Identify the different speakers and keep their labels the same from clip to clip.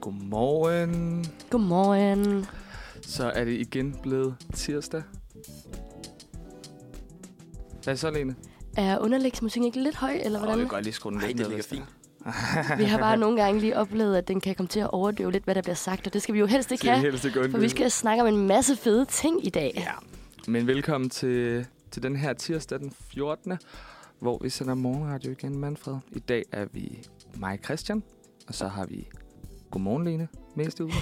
Speaker 1: Godmorgen.
Speaker 2: Godmorgen.
Speaker 1: Så er det igen blevet tirsdag. Hvad så, Lene?
Speaker 2: Er underlægsmusikken ikke lidt høj, eller hvordan?
Speaker 1: Åh, vi kan godt lige skrue den
Speaker 3: Nej,
Speaker 1: lidt
Speaker 3: det
Speaker 1: ned,
Speaker 3: ligger
Speaker 1: hvis
Speaker 3: fint.
Speaker 2: vi har bare nogle gange lige oplevet, at den kan komme til at overdøve lidt, hvad der bliver sagt, og det skal vi jo helst
Speaker 1: Det
Speaker 2: ikke
Speaker 1: kan
Speaker 2: have,
Speaker 1: helst ikke
Speaker 2: for
Speaker 1: undgå.
Speaker 2: vi skal snakke om en masse fede ting i dag.
Speaker 1: Ja. Men velkommen til, til den her tirsdag den 14. Hvor vi sender morgenradio igen, Manfred. I dag er vi mig og Christian, og så har vi Godmorgen, Lene. Mest uge.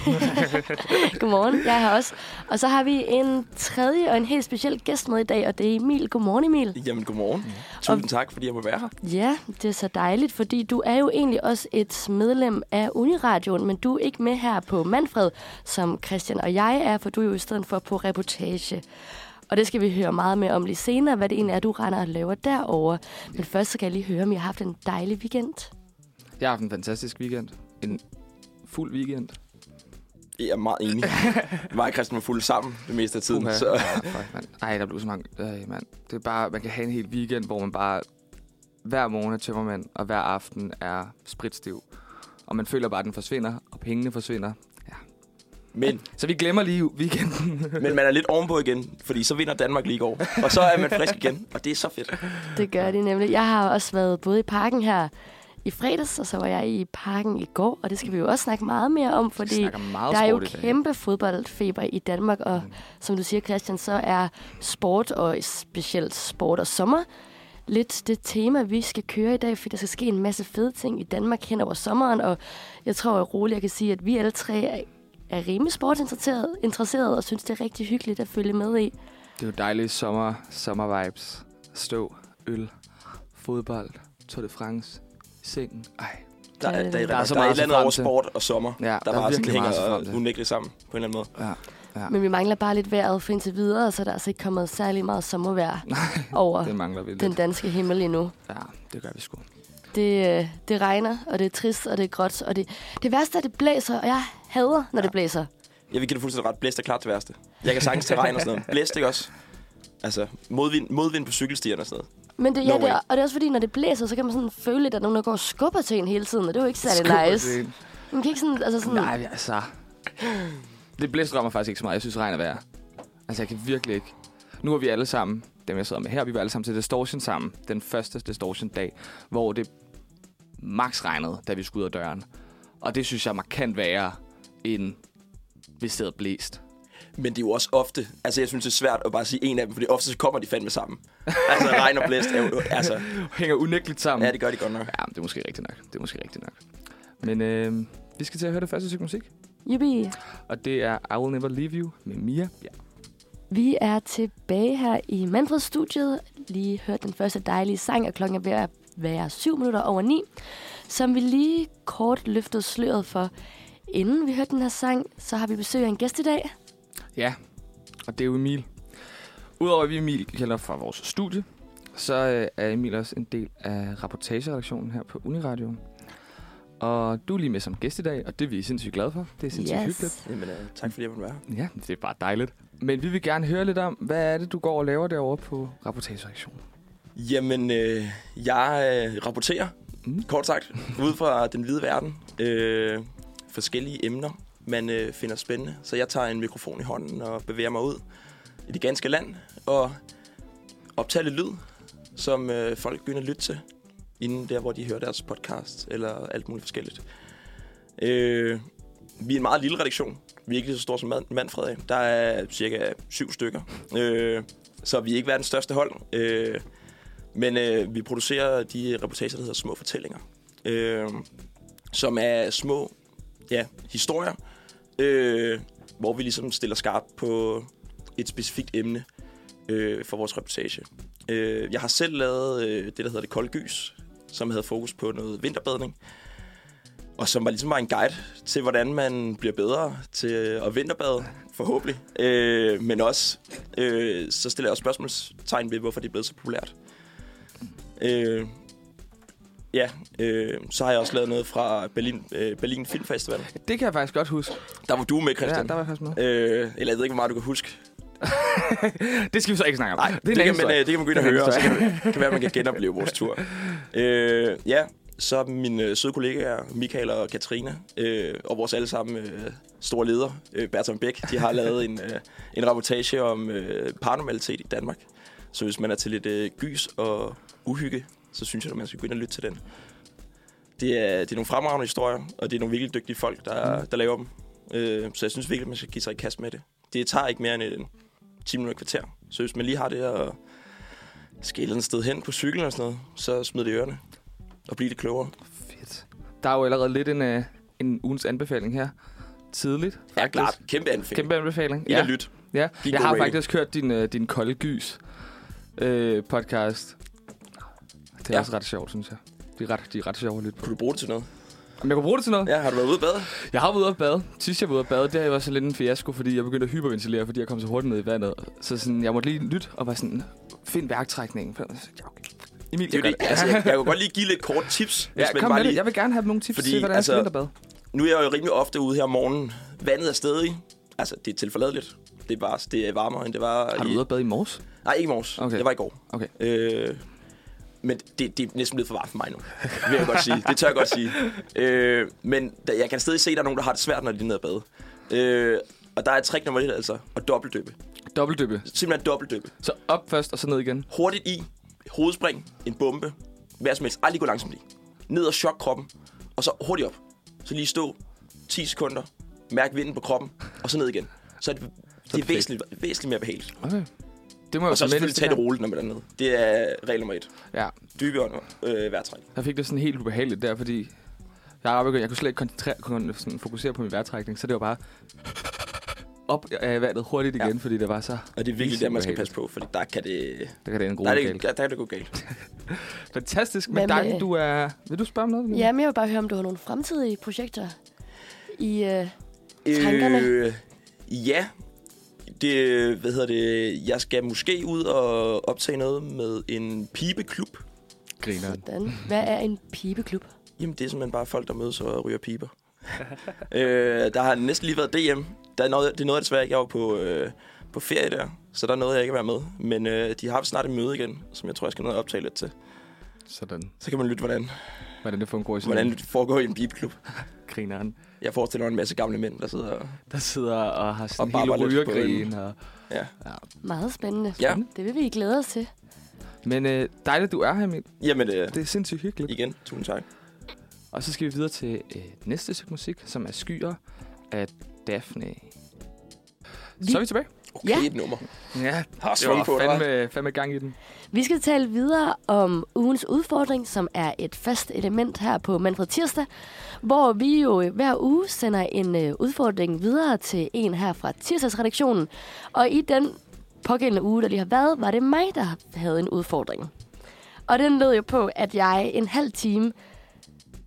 Speaker 2: Godmorgen, jeg er her også. Og så har vi en tredje og en helt speciel gæst med i dag, og det er Emil. Godmorgen, Emil.
Speaker 3: Jamen, godmorgen. Tusind tak, fordi jeg må være her.
Speaker 2: Ja, det er så dejligt, fordi du er jo egentlig også et medlem af Uniradioen, men du er ikke med her på Manfred, som Christian og jeg er, for du er jo i stedet for på reportage. Og det skal vi høre meget mere om lige senere, hvad det egentlig er, du render og laver derovre. Men først så kan jeg lige høre, om I har haft en dejlig weekend.
Speaker 1: Jeg har haft en fantastisk weekend. En fuld weekend.
Speaker 3: Jeg er meget enig. Mig og Christian var fulde sammen det meste af tiden.
Speaker 1: Uha.
Speaker 3: Så.
Speaker 1: Ja, fuck, mand. Ej, der blev så mange... Ej, mand. Det er bare, man kan have en hel weekend, hvor man bare... Hver morgen er tømmermand, og hver aften er spritstiv. Og man føler bare, at den forsvinder, og pengene forsvinder.
Speaker 3: Men,
Speaker 1: Så vi glemmer lige weekenden.
Speaker 3: men man er lidt ovenpå igen, fordi så vinder Danmark lige i går. Og så er man frisk igen, og det er så fedt.
Speaker 2: Det gør de nemlig. Jeg har også været både i parken her i fredags, og så var jeg i parken i går, og det skal vi jo også snakke meget mere om, fordi
Speaker 1: snakker meget
Speaker 2: der er jo
Speaker 1: sport i dag. Mm.
Speaker 2: kæmpe fodboldfeber i Danmark, og som du siger, Christian, så er sport og specielt sport og sommer lidt det tema, vi skal køre i dag, fordi der skal ske en masse fede ting i Danmark hen over sommeren, og jeg tror at roligt, jeg kan sige, at vi alle tre er, er rimelig sportsinteresserede interesserede, og synes, det er rigtig hyggeligt at følge med i.
Speaker 1: Det er jo dejlige sommer, sommer vibes. Stå, øl, fodbold, Tour de France, sengen. Ej,
Speaker 3: Der,
Speaker 2: Ja,
Speaker 3: der, der,
Speaker 2: det er
Speaker 3: der,
Speaker 2: det.
Speaker 1: Der er
Speaker 3: der,
Speaker 1: så
Speaker 3: der er et
Speaker 1: meget at se
Speaker 3: eller andet
Speaker 1: frem
Speaker 3: over
Speaker 1: til.
Speaker 3: sport og sommer,
Speaker 1: Ja,
Speaker 3: der,
Speaker 1: der er
Speaker 3: der bare sådan
Speaker 1: virkelig meget
Speaker 3: hænger
Speaker 1: at se frem til.
Speaker 3: og unægteligt sammen på en eller anden måde.
Speaker 1: ja.
Speaker 2: Men vi mangler bare lidt vejret for indtil videre, så der er altså ikke kommet særlig meget sommervejr over
Speaker 1: Det mangler vi lidt.
Speaker 2: den danske himmel endnu.
Speaker 1: Ja, det gør vi sgu.
Speaker 2: Det, øh, det regner, og det er trist, og det er gråt, og det, det værste er, at det blæser, og jeg hader, når ja. det blæser.
Speaker 3: Jeg vil give det fuldstændig ret. Blæst er klart det værste. Jeg kan sagtens til regn og sådan noget. Blæst, ikke også? Altså, modvind, modvind på cykelstierne og sådan noget.
Speaker 2: Men det, ja,
Speaker 3: No
Speaker 2: det er,
Speaker 3: way.
Speaker 2: og det er også fordi, når det blæser, så kan man sådan føle lidt, at nogen der går og skubber til en hele tiden, og det er jo ikke særlig
Speaker 1: Skubber til
Speaker 2: nice.
Speaker 1: en.
Speaker 2: Man kan ikke sådan, altså
Speaker 3: Mm.
Speaker 2: sådan,
Speaker 1: Nej, altså. Det blæst rammer faktisk ikke så meget. Jeg synes, regn er værre. Altså, jeg kan virkelig ikke. Nu er vi alle sammen, dem jeg sidder med her, vi var alle sammen til Distortion sammen. Den første Distortion-dag, hvor det max regnede, da vi skulle ud af døren. Og det synes jeg er markant værre, end hvis det havde blæst.
Speaker 3: Men det er jo også ofte, altså jeg synes det er svært at bare sige en af dem, fordi ofte så kommer de fandme sammen. Altså regn og blæst, er jo, altså,
Speaker 1: Hænger unægteligt sammen.
Speaker 3: ja det gør de godt nok.
Speaker 1: Ja, men det er måske rigtigt nok. Det er måske rigtigt nok. Men øh, vi skal til at høre det første stykke musik,
Speaker 2: yippie.
Speaker 1: og det er I Will Never Leave You med Mia. Ja.
Speaker 2: Vi er tilbage her i Manfred-studiet. Lige hørt den første dejlige sang, og klokken er ved at være syv minutter over ni, som vi lige kort løftede sløret for. Inden vi hørte den her sang, så har vi besøg af en gæst i dag.
Speaker 1: Ja, og det er jo Emil. Udover at vi Emil kender fra vores studie, så øh, er Emil også en del af rapportageredaktionen her på Uniradio. Og du er lige med som gæst i dag, og det er vi sindssygt glade for. Det er sindssygt yes. hyggeligt.
Speaker 3: Jamen, øh, tak fordi jeg måtte være her.
Speaker 1: Ja, det er bare dejligt. Men vi vil gerne høre lidt om, hvad er det, du går og laver derovre på rapportageredaktionen?
Speaker 3: Jamen, øh, jeg øh, rapporterer,
Speaker 1: Mm.
Speaker 3: mm. kort sagt, ud fra den hvide verden. Øh, forskellige emner, man øh, finder spændende. Så jeg tager en mikrofon i hånden og bevæger mig ud i det ganske land og optager lidt lyd, som øh, folk begynder at lytte til, inden der, hvor de hører deres podcast eller alt muligt forskelligt. Øh, vi er en meget lille redaktion. Vi er ikke lige så stor som Man- Manfred er. Der er cirka syv stykker. Øh, så vi er ikke verdens største hold. Øh, men øh, vi producerer de reportager, der hedder Små Fortællinger. Øh, som er små ja, historier, øh, hvor vi ligesom stiller skarpt på et specifikt emne øh, for vores reportage. Øh, jeg har selv lavet øh, det, der hedder Det Kolde Gys, som havde fokus på noget vinterbadning. Og som var ligesom var en guide til, hvordan man bliver bedre til at vinterbade, forhåbentlig. Øh, men også, øh, så stiller jeg også spørgsmålstegn ved, hvorfor det er blevet så populært. Øh, ja, øh, så har jeg også lavet noget fra Berlin, øh, Berlin Film Festival.
Speaker 1: Det kan jeg faktisk godt huske.
Speaker 3: Der var du med,
Speaker 1: Ja,
Speaker 3: Christian.
Speaker 1: der var jeg faktisk med.
Speaker 3: Øh, eller jeg ved ikke, hvor meget du kan huske.
Speaker 1: Det skal vi så ikke snakke om.
Speaker 3: øh, Nej, det, det, kan man, øh, det kan man gå ind og
Speaker 1: Det er en
Speaker 3: høre, og så
Speaker 1: historie.
Speaker 3: kan, kan være, at man kan genopleve vores tur. Øh, ja, så er mine øh, søde kollegaer, Michael og Katrine, øh, og vores allesammen øh, store leder, øh, Bertram Bæk, de har lavet en, øh, en rapportage om øh, paranormalitet i Danmark. Så hvis man er til lidt øh, gys og uhygge, så synes jeg, at man skal gå ind og lytte til den. Det er, det er nogle fremragende historier, og det er nogle virkelig dygtige folk, der, der laver dem. Øh, så jeg synes virkelig, at man skal give sig i kast med det. Det tager ikke mere end en 10 minutter og et kvarter. Så hvis man lige har det og skal et eller andet sted hen på cyklen eller sådan noget, så smid det i ørerne og blive lidt klogere.
Speaker 1: Fedt. Der er jo allerede lidt en, øh, en ugens anbefaling her. Tidligt.
Speaker 3: Ja,
Speaker 1: faktisk.
Speaker 3: klart. Kæmpe anbefaling. Kæmpe.
Speaker 1: Kæmpe anbefaling.
Speaker 3: Ikke ja. at lytte.
Speaker 1: Ja,
Speaker 3: Giv
Speaker 1: jeg
Speaker 3: god
Speaker 1: har
Speaker 3: rating.
Speaker 1: faktisk hørt din, øh, din kolde gys øh, podcast. Det er
Speaker 3: Ja.
Speaker 1: ja. også ret sjovt, synes jeg. De er ret, de er ret sjove at lytte på.
Speaker 3: Kunne du bruge det til noget?
Speaker 1: Men jeg kunne bruge det til noget. Ja.
Speaker 3: Ja, har du været ude at bade?
Speaker 1: Jeg har været ude at bade. Sidst jeg var ude at bade, det var så lidt en fiasko, fordi jeg begyndte at hyperventilere, fordi jeg kom så hurtigt ned i vandet. Så sådan, jeg måtte lige lytte og var sådan, find værktrækningen. Ja, okay. Emil,
Speaker 3: Det er jo
Speaker 1: jeg
Speaker 3: det. Altså, jeg, jeg kunne godt lige give lidt kort tips. hvis
Speaker 1: Ja,
Speaker 3: man
Speaker 1: kom
Speaker 3: bare
Speaker 1: med det.
Speaker 3: lige-
Speaker 1: Jeg vil gerne have nogle tips
Speaker 3: Fordi,
Speaker 1: Fordi, til, hvordan altså,
Speaker 3: altså-
Speaker 1: jeg vinterbad.
Speaker 3: Nu er jeg jo rimelig ofte ude her om morgenen. Vandet er stadig. Altså, det er tilforladeligt. Det er, bare, det er varmere, end det var
Speaker 1: Har du
Speaker 3: i...
Speaker 1: ude at bade i morges?
Speaker 3: Nej, ikke i morges. Okay.
Speaker 1: Okay.
Speaker 3: Det var i går.
Speaker 1: Okay.
Speaker 3: Øh, men det, det er næsten blevet for varmt for mig nu, vil jeg godt sige. Det tør jeg godt sige. Øh, men der, jeg kan stadig se, at der er nogen, der har det svært, når de er nede at bade. Øh, og der er et trick nummer et, altså, at dobbeltdyppe.
Speaker 1: Dobbeltdyppe.
Speaker 3: Simpelthen dobbeltdyppe.
Speaker 1: Så op først, og så ned igen.
Speaker 3: Hurtigt i, hovedspring, en bombe, hvad som helst. Aldrig gå langsomt i. Ned og chok kroppen, og så hurtigt op. Så lige stå 10 sekunder, mærk vinden på kroppen, og så ned igen. Så er det, det er
Speaker 1: perfekt.
Speaker 3: væsentligt, væsentligt mere behageligt.
Speaker 1: Okay. Det må jeg
Speaker 3: Og så
Speaker 1: jo tage med
Speaker 3: selvfølgelig
Speaker 1: næste
Speaker 3: tage det
Speaker 1: gang.
Speaker 3: roligt, når man er dernede. Det er regel nummer et.
Speaker 1: Ja,
Speaker 3: Dybe ånd, øh, vejrtrækning.
Speaker 1: Jeg fik det sådan helt ubehageligt der, fordi jeg, er begyndt, jeg kunne slet ikke koncentrere, kunne sådan fokusere på min vejrtrækning, så det var bare op af vandet hurtigt igen,
Speaker 3: Ja.
Speaker 1: ja. fordi det var så...
Speaker 3: Og det er virkelig
Speaker 1: Pisse
Speaker 3: det, man skal
Speaker 1: ubehageligt.
Speaker 3: passe på, fordi der kan det,
Speaker 1: Der kan det en god
Speaker 3: der er det,
Speaker 1: galt.
Speaker 3: der, der kan det gå galt.
Speaker 1: Fantastisk,
Speaker 2: Hvad
Speaker 1: men
Speaker 2: med-
Speaker 1: dig, du er... Vil du spørge om noget? Line?
Speaker 2: Ja, men jeg vil bare høre, om du har nogle fremtidige projekter i... Øh, Tankerne?
Speaker 3: Øh, ja, det, hvad hedder det, jeg skal måske ud og optage noget med en pibeklub.
Speaker 1: Grineren.
Speaker 2: sådan. Hvad er en pibeklub?
Speaker 3: Jamen, det er simpelthen bare folk, der mødes og ryger piber. øh, der har næsten lige været DM. Der er noget, det er noget, jeg desværre ikke. Jeg var på, øh, på ferie der, så der er noget, jeg ikke at være med. Men øh, de har haft snart et møde igen, som jeg tror, jeg skal ned og optage lidt til.
Speaker 1: Sådan.
Speaker 3: Så kan man lytte, hvordan,
Speaker 1: Hvordan det fungerer i sådan
Speaker 3: hvordan
Speaker 1: en
Speaker 3: det foregår i en pibeklub.
Speaker 1: grineren.
Speaker 3: Jeg forestiller mig en masse gamle mænd, der sidder og...
Speaker 1: Der sidder og har
Speaker 3: Og
Speaker 1: sådan
Speaker 3: barber
Speaker 1: hele
Speaker 3: lidt på
Speaker 1: rygergrin. Og...
Speaker 3: Ja.
Speaker 2: Meget spændende.
Speaker 3: Ja.
Speaker 2: Det vil vi glæde os til.
Speaker 1: Men øh, dejligt, du er her, Emil.
Speaker 3: Jamen, øh,
Speaker 1: Det er sindssygt hyggeligt.
Speaker 3: igen, tusind tak.
Speaker 1: Og så skal vi videre til øh, næste stykke musik, som er Skyer af Daphne. Så er vi tilbage.
Speaker 3: Okay,
Speaker 2: Ja.
Speaker 3: et nummer.
Speaker 1: Ja,
Speaker 3: Har
Speaker 1: det
Speaker 3: svung
Speaker 1: var
Speaker 3: på dig, hva'?
Speaker 1: fandme, fandme gang i den.
Speaker 2: Vi skal tale videre om ugens udfordring, som er et fast element her på Manfred Tirsdag, hvor vi jo øh, hver uge sender en øh, udfordring videre til en her fra Tirsdagsredaktionen. Og i den pågældende uge, der lige har været, var det mig, der havde en udfordring. Og den lød jo på, at jeg en halv time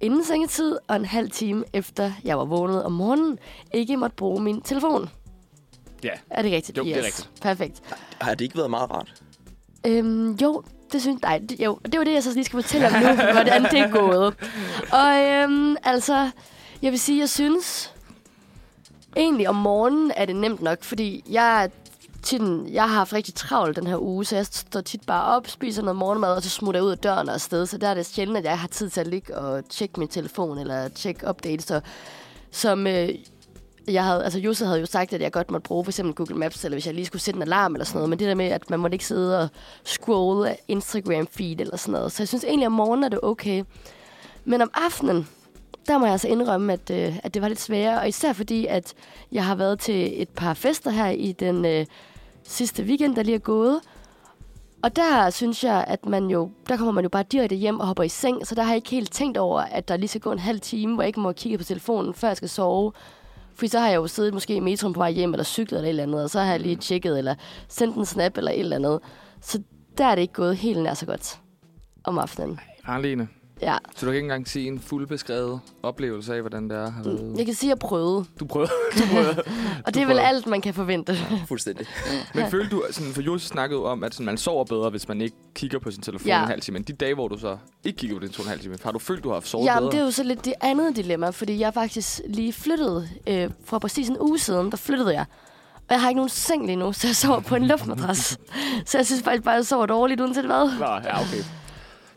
Speaker 2: inden sengetid og en halv time efter jeg var vågnet om morgenen, ikke måtte bruge min telefon.
Speaker 1: Ja.
Speaker 2: Er det rigtigt?
Speaker 1: Jo, det er
Speaker 2: Yes.
Speaker 1: rigtigt.
Speaker 2: Perfekt.
Speaker 3: Har det ikke været meget rart?
Speaker 2: Øhm, jo, det synes jeg. Det, jo, det var det, jeg så lige skal fortælle om nu, hvordan det er gået. Og øhm, altså, jeg vil sige, jeg synes egentlig om morgenen er det nemt nok, fordi jeg er tit, en- jeg har haft rigtig travlt den her uge, så jeg står tit bare op, spiser noget morgenmad, og så smutter jeg ud af døren og afsted. Så der er det sjældent, at jeg har tid til at ligge og tjekke min telefon eller tjekke updates. Så, som øh, jeg havde, altså Jose havde jo sagt, at jeg godt måtte bruge for eksempel Google Maps, eller hvis jeg lige skulle sætte en alarm eller sådan noget, men det der med, at man måtte ikke sidde og scrolle Instagram feed eller sådan noget. Så jeg synes egentlig, om morgenen er det okay. Men om aftenen, der må jeg altså indrømme, at, øh, at det var lidt sværere, og især fordi, at jeg har været til et par fester her i den øh, sidste weekend, der lige er gået, og der synes jeg, at man jo, der kommer man jo bare direkte hjem og hopper i seng, så der har jeg ikke helt tænkt over, at der lige skal gå en halv time, hvor jeg ikke må kigge på telefonen, før jeg skal sove. Fordi så har jeg jo siddet måske i metroen på vej hjem, eller cyklet eller et eller andet, og så har jeg
Speaker 1: Mm.
Speaker 2: lige tjekket, eller sendt en snap eller et eller andet. Så der er det ikke gået helt nær så godt om aftenen.
Speaker 1: Arlene,
Speaker 2: Ja.
Speaker 1: så du kan ikke engang sige en fuldbeskrevet oplevelse af, hvordan det er har været?
Speaker 2: Jeg kan sige, at jeg prøvede.
Speaker 1: Du prøvede. du prøvede.
Speaker 2: Og det er vel
Speaker 1: prøvede.
Speaker 2: alt, man kan forvente.
Speaker 3: Fuldstændig.
Speaker 1: Men følte du, sådan, for Jose snakkede jo om, at sådan, man sover bedre, hvis man ikke kigger på sin telefon
Speaker 2: Ja.
Speaker 1: en halv time. Men de dage, hvor du så ikke kigger på din telefon en halv time, har du følt, du har haft sovet
Speaker 2: Ja, men
Speaker 1: bedre?
Speaker 2: det er jo så lidt det andet dilemma, fordi jeg er faktisk lige flyttet øh, for præcis en uge siden, der flyttede jeg. Og jeg har ikke nogen seng lige nu, så jeg sover på en luftmadras. så jeg synes faktisk bare, at jeg sover dårligt, uanset hvad.
Speaker 1: Nå, ja, okay.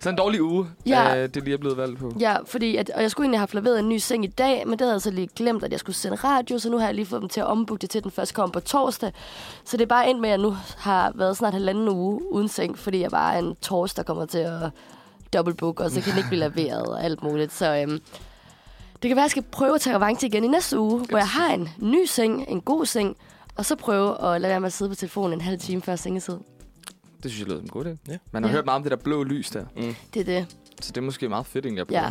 Speaker 1: Så en dårlig uge,
Speaker 2: Ja.
Speaker 1: øh, det lige er blevet valgt på.
Speaker 2: Ja, fordi at, og jeg skulle egentlig have flaveret en ny seng i dag, men det havde jeg så lige glemt, at jeg skulle sende radio, så nu har jeg lige fået dem til at ombooke det til, at den først kommer på torsdag. Så det er bare endt med, at jeg nu har været snart halvanden uge uden seng, fordi jeg bare er en torsdag, der kommer til at dobbeltbooke, og så kan den ikke blive leveret og alt muligt. Så øhm, det kan være, at jeg skal prøve at tage revanche igen i næste uge, hvor jeg har en ny seng, en god seng, og så prøve at lade være med at sidde på telefonen en halv time før sengetid.
Speaker 1: Det synes jeg lyder som en god idé.
Speaker 3: Ja.
Speaker 1: Man har
Speaker 2: Ja.
Speaker 1: hørt meget om det der blå lys der,
Speaker 2: Det er det.
Speaker 1: så det er måske meget fedt egentlig at prøve.
Speaker 2: Ja.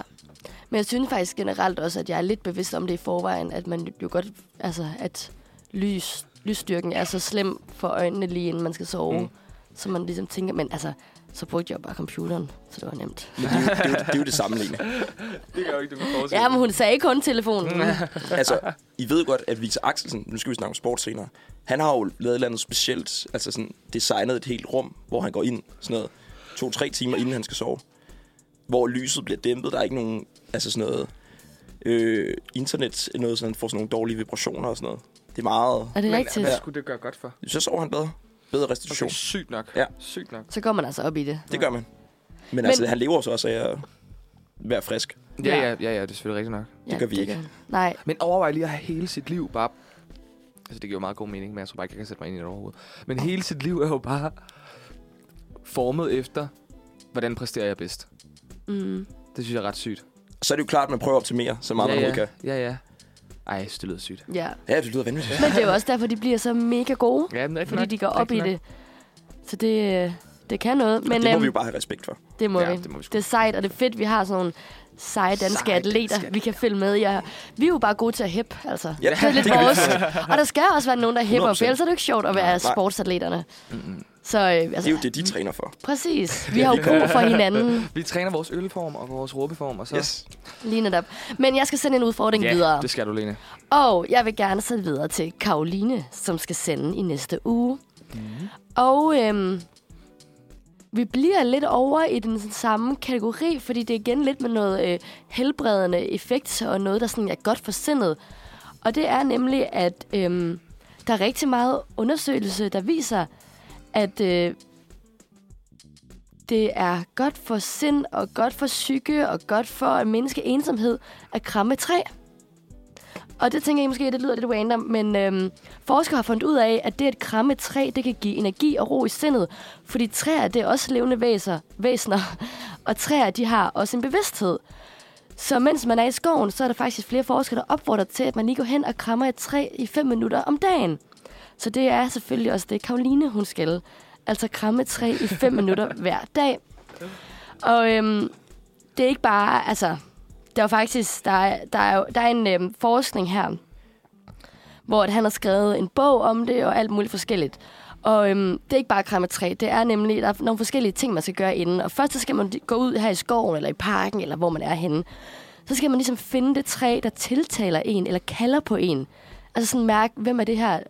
Speaker 2: Men jeg synes faktisk generelt også, at jeg er lidt bevidst om det i forvejen, at man jo godt, altså at lys, lysstyrken er så slem for øjnene lige inden man skal sove. Mm. Så man ligesom tænker, men altså, så brugte jeg jo bare computeren, så det var nemt.
Speaker 3: Men det, er jo- det, er jo, det er jo det samme, Line.
Speaker 1: Det gør jo ikke, du kan fortsætte.
Speaker 2: Ja, men hun sagde kun telefonen.
Speaker 3: Altså, I ved godt, at Victor Axelsen, nu skal vi snakke om sport senere, han har jo lavet et eller andet specielt, altså sådan designet et helt rum, hvor han går ind sådan noget to-tre timer, inden han skal sove. Hvor lyset bliver dæmpet, der er ikke nogen, altså sådan noget øh, internet, noget sådan, han får sådan nogle dårlige vibrationer og sådan noget. Det er meget...
Speaker 2: Er det
Speaker 1: Men
Speaker 2: rigtigt?
Speaker 1: Hvad skulle det gøre godt for?
Speaker 3: Så sover han bedre. Bedre restitution.
Speaker 1: Okay, sygt nok.
Speaker 3: Ja.
Speaker 1: Sygt nok.
Speaker 2: Så går man altså op i det.
Speaker 3: Det gør man. Men, Men altså,
Speaker 2: Men-
Speaker 3: han lever jo så også af at være frisk.
Speaker 1: Ja,
Speaker 2: Ja.
Speaker 1: ja, ja, ja, det er selvfølgelig rigtigt nok.
Speaker 2: Ja,
Speaker 3: gør vi ikke.
Speaker 2: man. Nej,
Speaker 1: Men overvej lige at have hele sit liv bare... Altså, det giver jo meget god mening, men jeg tror bare ikke, jeg kan sætte mig ind i det overhovedet. Men hele sit liv er jo bare formet efter, hvordan præsterer jeg bedst.
Speaker 2: mm,
Speaker 1: Det synes jeg er ret sygt.
Speaker 3: Så er det jo klart, at man prøver at optimere så meget, man
Speaker 1: ja,
Speaker 3: overhovedet
Speaker 1: ja.
Speaker 3: kan.
Speaker 1: ja, ja. Ej, jeg synes, det lyder sygt.
Speaker 2: ja.
Speaker 3: Ja, det lyder vanvittigt.
Speaker 2: Men det er jo også derfor, de bliver så mega gode.
Speaker 1: Ja, men det er
Speaker 2: Fordi de går op i det. Så det, øh, det kan noget. Men,
Speaker 3: Men, det må
Speaker 2: øhm,
Speaker 3: vi jo bare have respekt for.
Speaker 2: Det må
Speaker 1: Ja,
Speaker 2: vi.
Speaker 1: det må vi sgu.
Speaker 2: det er sejt, og det er fedt, vi har sådan nogle seje danske
Speaker 1: Seje
Speaker 2: atleter,
Speaker 1: danske
Speaker 2: vi kan følge med i. Og vi er jo bare gode til at hæppe, altså.
Speaker 3: Ja,
Speaker 2: det er lidt
Speaker 3: det kan vi
Speaker 2: vores. Og der skal også være nogen, der hæpper, for
Speaker 3: 100%.
Speaker 2: ellers er det jo ikke sjovt at være
Speaker 3: Nej.
Speaker 2: sportsatleterne. Så øh, altså,
Speaker 3: Det er jo det, de træner for.
Speaker 2: præcis. Vi har jo brug for hinanden
Speaker 1: Vi træner vores ølform og vores råbeform, og så...
Speaker 3: Yes.
Speaker 2: lige netop. Men jeg skal sende en udfordring
Speaker 1: Ja,
Speaker 2: videre.
Speaker 1: det skal du, Lene.
Speaker 2: Og jeg vil gerne sende videre til Karoline, som skal sende i næste uge. Mm. Og øhm, vi bliver lidt over i den samme kategori, fordi det er igen lidt med noget øh, helbredende effekt og noget, der sådan er godt for sindet. Og det er nemlig, at øhm, der er rigtig meget undersøgelse, der viser, at øh, det er godt for sind og godt for psyke og godt for at mindske ensomhed at kramme træ. Og det tænker jeg måske, det lyder lidt random, men øhm, forskere har fundet ud af, at det at kramme et træ, det kan give energi og ro i sindet. Fordi træer, det er også levende væser, væsener, og træer, de har også en bevidsthed. Så mens man er i skoven, så er der faktisk flere forskere, der opfordrer til, at man lige går hen og krammer et træ i 5 minutter om dagen. Så det er selvfølgelig også det, Karoline hun skal. Altså kramme et træ i 5 minutter hver dag. Og øhm, det er ikke bare, altså, der er jo faktisk, der er, der er, jo, der er en øhm, forskning her, hvor at han har skrevet en bog om det og alt muligt forskelligt. Og øhm, det er ikke bare at kramme et træ, det er nemlig, der er nogle forskellige ting, man skal gøre inden. Og først så skal man gå ud her i skoven, eller i parken, eller hvor man er henne. Så skal man ligesom finde det træ, der tiltaler en, eller kalder på en. Altså sådan mærke, hvem er det her,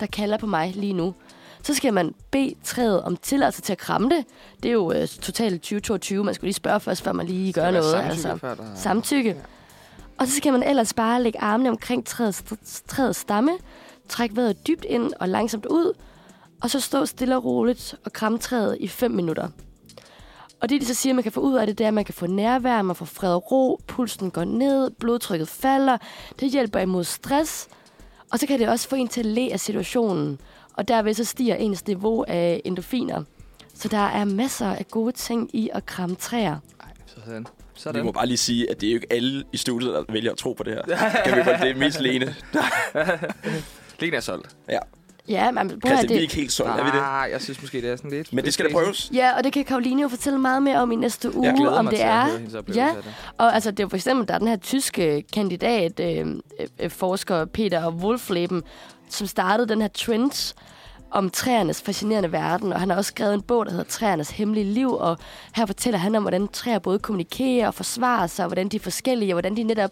Speaker 2: der kalder på mig lige nu. Så skal man bede træet om tilladelse til at kramme det. Det er jo øh, totalt 2022, man skulle lige spørge først, før man lige
Speaker 1: der
Speaker 2: gør
Speaker 1: være
Speaker 2: noget.
Speaker 1: samtykke,
Speaker 2: altså.
Speaker 1: før der-
Speaker 2: samtykke. Og så skal man ellers bare lægge armene omkring træets, træets stamme, trække vejret dybt ind og langsomt ud, og så stå stille og roligt og kramme træet i 5 minutter. Og det, de så siger, man kan få ud af det, det er, at man kan få nærvær, man får fred og ro, pulsen går ned, blodtrykket falder, det hjælper imod stress, og så kan det også få en til at le af situationen, og derved så stiger ens niveau af endorfiner. Så der er masser af gode ting i at kramme træer.
Speaker 1: Ej, sådan.
Speaker 3: Vi
Speaker 1: Sådan.
Speaker 3: må bare lige sige, at det er jo ikke alle i studiet, der vælger at tro på det her. Kan vi godt, det er mest Lene.
Speaker 1: Lene er solgt.
Speaker 3: Ja.
Speaker 2: Ja, man bruger
Speaker 3: Christian, vi er
Speaker 2: det.
Speaker 3: ikke helt solgt, er vi det?
Speaker 1: Ah, jeg synes måske, det er sådan lidt...
Speaker 3: Men det skal da prøves.
Speaker 2: Ja, og det kan Karoline jo fortælle meget mere om i næste uge,
Speaker 1: glæder
Speaker 2: om
Speaker 1: mig
Speaker 2: det
Speaker 1: til at
Speaker 2: er.
Speaker 1: høre hendes oplevelse
Speaker 2: ja,
Speaker 1: af det.
Speaker 2: og altså det er jo for eksempel, der er den her tyske kandidat, øh, øh, forsker Peter Wolfleben, som startede den her trend om træernes fascinerende verden, og han har også skrevet en bog, der hedder Træernes Hemmelige Liv, og her fortæller han om, hvordan træer både kommunikerer og forsvarer sig, og hvordan de er forskellige, og hvordan de netop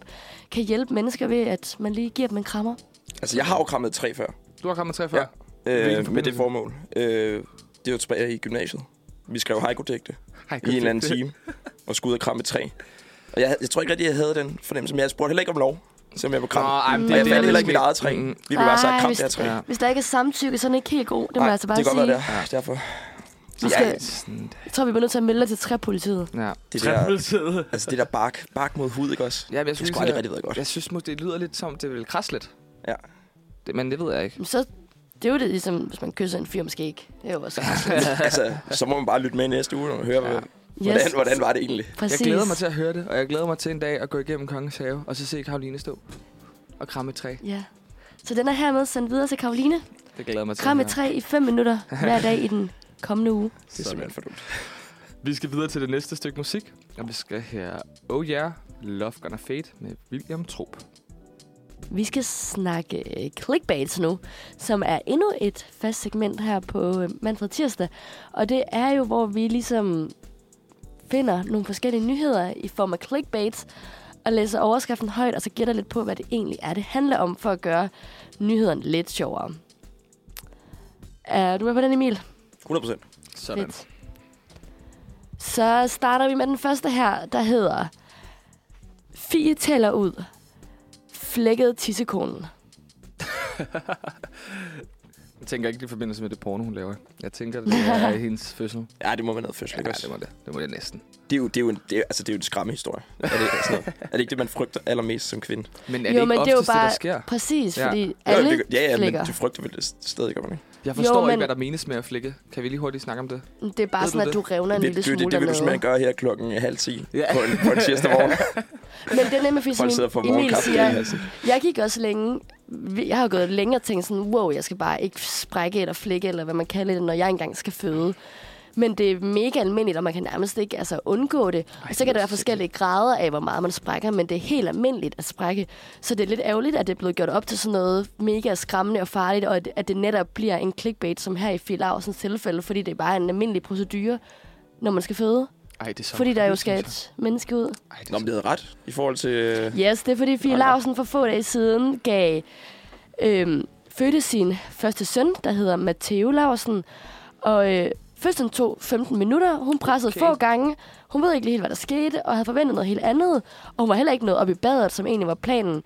Speaker 2: kan hjælpe mennesker ved, at man lige giver dem en krammer.
Speaker 3: Altså, jeg har jo krammet et træ før.
Speaker 1: Du har kommet tre før.
Speaker 3: Øh, med det
Speaker 1: forbindelse?
Speaker 3: formål. Øh, det var tilbage i gymnasiet. Vi skrev haiku-digte
Speaker 1: Hej,
Speaker 3: i en eller anden time, og skulle ud og kramme et træ. Og jeg, jeg tror ikke rigtig, jeg havde den fornemmelse, men jeg spurgte heller ikke om lov, som jeg var kramme.
Speaker 1: Nå, ej, men det-
Speaker 3: og jeg
Speaker 1: det er
Speaker 3: fandt heller ikke mit
Speaker 1: lidt-
Speaker 3: eget træ. Vi
Speaker 1: Mm.
Speaker 3: ville bare sagt,
Speaker 2: Ej,
Speaker 3: kram
Speaker 2: hvis-
Speaker 3: det her træ.
Speaker 1: Ja.
Speaker 2: Hvis der ikke er samtykke, så er den ikke helt god. Det må
Speaker 3: Nej,
Speaker 2: jeg altså bare
Speaker 3: det kan
Speaker 2: sige.
Speaker 3: godt være, det er. Derfor.
Speaker 1: Ja,
Speaker 2: Vi skal,
Speaker 1: sådan,
Speaker 2: jeg tror, vi bliver nødt til at melde dig til træpolitiet.
Speaker 1: ja.
Speaker 3: Det der,
Speaker 4: Trippeltid.
Speaker 3: altså det der bark, bark mod hud, ikke også?
Speaker 1: ja men jeg
Speaker 3: Det er
Speaker 1: synes,
Speaker 3: sgu
Speaker 1: det
Speaker 3: aldrig
Speaker 1: er,
Speaker 3: rigtig været godt.
Speaker 1: jeg synes måske, det lyder lidt som, det vil krasse lidt.
Speaker 3: Ja.
Speaker 1: Det, men det ved jeg ikke.
Speaker 2: Jamen, Så det er jo det, ligesom, hvis man kysser en fyr med skæg. Det er jo også...
Speaker 3: altså, så må man bare lytte med i næste uge, når man hører,
Speaker 1: Ja.
Speaker 3: ja. hvordan, hvordan var det egentlig?
Speaker 2: Præcis.
Speaker 1: Jeg glæder mig til at høre det, og jeg glæder mig til en dag at gå igennem Kongens Have, og så se Karoline stå og kramme et træ.
Speaker 2: Ja. Så den er hermed sendt videre til Karoline.
Speaker 1: Det glæder jeg mig til.
Speaker 2: Kram
Speaker 1: at
Speaker 2: et
Speaker 1: høre.
Speaker 2: træ i 5 minutter hver dag i den kommende uge.
Speaker 3: Det er simpelthen for dumt.
Speaker 1: Vi skal videre til det næste stykke musik, og vi skal her Oh Yeah, Love Gonna Fade med William Trop.
Speaker 2: Vi skal snakke øh, clickbaits nu, som er endnu et fast segment her på øh, Manfred Tirsdag. Og det er jo, hvor vi ligesom finder nogle forskellige nyheder i form af clickbaits, og læser overskriften højt, og så gætter lidt på, hvad det egentlig er, det handler om, for at gøre nyhederne lidt sjovere. Er du med på den, Emil?
Speaker 3: 100 procent.
Speaker 1: Sådan.
Speaker 2: Fedt. Så starter vi med den første her, der hedder... Fie tæller ud. Flækket tissekonen.
Speaker 1: Jeg tænker ikke det i forbindelse med det porno, hun laver. Jeg tænker, det er hendes fødsel.
Speaker 3: Ja, det må være noget først, ikke også?
Speaker 1: det må det. Det må det næsten.
Speaker 3: Det er jo, det er jo en, det er, altså, det er jo en skræmmehistorie. Er det, altså, er det ikke det, man frygter allermest som kvinde?
Speaker 1: Men er det ikke
Speaker 2: men
Speaker 1: oftest,
Speaker 2: det er jo bare
Speaker 1: det, der sker?
Speaker 2: præcis,
Speaker 1: Ja.
Speaker 2: ja. fordi
Speaker 3: Jo,
Speaker 2: alle
Speaker 3: det, ja, ja,
Speaker 2: flækker.
Speaker 3: men du frygter vel det stadig, gør man ikke?
Speaker 1: Jeg forstår jo,
Speaker 2: Jo,
Speaker 1: ikke,
Speaker 2: men-
Speaker 1: hvad der menes med at flikke. Kan vi lige hurtigt snakke om det?
Speaker 2: det er bare
Speaker 1: Ved
Speaker 2: sådan,
Speaker 1: du
Speaker 2: at du revner en
Speaker 3: Det,
Speaker 2: lille
Speaker 3: det, det,
Speaker 2: smule
Speaker 3: det, det vil du
Speaker 2: dernede.
Speaker 3: simpelthen gøre her klokken halv ti
Speaker 1: Ja.
Speaker 3: ja. på, en, på en tirsdag morgen.
Speaker 2: Men det er nemlig, fordi
Speaker 3: Folk sidder og får
Speaker 2: som Emil
Speaker 3: morgenkaffe. altså. Ja.
Speaker 2: siger, jeg gik også længe, vi- jeg har gået længe og tænkt sådan, wow, jeg skal bare ikke sprække eller flække, eller hvad man kalder det, når jeg engang skal føde. Men det er mega almindeligt, og man kan nærmest ikke altså, undgå det. og så kan der være forskellige grader af, hvor meget man sprækker, men det er helt almindeligt at sprække. Så det er lidt ærgerligt, at det er blevet gjort op til sådan noget mega skræmmende og farligt, og at- at det netop bliver en clickbait, som her i Fie Lausens tilfælde, fordi det er bare en almindelig procedure, når man skal føde.
Speaker 1: Ej, det er så
Speaker 2: Fordi der jo
Speaker 1: creepy,
Speaker 2: skal
Speaker 1: synes
Speaker 2: et menneske ud.
Speaker 1: jeg. Ej, det
Speaker 3: Nå,
Speaker 1: er
Speaker 3: men
Speaker 1: så...
Speaker 3: det havde ret i forhold til...
Speaker 2: Yes, det er fordi Fie
Speaker 3: Øh. Hold da op.
Speaker 2: Lausen for få dage siden gav, øhm, fødte sin første søn, der hedder Matteo Lausen. Og øh, fødslen tog 15 minutter. Hun pressede
Speaker 1: Okay.
Speaker 2: okay. få gange. Hun ved ikke lige helt, hvad der skete, og havde forventet noget helt andet. Og hun var heller ikke noget op i badet, som egentlig var planen.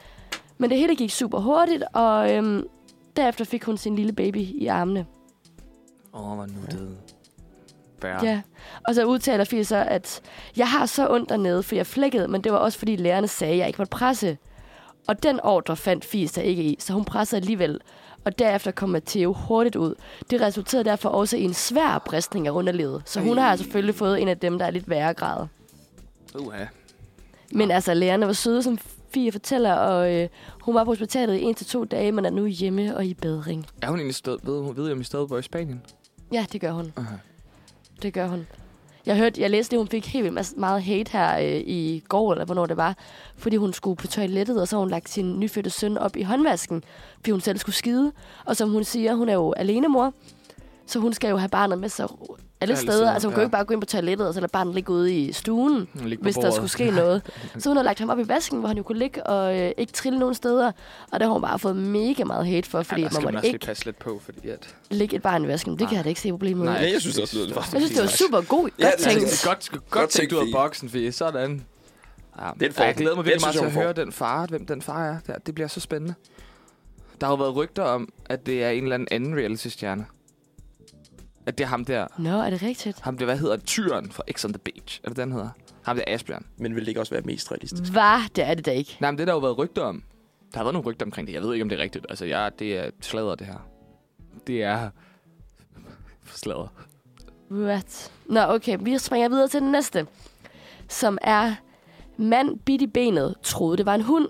Speaker 2: Men det hele gik super hurtigt, og øhm, derefter fik hun sin lille baby i armene.
Speaker 1: Åh, hvor nuttet. Bær.
Speaker 2: Ja. ja. Og så udtaler Fie så, at jeg har så ondt dernede, for jeg flækkede, men det var også fordi lærerne sagde, at jeg ikke måtte presse. Og den ordre fandt Fie sig ikke i, så hun pressede alligevel. Og derefter kom Matteo hurtigt ud. Det resulterede derfor også i en svær bristning af underlivet. Så hun har selvfølgelig fået en af dem, der er lidt værre grad.
Speaker 1: Uha.
Speaker 2: Men altså, lærerne var søde, som Fie fortæller, og øh, hun var på hospitalet i en til to dage, men er nu hjemme og i bedring.
Speaker 1: Er hun egentlig stadig, ved, hun- ved jeg, om I stadig bor i Spanien?
Speaker 2: Ja, det gør hun.
Speaker 1: Aha.
Speaker 2: Det gør hun. Jeg hørte, jeg læste, at hun fik helt vildt mas- meget hate her øh, i går, eller hvornår det var, fordi hun skulle på toilettet, og så har hun lagt sin nyfødte søn op i håndvasken, fordi hun selv skulle skide. Og som hun siger, hun er jo alenemor, så hun skal jo have barnet med sig alle, alle steder.
Speaker 1: steder,
Speaker 2: Altså hun ja.
Speaker 1: ja.
Speaker 2: kan jo ikke bare gå ind på toilettet, og så lade barnet ligge ude i stuen
Speaker 1: Hun ligger på
Speaker 2: hvis der
Speaker 1: bordet.
Speaker 2: skulle ske noget. Så hun har lagt ham op i vasken, hvor han jo kunne ligge og øh, ikke trille nogen steder. Og der har hun bare fået mega meget hate for, fordi
Speaker 1: ja,
Speaker 2: ja,
Speaker 1: der
Speaker 2: man
Speaker 1: skal man
Speaker 2: måtte
Speaker 1: også
Speaker 2: ikke
Speaker 1: lige passe lidt på, fordi at...
Speaker 2: lægge et barn i vasken. Det kan jeg da ikke se problemet med.
Speaker 1: Nej,
Speaker 3: jeg synes også, det lyder lidt-
Speaker 2: Jeg synes, det var super god.
Speaker 3: Ja,
Speaker 2: Ja,
Speaker 3: det er
Speaker 2: tænkt.
Speaker 1: Altså, Det er godt, godt, godt
Speaker 3: Godt
Speaker 1: tænkt
Speaker 3: tænkt,
Speaker 1: ud af
Speaker 3: Fie.
Speaker 1: boksen, Fie. Sådan. Ja,
Speaker 3: Det er en
Speaker 1: ja, Ah, jeg
Speaker 3: fordel.
Speaker 1: glæder mig
Speaker 3: Det
Speaker 1: virkelig
Speaker 3: synes
Speaker 1: meget til
Speaker 3: jeg,
Speaker 1: at
Speaker 3: hun får.
Speaker 1: høre den far, hvem den far er. Det, det bliver så spændende. Der har jo været rygter om, at det er en eller anden anden reality-stjerne. At det er ham der.
Speaker 2: Nå, er det rigtigt?
Speaker 1: Ham der, hvad hedder Tyren fra X on the Beach? Er det, den hedder? Ham der Asbjørn.
Speaker 3: Men vil det ikke også være mest realistisk?
Speaker 2: Hvad? Det er det da ikke.
Speaker 1: Nej, men det har der jo været rygter om. Der har været nogle rygter omkring det. Jeg ved ikke, om det er rigtigt. Altså, jeg, det er sladder, det her. Det er... sladder.
Speaker 2: What? Nå, okay. Vi springer videre til den næste, som er... Mand bidt i benet, troede det var en hund.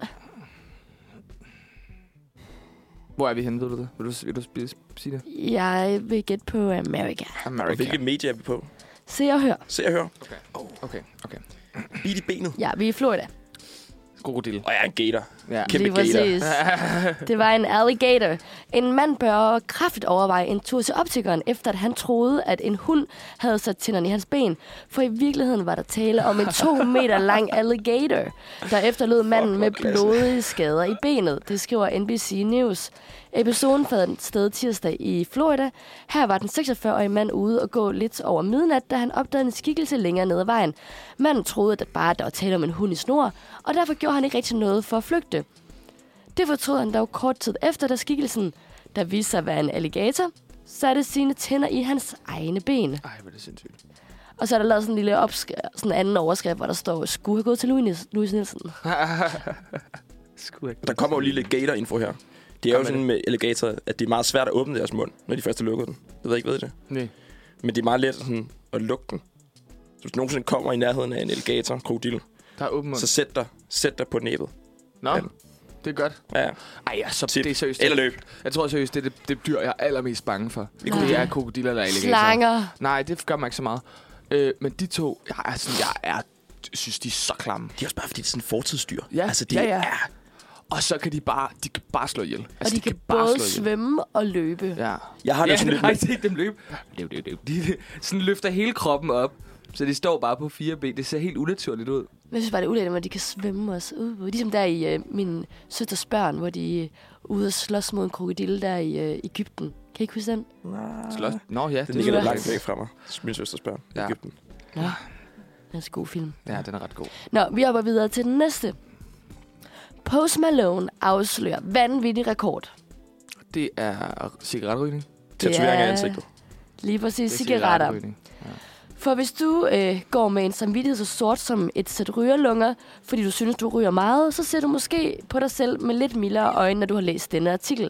Speaker 1: Hvor er vi henne, ved du det? Vil du, vil du sp- sp- sige det?
Speaker 2: Jeg vil gætte på America.
Speaker 3: Og hvilke medier er vi på?
Speaker 2: Se og hør.
Speaker 3: Se og hør.
Speaker 1: Okay, okay.
Speaker 3: Bid i benet.
Speaker 2: Ja, vi er i Florida.
Speaker 1: Krokodil.
Speaker 3: Og jeg er en gator.
Speaker 1: Ja.
Speaker 3: Kæmpe
Speaker 2: Lige
Speaker 3: gator.
Speaker 2: præcis. Det var en alligator. En mand bør kraftigt overveje en tur til optikeren, efter at han troede, at en hund havde sat tænderne i hans ben. For i virkeligheden var der tale om en to meter lang alligator, der efterlod manden
Speaker 3: hvor
Speaker 2: med
Speaker 3: klasse.
Speaker 2: blodige skader i benet. Det skriver NBC News. Episoden fandt sted tirsdag i Florida. Her var den 46-årige mand ude og gå lidt over midnat, da han opdagede en skikkelse længere ned ad vejen. Manden troede, at bare der var tale om en hund i snor, og derfor gjorde han ikke rigtig noget for at flygte. Det fortrød han dog kort tid efter, da skikkelsen, der viste sig at være en alligator, satte sine tænder i hans egne ben.
Speaker 1: Ej, hvor er det sindssygt.
Speaker 2: Og så er der lavet sådan en lille opskri- sådan en anden overskrift, hvor der står, skulle have gået til Louis, Louis Nielsen.
Speaker 1: Skulle jeg
Speaker 3: Der kommer jo lige lidt gator-info her. Det er
Speaker 1: Kom
Speaker 3: jo
Speaker 1: med
Speaker 3: sådan med alligator, at det er meget svært at åbne deres mund, når de først har lukket den. Det ved jeg ikke, ved I det?
Speaker 1: Nej.
Speaker 3: Men det er meget let sådan, at lukke den. Så hvis du nogensinde kommer i nærheden af en alligator, en krokodil,
Speaker 1: Der er åben mund.
Speaker 3: så sæt dig, sæt dig på næbet.
Speaker 1: Nå,
Speaker 3: Ja.
Speaker 1: det er godt.
Speaker 3: Ja, ja.
Speaker 1: Ej, jeg er så,
Speaker 3: Tip.
Speaker 1: det er seriøst.
Speaker 3: Eller løb.
Speaker 1: Jeg tror seriøst, det er det, det dyr, jeg er allermest bange for. Det
Speaker 2: krokodiller.
Speaker 1: er krokodiller eller alligatorer.
Speaker 2: Slanger.
Speaker 1: Nej, det gør mig ikke så meget. Øh, men de to, jeg er sådan, jeg er, synes, de er så klamme.
Speaker 3: Det er også bare, fordi det er sådan en fortidsdyr.
Speaker 1: Ja,
Speaker 3: altså, det
Speaker 1: ja, ja.
Speaker 3: er
Speaker 1: Og så kan de bare, de kan bare slå ihjel. Altså,
Speaker 2: Og de kan både svømme og løbe.
Speaker 1: Ja.
Speaker 3: Jeg har det
Speaker 1: ja,
Speaker 3: sådan lidt
Speaker 1: Har I
Speaker 3: med-
Speaker 1: set dem løbe? Løb, løb, løb. De sådan løfter hele kroppen op, så de står bare på fire ben. Det ser helt unaturligt ud.
Speaker 2: Men jeg synes bare, det er ulækkert, at de kan svømme også. Uh, uh. Ligesom der i øh, min søsters børn, hvor de øh, er ude og slås mod en krokodille der i øh, Ægypten. Kan I ikke huske den?
Speaker 1: Slås. Nå ja,
Speaker 3: Den ligger
Speaker 2: lyder
Speaker 3: lidt langt
Speaker 2: altså-
Speaker 3: væk fra mig. Min søsters børn.
Speaker 1: Ja.
Speaker 3: Ja. Ægypten.
Speaker 2: Nå, det er en god film.
Speaker 1: Ja, den er ret god.
Speaker 2: Nå, vi hopper videre til den næste. Post Malone afslører vanvittig rekord.
Speaker 1: Det er cigaretrygning.
Speaker 3: Tatoveringer i
Speaker 2: Ja.
Speaker 3: ansigtet.
Speaker 2: Lige præcis
Speaker 1: Det er
Speaker 2: cigaretter.
Speaker 1: cigaretrygning.
Speaker 2: For hvis du øh, går med en samvittighed så sort som et sæt rygerlunger, fordi du synes, du ryger meget, så ser du måske på dig selv med lidt mildere øjne, når du har læst denne artikel.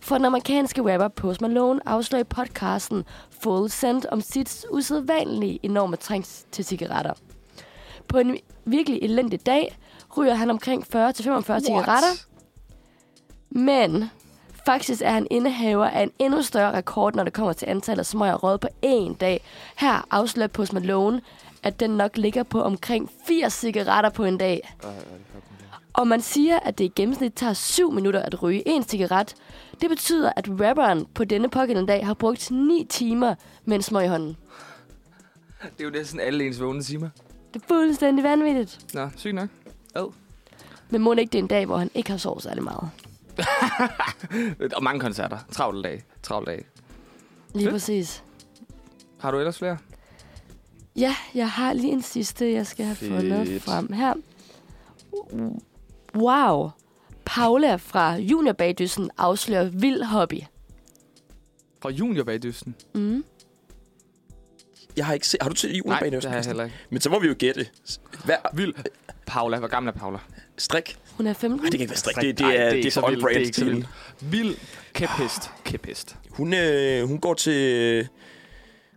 Speaker 2: For den amerikanske rapper Post Malone afslører i podcasten Full Send om sit usædvanlige enorme trængs til cigaretter. På en virkelig elendig dag ryger han omkring 40-45 cigaretter, men faktisk er han indehaver af en endnu større rekord, når det kommer til antallet af smøger rød på én dag. Her afslører Post Malone, at den nok ligger på omkring 80 cigaretter på en dag. Og man siger, at det i gennemsnit tager 7 minutter at ryge en cigaret. Det betyder, at rapperen på denne pågældende dag har brugt 9 timer med en smøg i hånden.
Speaker 1: Det er jo næsten alle ens vågne timer.
Speaker 2: Det er fuldstændig vanvittigt.
Speaker 1: Nå, sygt nok. Ad.
Speaker 2: Men må ikke det er en dag, hvor han ikke har sovet særlig meget.
Speaker 1: Og mange koncerter. Travle dage. Travle dage.
Speaker 2: Lige
Speaker 1: Fedt.
Speaker 2: præcis.
Speaker 1: Har du ellers flere?
Speaker 2: Ja, jeg har lige en sidste, jeg skal have
Speaker 1: Fedt.
Speaker 2: fundet frem her. Wow. Paula fra Juniorbagdyssen afslører vild hobby.
Speaker 1: Fra juniorbagdysten?
Speaker 2: Mm.
Speaker 3: Jeg har ikke set... Har du set julen
Speaker 1: Nej,
Speaker 3: bag
Speaker 1: det har jeg heller ikke.
Speaker 3: Men så må vi jo gætte. Hvad?
Speaker 1: Vild. Paula. Hvor gammel er Paula?
Speaker 3: Strik?
Speaker 2: Hun er 15.
Speaker 3: Nej, det kan ikke være strik. Det, det,
Speaker 1: Ej,
Speaker 3: er, det,
Speaker 1: ikke
Speaker 3: er
Speaker 1: så
Speaker 3: for
Speaker 1: vildt. Det er
Speaker 3: on-brand
Speaker 1: ikke så
Speaker 3: stil.
Speaker 1: vildt. Vild kæphest. Kæphest.
Speaker 3: Hun, øh, hun går til...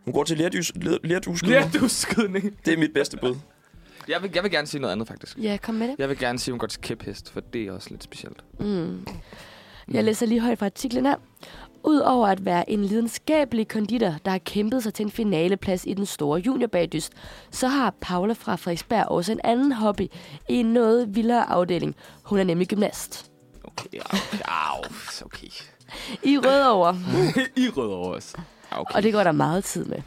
Speaker 3: Hun går til lærdus, lær, lærduskydning.
Speaker 1: Lærduskydning.
Speaker 3: Det er mit bedste bud.
Speaker 1: Jeg vil, jeg vil gerne sige noget andet, faktisk.
Speaker 2: Ja, kom med det.
Speaker 1: Jeg vil gerne sige, at hun går til kæphest, for det er også lidt specielt.
Speaker 2: Mm. Jeg læser lige højt fra artiklen her. Udover at være en lidenskabelig konditor, der har kæmpet sig til en finaleplads i den store juniorbagedyst, så har Paula fra Frederiksberg også en anden hobby i en noget vildere afdeling. Hun er nemlig gymnast.
Speaker 1: Okay, okay. Au, okay.
Speaker 2: I Rødovre,
Speaker 1: I Rødovre også. Ah, Okay.
Speaker 2: og det går der meget tid med.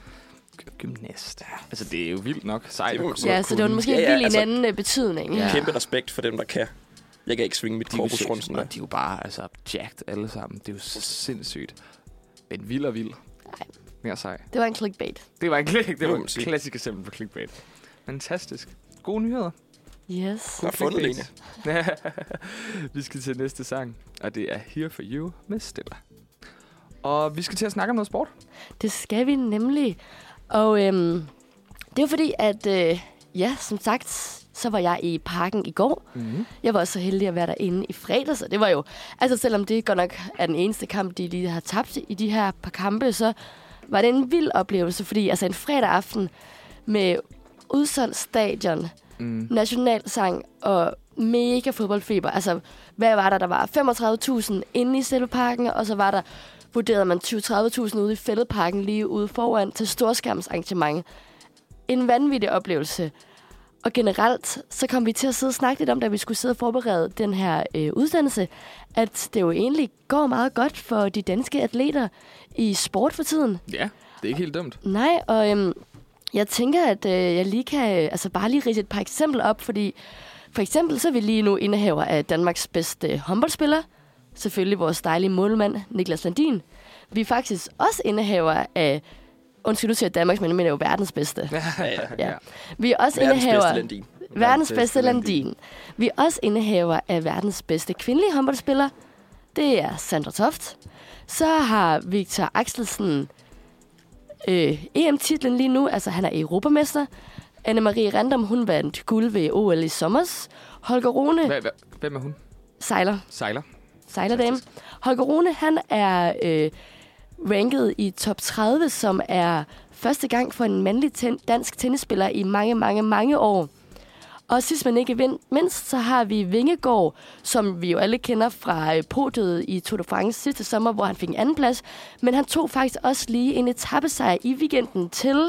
Speaker 1: Gymnast. Altså, det er jo vildt nok. Sejt.
Speaker 3: Det må man sige.
Speaker 2: Ja, så det var måske
Speaker 3: Ja,
Speaker 2: ja,
Speaker 3: ja,
Speaker 2: ja, vild i
Speaker 3: altså-
Speaker 2: en anden øh, betydning.
Speaker 1: Ja.
Speaker 2: Ja.
Speaker 3: Kæmpe respekt for dem, der kan. Jeg kan ikke svinge mit
Speaker 1: De er jo
Speaker 3: korpus
Speaker 1: sindssygt,
Speaker 3: rundt sådan der.
Speaker 1: og de er jo bare altså, jacked alle sammen. Det er jo sindssygt. Men vild og vild.
Speaker 2: Nej.
Speaker 1: Mere sej.
Speaker 2: Det var en clickbait.
Speaker 1: Det var en, klik, det
Speaker 3: må
Speaker 1: var
Speaker 3: man
Speaker 1: et
Speaker 3: sige.
Speaker 1: klassisk eksempel på clickbait. Fantastisk. Gode nyheder.
Speaker 2: Yes.
Speaker 3: Jeg har fundet Lene.
Speaker 1: vi skal til næste sang, og det er Here For You med Stella. Og vi skal til at snakke om noget sport.
Speaker 2: Det skal vi nemlig. Og øhm, det var fordi, at øh, ja, som sagt, så var jeg i parken i går.
Speaker 1: Mm-hmm.
Speaker 2: Jeg var også så heldig at være derinde i fredags, og det var jo... Altså, selvom det godt nok er den eneste kamp, de lige har tabt i de her par kampe, så var det en vild oplevelse, fordi altså en fredag aften med udsolgt stadion,
Speaker 1: Mm.
Speaker 2: nationalsang og mega fodboldfeber. Altså, hvad var der? Der var 35.000 inde i selve parken, og så var der, vurderede man, 20-30.000 ude i fældeparken lige ude foran til storskærmsarrangement. En vanvittig oplevelse. Og generelt, så kom vi til at sidde og snakke lidt om, da vi skulle sidde og forberede den her øh, uddannelse, at det jo egentlig går meget godt for de danske atleter i sport for tiden.
Speaker 1: Ja, det er ikke helt dumt.
Speaker 2: Nej, og øhm, jeg tænker, at øh, jeg lige kan øh, altså bare lige ridse et par eksempler op, fordi for eksempel så er vi lige nu indehaver af Danmarks bedste håndboldspiller. Selvfølgelig vores dejlige målmand, Niklas Landin. Vi er faktisk også indehaver af... Undskyld, du siger Danmarks, men jeg mener jo verdens bedste.
Speaker 3: Ja, ja.
Speaker 2: Ja. Vi er også
Speaker 3: Verdens
Speaker 2: indehaver...
Speaker 3: bedste landin.
Speaker 2: Verdens bedste landin. Vi er også indehaver af verdens bedste kvindelige håndboldspiller. det er Sandra Toft. Så har Victor Axelsen øh, EM-titlen lige nu, altså han er europamester. Anne-Marie Random, hun vandt guld ved OL i sommers. Holger Rune
Speaker 1: Hva, hva, hvem er hun?
Speaker 2: sejler,
Speaker 1: Sejler?
Speaker 2: sejlerdame. Holger Rune, han er øh, ranket i top 30, som er første gang for en mandlig ten- dansk tennisspiller i mange, mange, mange år. Og sidst men ikke vin- mindst, så har vi Vingegaard, som vi jo alle kender fra øh, podiet i Tour de France sidste sommer, hvor han fik en anden plads. Men han tog faktisk også lige en etappesejr i weekenden til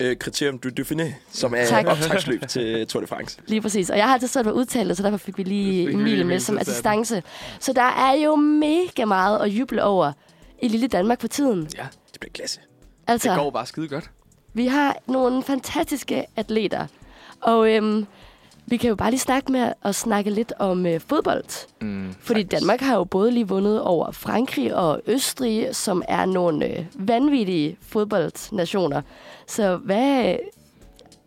Speaker 3: Øh, Criterium du Dauphiné, som er
Speaker 2: Tak.
Speaker 3: tak. optagsløb til Tour de France.
Speaker 2: Lige præcis. Og jeg har altid svært ved at udtale det, så derfor fik vi lige
Speaker 1: Fik vi
Speaker 2: Emilie
Speaker 1: lige
Speaker 2: med
Speaker 1: Emilie
Speaker 2: som
Speaker 1: til at tage
Speaker 2: assistance. Så der er jo mega meget at juble over i lille Danmark for tiden.
Speaker 1: Ja,
Speaker 3: Det bliver klasse.
Speaker 1: det
Speaker 2: Altså,
Speaker 1: går bare skide godt.
Speaker 2: vi har nogle fantastiske atleter. Og øhm, vi kan jo bare lige snakke med at snakke lidt om øh, fodbold.
Speaker 1: Mm.
Speaker 2: Fordi
Speaker 3: Sagtens.
Speaker 2: Danmark har jo både lige vundet over Frankrig og Østrig, som er nogle øh, vanvittige fodboldnationer. Så hvad... øh,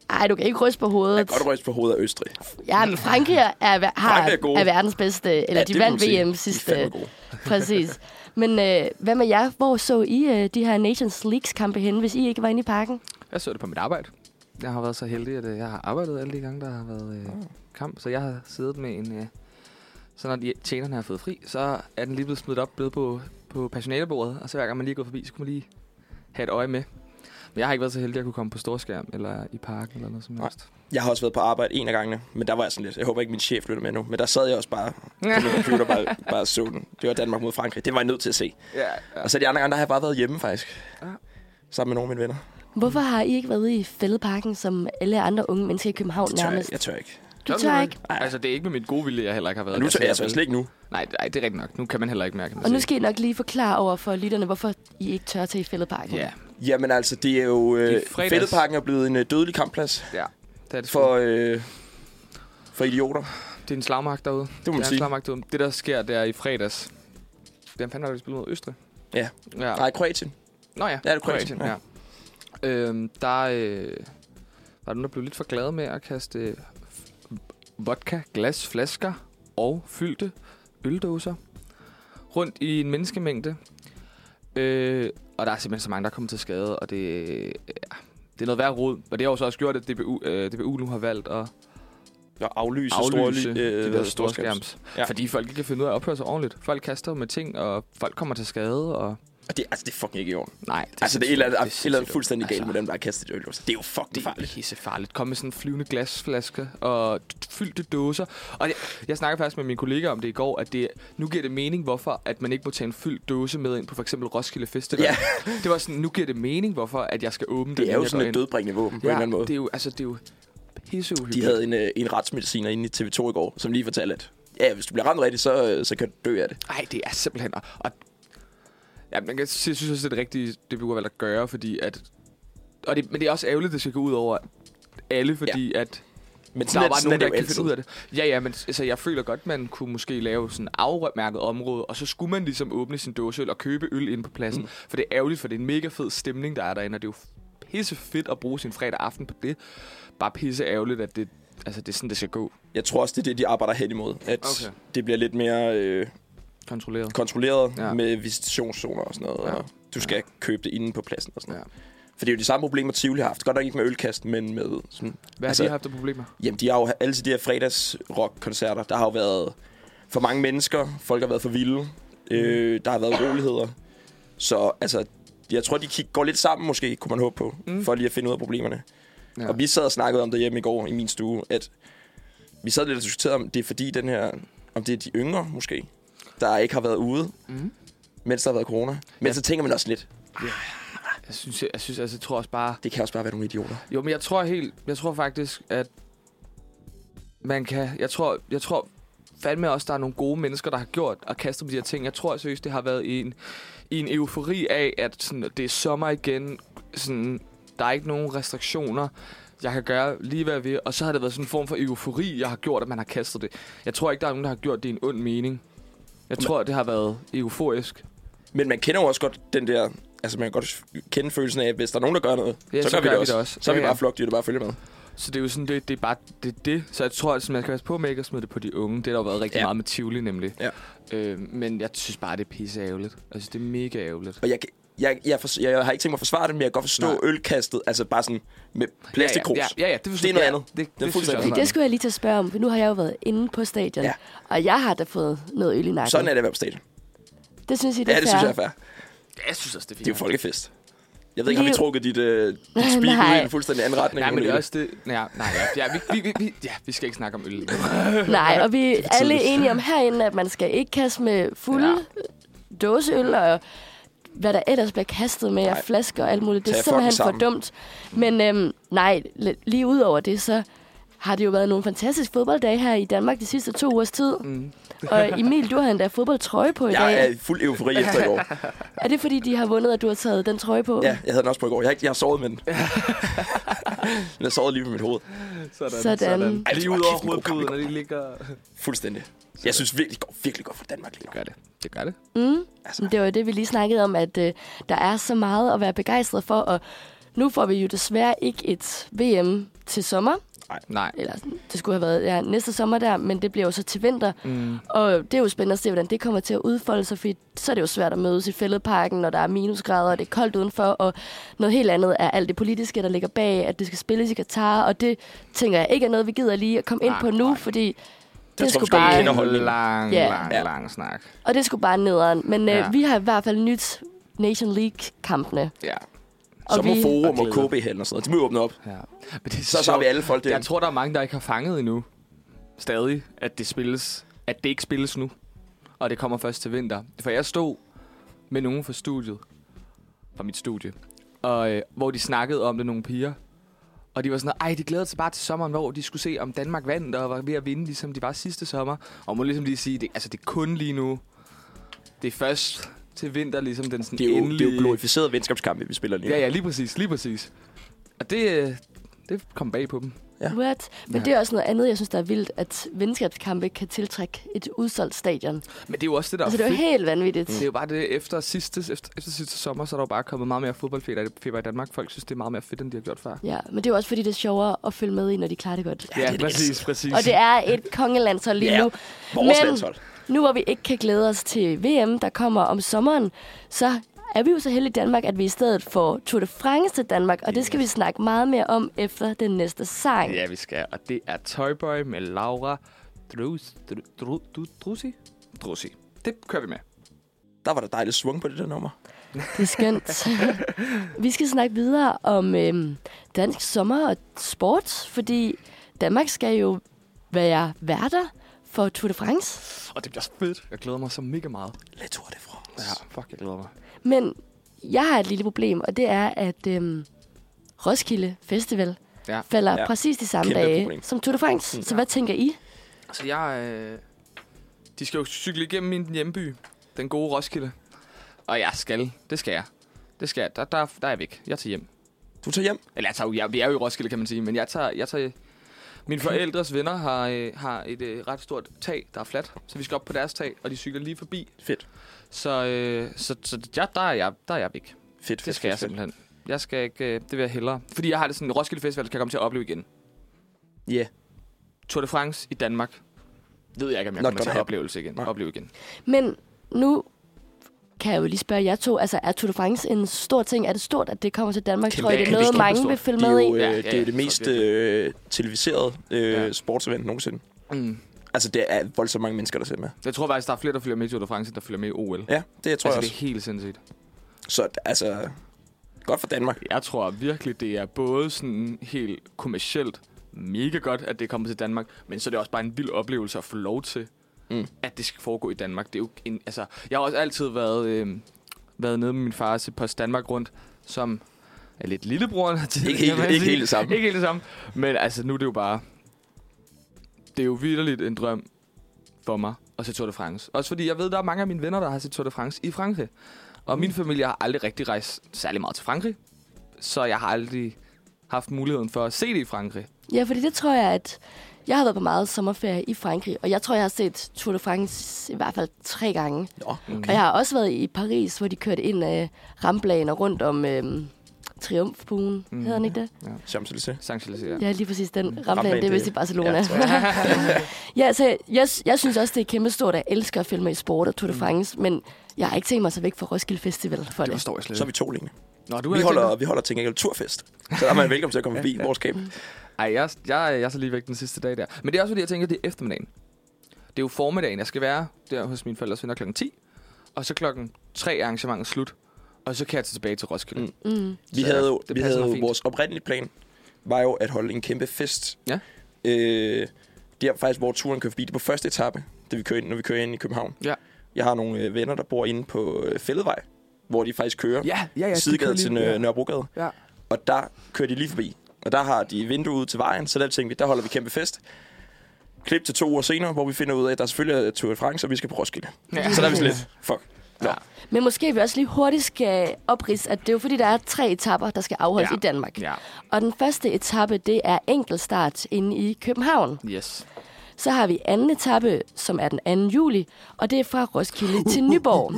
Speaker 2: Ej, du kan ikke ryste på hovedet.
Speaker 3: Jeg kan godt ryste på hovedet af Østrig.
Speaker 2: Ja, men Frankrig er, er, har,
Speaker 3: Frankrig er
Speaker 2: er,
Speaker 3: gode.
Speaker 2: er verdens bedste, eller
Speaker 3: Ja,
Speaker 2: ja, de
Speaker 3: det må man
Speaker 2: vandt
Speaker 3: sige.
Speaker 2: VM
Speaker 3: De er
Speaker 2: sidste.
Speaker 3: fandme gode.
Speaker 2: Præcis. Men øh, hvad med jer? Hvor så I øh, de her Nations Leagues-kampe henne, hvis I ikke var inde i parken?
Speaker 1: Jeg så det på mit arbejde. Jeg har været så heldig, at øh, jeg har arbejdet alle de gange, der har været øh, kamp. Så jeg har siddet med en... Øh, så når de tjenerne har fået fri, så er den lige blevet smidt op, blevet på, på personalebordet. Og så hver gang man lige er gået forbi, så kunne man lige have et øje med. Men jeg har ikke været så heldig, at jeg kunne komme på storskærm eller i parken eller noget som
Speaker 3: Nej.
Speaker 1: helst.
Speaker 3: Jeg har også været på arbejde en af gangene, men der var jeg sådan lidt. Jeg håber ikke, min chef lytter med nu. Men der sad jeg også bare på min computer bare, bare så den. Det var Danmark mod Frankrig. Det var jeg nødt til at se.
Speaker 1: Ja, ja.
Speaker 3: Og så de andre gange, der har jeg bare været hjemme faktisk.
Speaker 1: Ja.
Speaker 3: Sammen med nogle af mine venner.
Speaker 2: Hvorfor har I ikke været ude i Fældeparken, som alle andre unge mennesker i København
Speaker 3: Det tør jeg,
Speaker 2: nærmest?
Speaker 3: ikke. jeg tør ikke.
Speaker 2: Du tør ikke.
Speaker 1: Ej. Altså, det er ikke med mit gode vilje, jeg heller ikke har været.
Speaker 3: Og nu
Speaker 1: Altså,
Speaker 3: tør jeg, altså slet ikke nu.
Speaker 1: Nej, nej, det er rigtigt nok. Nu kan man heller ikke mærke det.
Speaker 2: Og nu skal I nok lige forklare over for lytterne, hvorfor I ikke tør til i Fældeparken.
Speaker 1: Ja,
Speaker 3: Jamen altså, det er jo... Øh,
Speaker 1: I fredags-
Speaker 3: Fældeparken er blevet en øh, dødelig kampplads
Speaker 1: ja. Det er det sgu.
Speaker 3: for, øh, for idioter.
Speaker 1: Det er en slagmark derude.
Speaker 3: Det må man
Speaker 1: er en
Speaker 3: sige.
Speaker 1: slagmark derude. Det, der sker der i fredags... Hvem fanden har vi spillet mod? Østrig?
Speaker 3: Ja.
Speaker 1: ja.
Speaker 3: Nej, Kroatien.
Speaker 1: Nå ja,
Speaker 3: Ja, det er Kroatien, ja.
Speaker 1: Øhm, der øh, var den, der blev lidt for glad med at kaste øh, vodka, glas, flasker og fyldte øldåser rundt i en menneskemængde. Øh, og der er simpelthen så mange, der er kommet til skade, og det, øh, ja, det er noget værd rod. Og det har jo så også gjort, at DBU, øh, DBU nu har valgt at
Speaker 3: Jeg aflyser,
Speaker 1: aflyse
Speaker 3: store,
Speaker 1: øh, de der
Speaker 3: hvad hedder det,
Speaker 1: storskærms. Ja.
Speaker 3: Ja.
Speaker 1: Fordi folk ikke kan finde ud af at opføre sig ordentligt. Folk kaster med ting, og folk kommer til skade, og...
Speaker 3: Og det, altså, det er fucking ikke i orden.
Speaker 1: Nej, det
Speaker 3: altså, det er et
Speaker 1: sindssygt-
Speaker 3: eller andet, det er et eller andet
Speaker 1: sindssygt-
Speaker 3: fuldstændig galt med dem, der har kastet et øl. Det er jo fucking
Speaker 1: Altså, Det er
Speaker 3: farligt.
Speaker 1: pisse farligt. Kom med sådan en flyvende glasflaske og t- fyldte dåser. Og jeg, jeg snakkede faktisk med min kollega om det i går, at det, nu giver det mening, hvorfor at man ikke må tage en fyldt dåse med ind på for eksempel Roskilde Festival.
Speaker 3: Ja.
Speaker 1: Det var sådan, nu giver det mening, hvorfor at jeg skal åbne den,
Speaker 3: Det er
Speaker 1: inden
Speaker 3: jo
Speaker 1: jeg
Speaker 3: sådan
Speaker 1: går
Speaker 3: et
Speaker 1: ind.
Speaker 3: dødbringende våben på
Speaker 1: ja,
Speaker 3: en eller anden måde.
Speaker 1: Det er jo, altså, det er jo pisseuhyggeligt.
Speaker 3: De havde en, øh, en retsmediciner inde i TV2 i går, som lige fortalte, at ja, hvis du bliver ramt rigtigt, så, øh, så kan du dø af det.
Speaker 1: Nej, det er simpelthen... Og, og, ja, man kan, jeg synes også, det er det rigtige, det vi har valgt at gøre, fordi at... Og det, men det er også ærgerligt, at det skal gå ud over alle, fordi ja. at
Speaker 3: Men
Speaker 1: der er bare nogen, der
Speaker 3: det
Speaker 1: ikke kan finde ud
Speaker 3: altid.
Speaker 1: af det. Ja, ja, men altså, jeg føler godt, man kunne måske lave sådan et afmærket område, og så skulle man ligesom åbne sin dåseøl og købe øl inde på pladsen. Mm. For det er ærgerligt, for det er en mega fed stemning, der er derinde, og det er jo pisse fedt at bruge sin fredag aften på det. Bare pisse ærgerligt, at det, altså, det er sådan, det skal gå
Speaker 3: Jeg tror også, det er det, de arbejder hen imod. At
Speaker 1: Okay.
Speaker 3: okay. det bliver lidt mere øh,
Speaker 1: kontrolleret.
Speaker 3: kontrolleret
Speaker 1: Ja.
Speaker 3: ja. med visitationszoner og sådan noget.
Speaker 1: Ja.
Speaker 3: Ja. Og du skal ja. købe det inde på pladsen og sådan
Speaker 1: Ja.
Speaker 3: noget. For det er jo de samme problemer, Tivoli har haft. Godt nok ikke med ølkast, men med... Sådan,
Speaker 1: Hvad altså,
Speaker 3: altså,
Speaker 1: har de haft af problemer?
Speaker 3: Jamen, de har jo alle de her fredagsrockkoncerter. Der har jo været for mange mennesker. Folk har været for vilde. Øh, der har været uroligheder. Så altså, jeg tror, de kig, går lidt sammen måske, kunne man håbe på.
Speaker 1: Mm.
Speaker 3: Mm. For lige at finde ud af problemerne.
Speaker 1: Ja.
Speaker 3: Ja. Og vi sad og snakkede om det hjemme i går i min stue, at vi sad lidt og diskuterede, om det er fordi den her, om det er de yngre måske, der ikke har været ude,
Speaker 1: Mhm.
Speaker 3: mm. mens der har været corona. Men
Speaker 1: Ja.
Speaker 3: ja. så tænker man også lidt,
Speaker 1: Jeg synes, jeg, jeg synes, altså, jeg tror også bare,
Speaker 3: det kan også bare være nogle idioter.
Speaker 1: Jo, men jeg tror helt, jeg tror faktisk, at man kan, jeg tror, jeg tror fandme også, der er nogle gode mennesker, der har gjort og kastet med de her ting. Jeg tror seriøst, det har været i en, i en eufori af, at sådan, det er sommer igen, sådan, der er ikke nogen restriktioner, jeg kan gøre lige hvad jeg vil, og så har det været sådan en form for eufori, jeg har gjort, at man har kastet det. Jeg tror ikke, der er nogen, der har gjort det i en ond mening. Jeg tror, det har været euforisk.
Speaker 3: Men man kender jo også godt den der... Altså, man kan godt kende følelsen af, at hvis der er nogen, der gør noget,
Speaker 1: Ja,
Speaker 3: så, gør vi det også. Så er
Speaker 1: Ja,
Speaker 3: vi
Speaker 1: ja.
Speaker 3: bare flokdyr, der bare følger med.
Speaker 1: Så det er jo sådan, det, det er bare det, det. Så jeg tror, at man skal passe på med ikke at smide det på de unge. Det har der jo været rigtig
Speaker 3: Ja.
Speaker 1: ja. meget med Tivoli, nemlig.
Speaker 3: Ja.
Speaker 1: Øh, men jeg synes bare, det er pisse ærgerligt. Altså, det er mega ærgerligt.
Speaker 3: Og jeg, kan- jeg, jeg, for, jeg, jeg har ikke tænkt mig at forsvare det, men jeg kan godt forstå
Speaker 1: Nej.
Speaker 3: Nej. ølkastet, altså bare sådan med plastikkrus.
Speaker 1: Ja, ja, ja, ja, det,
Speaker 3: Det er noget
Speaker 1: ja,
Speaker 3: andet.
Speaker 1: Det, det, det synes jeg
Speaker 3: fuldstændig
Speaker 1: også.
Speaker 2: Fordi det skulle jeg lige til at spørge om, for nu har jeg jo været inde på stadion,
Speaker 3: Ja.
Speaker 2: ja. og jeg har da fået noget øl i nakken.
Speaker 3: Sådan er det at være på stadion.
Speaker 2: Det synes I, det
Speaker 3: Ja,
Speaker 2: er
Speaker 3: det synes jeg
Speaker 2: fair?
Speaker 3: er fair.
Speaker 1: Jeg synes også, det er fint.
Speaker 3: Det er jo folkefest. Jeg ved ikke, har vi
Speaker 2: Liv-
Speaker 3: trukket dit, øh, dit
Speaker 2: Nej.
Speaker 3: speak ud i en fuldstændig anden retning?
Speaker 1: Nej, men
Speaker 3: Ole
Speaker 1: det er
Speaker 3: Ole?
Speaker 1: også det... Nej, nej, ja, ja, vi, vi, vi, vi, ja, vi skal ikke snakke om øl.
Speaker 2: Nej, og vi er alle
Speaker 1: tidligt.
Speaker 2: enige om herinde, at man skal ikke kaste med fulde ja. dåseøl og hvad der ellers bliver kastet med
Speaker 3: Nej.
Speaker 2: af flasker og alt muligt. Det
Speaker 3: Tag
Speaker 2: er
Speaker 3: jer
Speaker 2: simpelthen
Speaker 3: fucking
Speaker 2: for
Speaker 3: sammen.
Speaker 2: dumt. Men øhm, nej, l- lige ud over det, så har det jo været nogle fantastiske fodbolddage her i Danmark de sidste to ugers tid. Mm. Og Emil, du har endda fodboldtrøje på i dag.
Speaker 3: Jeg er i fuld eufori efter i går.
Speaker 2: Er det fordi, de har vundet, at du har taget den trøje på?
Speaker 3: Ja, jeg havde den også på i går. Jeg har, ikke, jeg har sovet med den. den har sovet lige ved mit hoved.
Speaker 1: Sådan.
Speaker 2: Sådan. sådan.
Speaker 3: Ej,
Speaker 1: Lige
Speaker 3: hvor
Speaker 1: ud
Speaker 3: kæft,
Speaker 1: over
Speaker 3: en god kamp i
Speaker 1: hovedpuden,
Speaker 3: går.
Speaker 1: når de ligger...
Speaker 3: Fuldstændig. Jeg synes virkelig, godt, virkelig godt for Danmark lige nu.
Speaker 1: Det gør det. Det gør det.
Speaker 3: altså.
Speaker 2: Men Det var jo det, vi lige snakkede om, at øh, der er så meget at være begejstret for, og nu får vi jo desværre ikke et VM til sommer.
Speaker 1: Nej.
Speaker 2: Eller sådan, det skulle have været ja, næste sommer der, men det bliver jo så til vinter. Mm. Og det er jo spændende at se, hvordan det kommer til at udfolde sig, fordi så er det jo svært at mødes i fældeparken, når der er minusgrader, og det er koldt udenfor, og noget helt andet er alt det politiske, der ligger bag, at det skal spilles i Katar, og det tænker jeg ikke er noget, vi gider lige at komme ind
Speaker 1: Nej,
Speaker 2: på nu,
Speaker 1: nej.
Speaker 2: fordi det,
Speaker 3: tror
Speaker 2: det
Speaker 3: vi
Speaker 2: skulle
Speaker 3: skal
Speaker 2: bare...
Speaker 3: kende Underholdning.
Speaker 1: Lang,
Speaker 2: Ja.
Speaker 1: lang,
Speaker 3: Ja.
Speaker 1: lang snak.
Speaker 2: Og det skulle bare nederen. Men ja.
Speaker 1: Ja.
Speaker 2: øh, vi har i hvert fald nyt Nation League-kampene.
Speaker 1: Ja.
Speaker 2: Og
Speaker 3: Så må
Speaker 2: vi-
Speaker 3: Forum
Speaker 1: Og
Speaker 3: og
Speaker 1: glæder.
Speaker 3: KB-hallen og sådan noget. De må åbne op.
Speaker 1: ja. Men det er
Speaker 3: Så tager
Speaker 1: sjovt.
Speaker 3: vi alle folk
Speaker 1: Jeg
Speaker 3: det.
Speaker 1: tror, der er mange, der ikke har fanget endnu. Stadig, at det spilles. At det ikke spilles nu. Og det kommer først til vinter. For jeg stod med nogen fra studiet. Fra mit studie. Og øh, hvor de snakkede om det, nogle piger. Og de var sådan, ej, de glæder sig bare til sommeren, hvor de skulle se, om Danmark vandt, og var ved at vinde, ligesom de var sidste sommer. Og må ligesom lige sige, det, altså, det er kun lige nu. Det er først til vinter, ligesom den sådan
Speaker 3: Det er jo, det er
Speaker 1: endelige...
Speaker 3: jo glorificerede venskabskampe, vi spiller lige nu.
Speaker 1: Ja, ja, lige præcis, lige præcis. Og det, øh, det kom bag på dem.
Speaker 3: Ja.
Speaker 2: What? Men
Speaker 1: Ja.
Speaker 2: det er også noget andet, jeg synes, der er vildt, at venskabskampe kan tiltrække et udsolgt stadion.
Speaker 1: Men det er jo også det, der
Speaker 2: altså,
Speaker 1: er
Speaker 2: det er jo
Speaker 1: fedt.
Speaker 2: helt vanvittigt.
Speaker 1: Det er jo bare det, efter sidste, efter, efter sidste sommer, så er der jo bare kommet meget mere fodboldfeber feber i Danmark. Folk synes, det er meget mere fedt, end de har gjort før.
Speaker 2: Ja, men det er jo også, fordi det er sjovere at følge med i, når de klarer det godt.
Speaker 1: Mm. Ja, præcis, præcis.
Speaker 2: Og det er et kongelandshold lige
Speaker 3: Ja,
Speaker 2: nu.
Speaker 3: vores
Speaker 2: Men
Speaker 3: landshold.
Speaker 2: nu hvor vi ikke kan glæde os til VM, der kommer om sommeren, så er vi jo så heldige i Danmark, at vi i stedet får Tour de France til Danmark, og det skal vi snakke meget mere om efter den næste sang.
Speaker 1: Ja, vi skal. Og det er Toyboy med Laura Drus, Dru, Dru, Dru, Drusi? Drusi. Det kører vi med.
Speaker 3: Der var der dejligt svung på det der nummer.
Speaker 2: Det er skønt. vi skal snakke videre om øhm, dansk sommer og sport, fordi Danmark skal jo være værter for Tour de France.
Speaker 1: Og det bliver så fedt. Jeg glæder mig så mega meget.
Speaker 3: La Tour de France. Ja.
Speaker 1: Ja, fuck, jeg glæder mig.
Speaker 2: Men jeg har et lille problem, og det er, at øhm, Roskilde Festival
Speaker 1: Ja.
Speaker 2: falder
Speaker 3: Ja.
Speaker 2: ja. præcis de samme
Speaker 3: Kæmpe
Speaker 2: dage
Speaker 3: problem.
Speaker 2: som Tour de France. Så hvad tænker I?
Speaker 1: Altså, jeg... Øh, de skal jo cykle igennem min hjemby. Den gode Roskilde. Og jeg skal. Det skal jeg. Det skal jeg. Der, der, der er jeg væk. Jeg tager hjem.
Speaker 3: Du tager hjem.
Speaker 1: Eller jeg tager, jo- jeg, vi er jo i Roskilde, kan man sige, men jeg tager... Jeg tager mine forældres venner har, øh, har et øh, ret stort tag, der er fladt, så vi skal op på deres tag, og de cykler lige forbi.
Speaker 3: Fedt.
Speaker 1: Så, øh, så, så ja, der, er jeg, der er jeg væk.
Speaker 3: Fedt, fedt,
Speaker 1: Det skal jeg
Speaker 3: fedt, fedt.
Speaker 1: simpelthen. Jeg skal ikke, øh, det vil jeg hellere. Fordi jeg har det sådan, Roskilde Festival skal jeg komme til at opleve igen.
Speaker 3: Ja.
Speaker 1: Tour de France i Danmark. Ved jeg ikke, om jeg
Speaker 3: Not
Speaker 1: kommer til
Speaker 3: gonna
Speaker 1: at
Speaker 3: happen.
Speaker 1: oplevelse igen.
Speaker 3: Nej.
Speaker 1: opleve igen.
Speaker 2: Men nu kan jeg jo lige spørge jer to, altså er Tour de France en stor ting? Er det stort, at det kommer til Danmark?
Speaker 1: Kæmpe-
Speaker 2: Tror I, det er
Speaker 1: kæmpe
Speaker 2: noget,
Speaker 1: stort.
Speaker 2: mange vil følge
Speaker 3: Det er
Speaker 2: med i?
Speaker 3: jo, øh,
Speaker 1: Ja, ja,
Speaker 3: det, er
Speaker 1: ja,
Speaker 3: det
Speaker 1: så
Speaker 3: mest
Speaker 1: virkelig.
Speaker 3: øh, televiserede øh,
Speaker 1: Ja.
Speaker 3: sportsevent nogensinde.
Speaker 1: Mm.
Speaker 3: Altså, det er voldsomt mange mennesker, der ser med.
Speaker 1: Jeg tror faktisk, der er flere, der følger med i Tour de France, end der følger med i OL.
Speaker 3: Ja, det
Speaker 1: altså,
Speaker 3: tror jeg
Speaker 1: det
Speaker 3: også.
Speaker 1: er helt sindssygt.
Speaker 3: Så altså, godt for Danmark.
Speaker 1: Jeg tror virkelig, det er både sådan helt kommercielt mega godt, at det er kommet til Danmark, men så er det også bare en vild oplevelse at få lov til,
Speaker 3: Mm.
Speaker 1: mm. at det skal foregå i Danmark. Det er jo en, altså, jeg har også altid været, øh, været nede med min far til Post Danmark rundt, som er lidt lillebroren. til-
Speaker 3: Ikke helt-
Speaker 1: kan man
Speaker 3: ikke
Speaker 1: sige.
Speaker 3: helt det samme.
Speaker 1: Ikke helt det samme. Men altså, nu er det jo bare... Det er jo vidderligt en drøm for mig at se Tour de France. Også fordi jeg ved, der er mange af mine venner, der har set Tour de France i Frankrig. Og
Speaker 3: Mm.
Speaker 1: min familie har aldrig rigtig rejst særlig meget til Frankrig. Så jeg har aldrig haft muligheden for at se det i Frankrig.
Speaker 2: Ja, fordi det tror jeg, at jeg har været på meget sommerferie i Frankrig, og jeg tror, jeg har set Tour de France i hvert fald tre gange.
Speaker 3: Nå,
Speaker 1: Mm.
Speaker 2: Og jeg har også været i Paris, hvor de kørte ind af ramplaner rundt om øhm, Triumfbuen, mm. hedder den ikke det?
Speaker 3: Champs-Élysées.
Speaker 1: Champs-Élysées, ja.
Speaker 2: Ja, lige præcis den
Speaker 3: Ramplan,
Speaker 2: ramplan, det er vist i
Speaker 3: Mm. det-
Speaker 2: Barcelona.
Speaker 3: Ja,
Speaker 2: Ja,
Speaker 3: tror jeg.
Speaker 2: ja så jeg, jeg, jeg synes også, det er kæmpestort, at jeg elsker at filme i sport og Tour de
Speaker 3: Mm.
Speaker 2: France, men jeg har ikke tænkt mig så væk fra Roskilde Festival for
Speaker 1: Det
Speaker 2: det.
Speaker 1: forstår jeg slet
Speaker 3: Så er
Speaker 1: ikke.
Speaker 3: vi to længe.
Speaker 1: Nå, du er
Speaker 3: Vi
Speaker 1: ikke
Speaker 3: holder,
Speaker 1: tænkt
Speaker 3: vi holder til gengæld turfest. Så der er man velkommen til at komme forbi vores camp.
Speaker 1: dig? Ej, jeg, jeg, jeg er så lige væk den sidste dag der. Men det er også fordi, jeg tænker, det er eftermiddagen. Det er jo formiddagen. Jeg skal være der hos mine forældres venner klokken 10. Og så klokken 3 er arrangementet slut. Og så kan jeg tage tilbage til Roskilde.
Speaker 3: Mm.
Speaker 1: Mm.
Speaker 2: Mm.
Speaker 3: Vi
Speaker 1: Så
Speaker 3: havde, jo-
Speaker 1: det
Speaker 3: vi
Speaker 1: passer
Speaker 3: havde
Speaker 1: mig
Speaker 3: jo
Speaker 1: fint.
Speaker 3: vores oprindelige plan, var jo at holde en kæmpe fest.
Speaker 1: Ja.
Speaker 3: Øh, det er faktisk, hvor turen kører forbi. Det er på første etape, da vi kører ind, når vi kører ind i København.
Speaker 1: Ja.
Speaker 3: Jeg har nogle øh, venner, der bor inde på øh, Fælledvej, hvor de faktisk kører
Speaker 1: Ja, ja, ja.
Speaker 3: sidegade til Nør- Nørrebrogade.
Speaker 1: Ja.
Speaker 3: Og der kører de lige forbi. Og der har de vindue ud til vejen, så der tænkte vi, der holder vi kæmpe fest. Klip til to uger senere, hvor vi finder ud af, at der selvfølgelig er Tour de France, og vi skal på Roskilde.
Speaker 1: Ja.
Speaker 3: Så der er vi sådan lidt, fuck. Nå.
Speaker 1: Ja.
Speaker 2: Men måske vi også lige hurtigt skal oprids, at det er jo fordi, der er tre etapper, der skal afholdes
Speaker 1: Ja.
Speaker 2: ja. i Danmark.
Speaker 1: Ja,
Speaker 2: Og den første etape, det er enkeltstart inde i København.
Speaker 1: yes.
Speaker 2: Så har vi anden etape, som er den 2. juli, og det er fra Roskilde
Speaker 3: Uh,
Speaker 2: til Nyborg.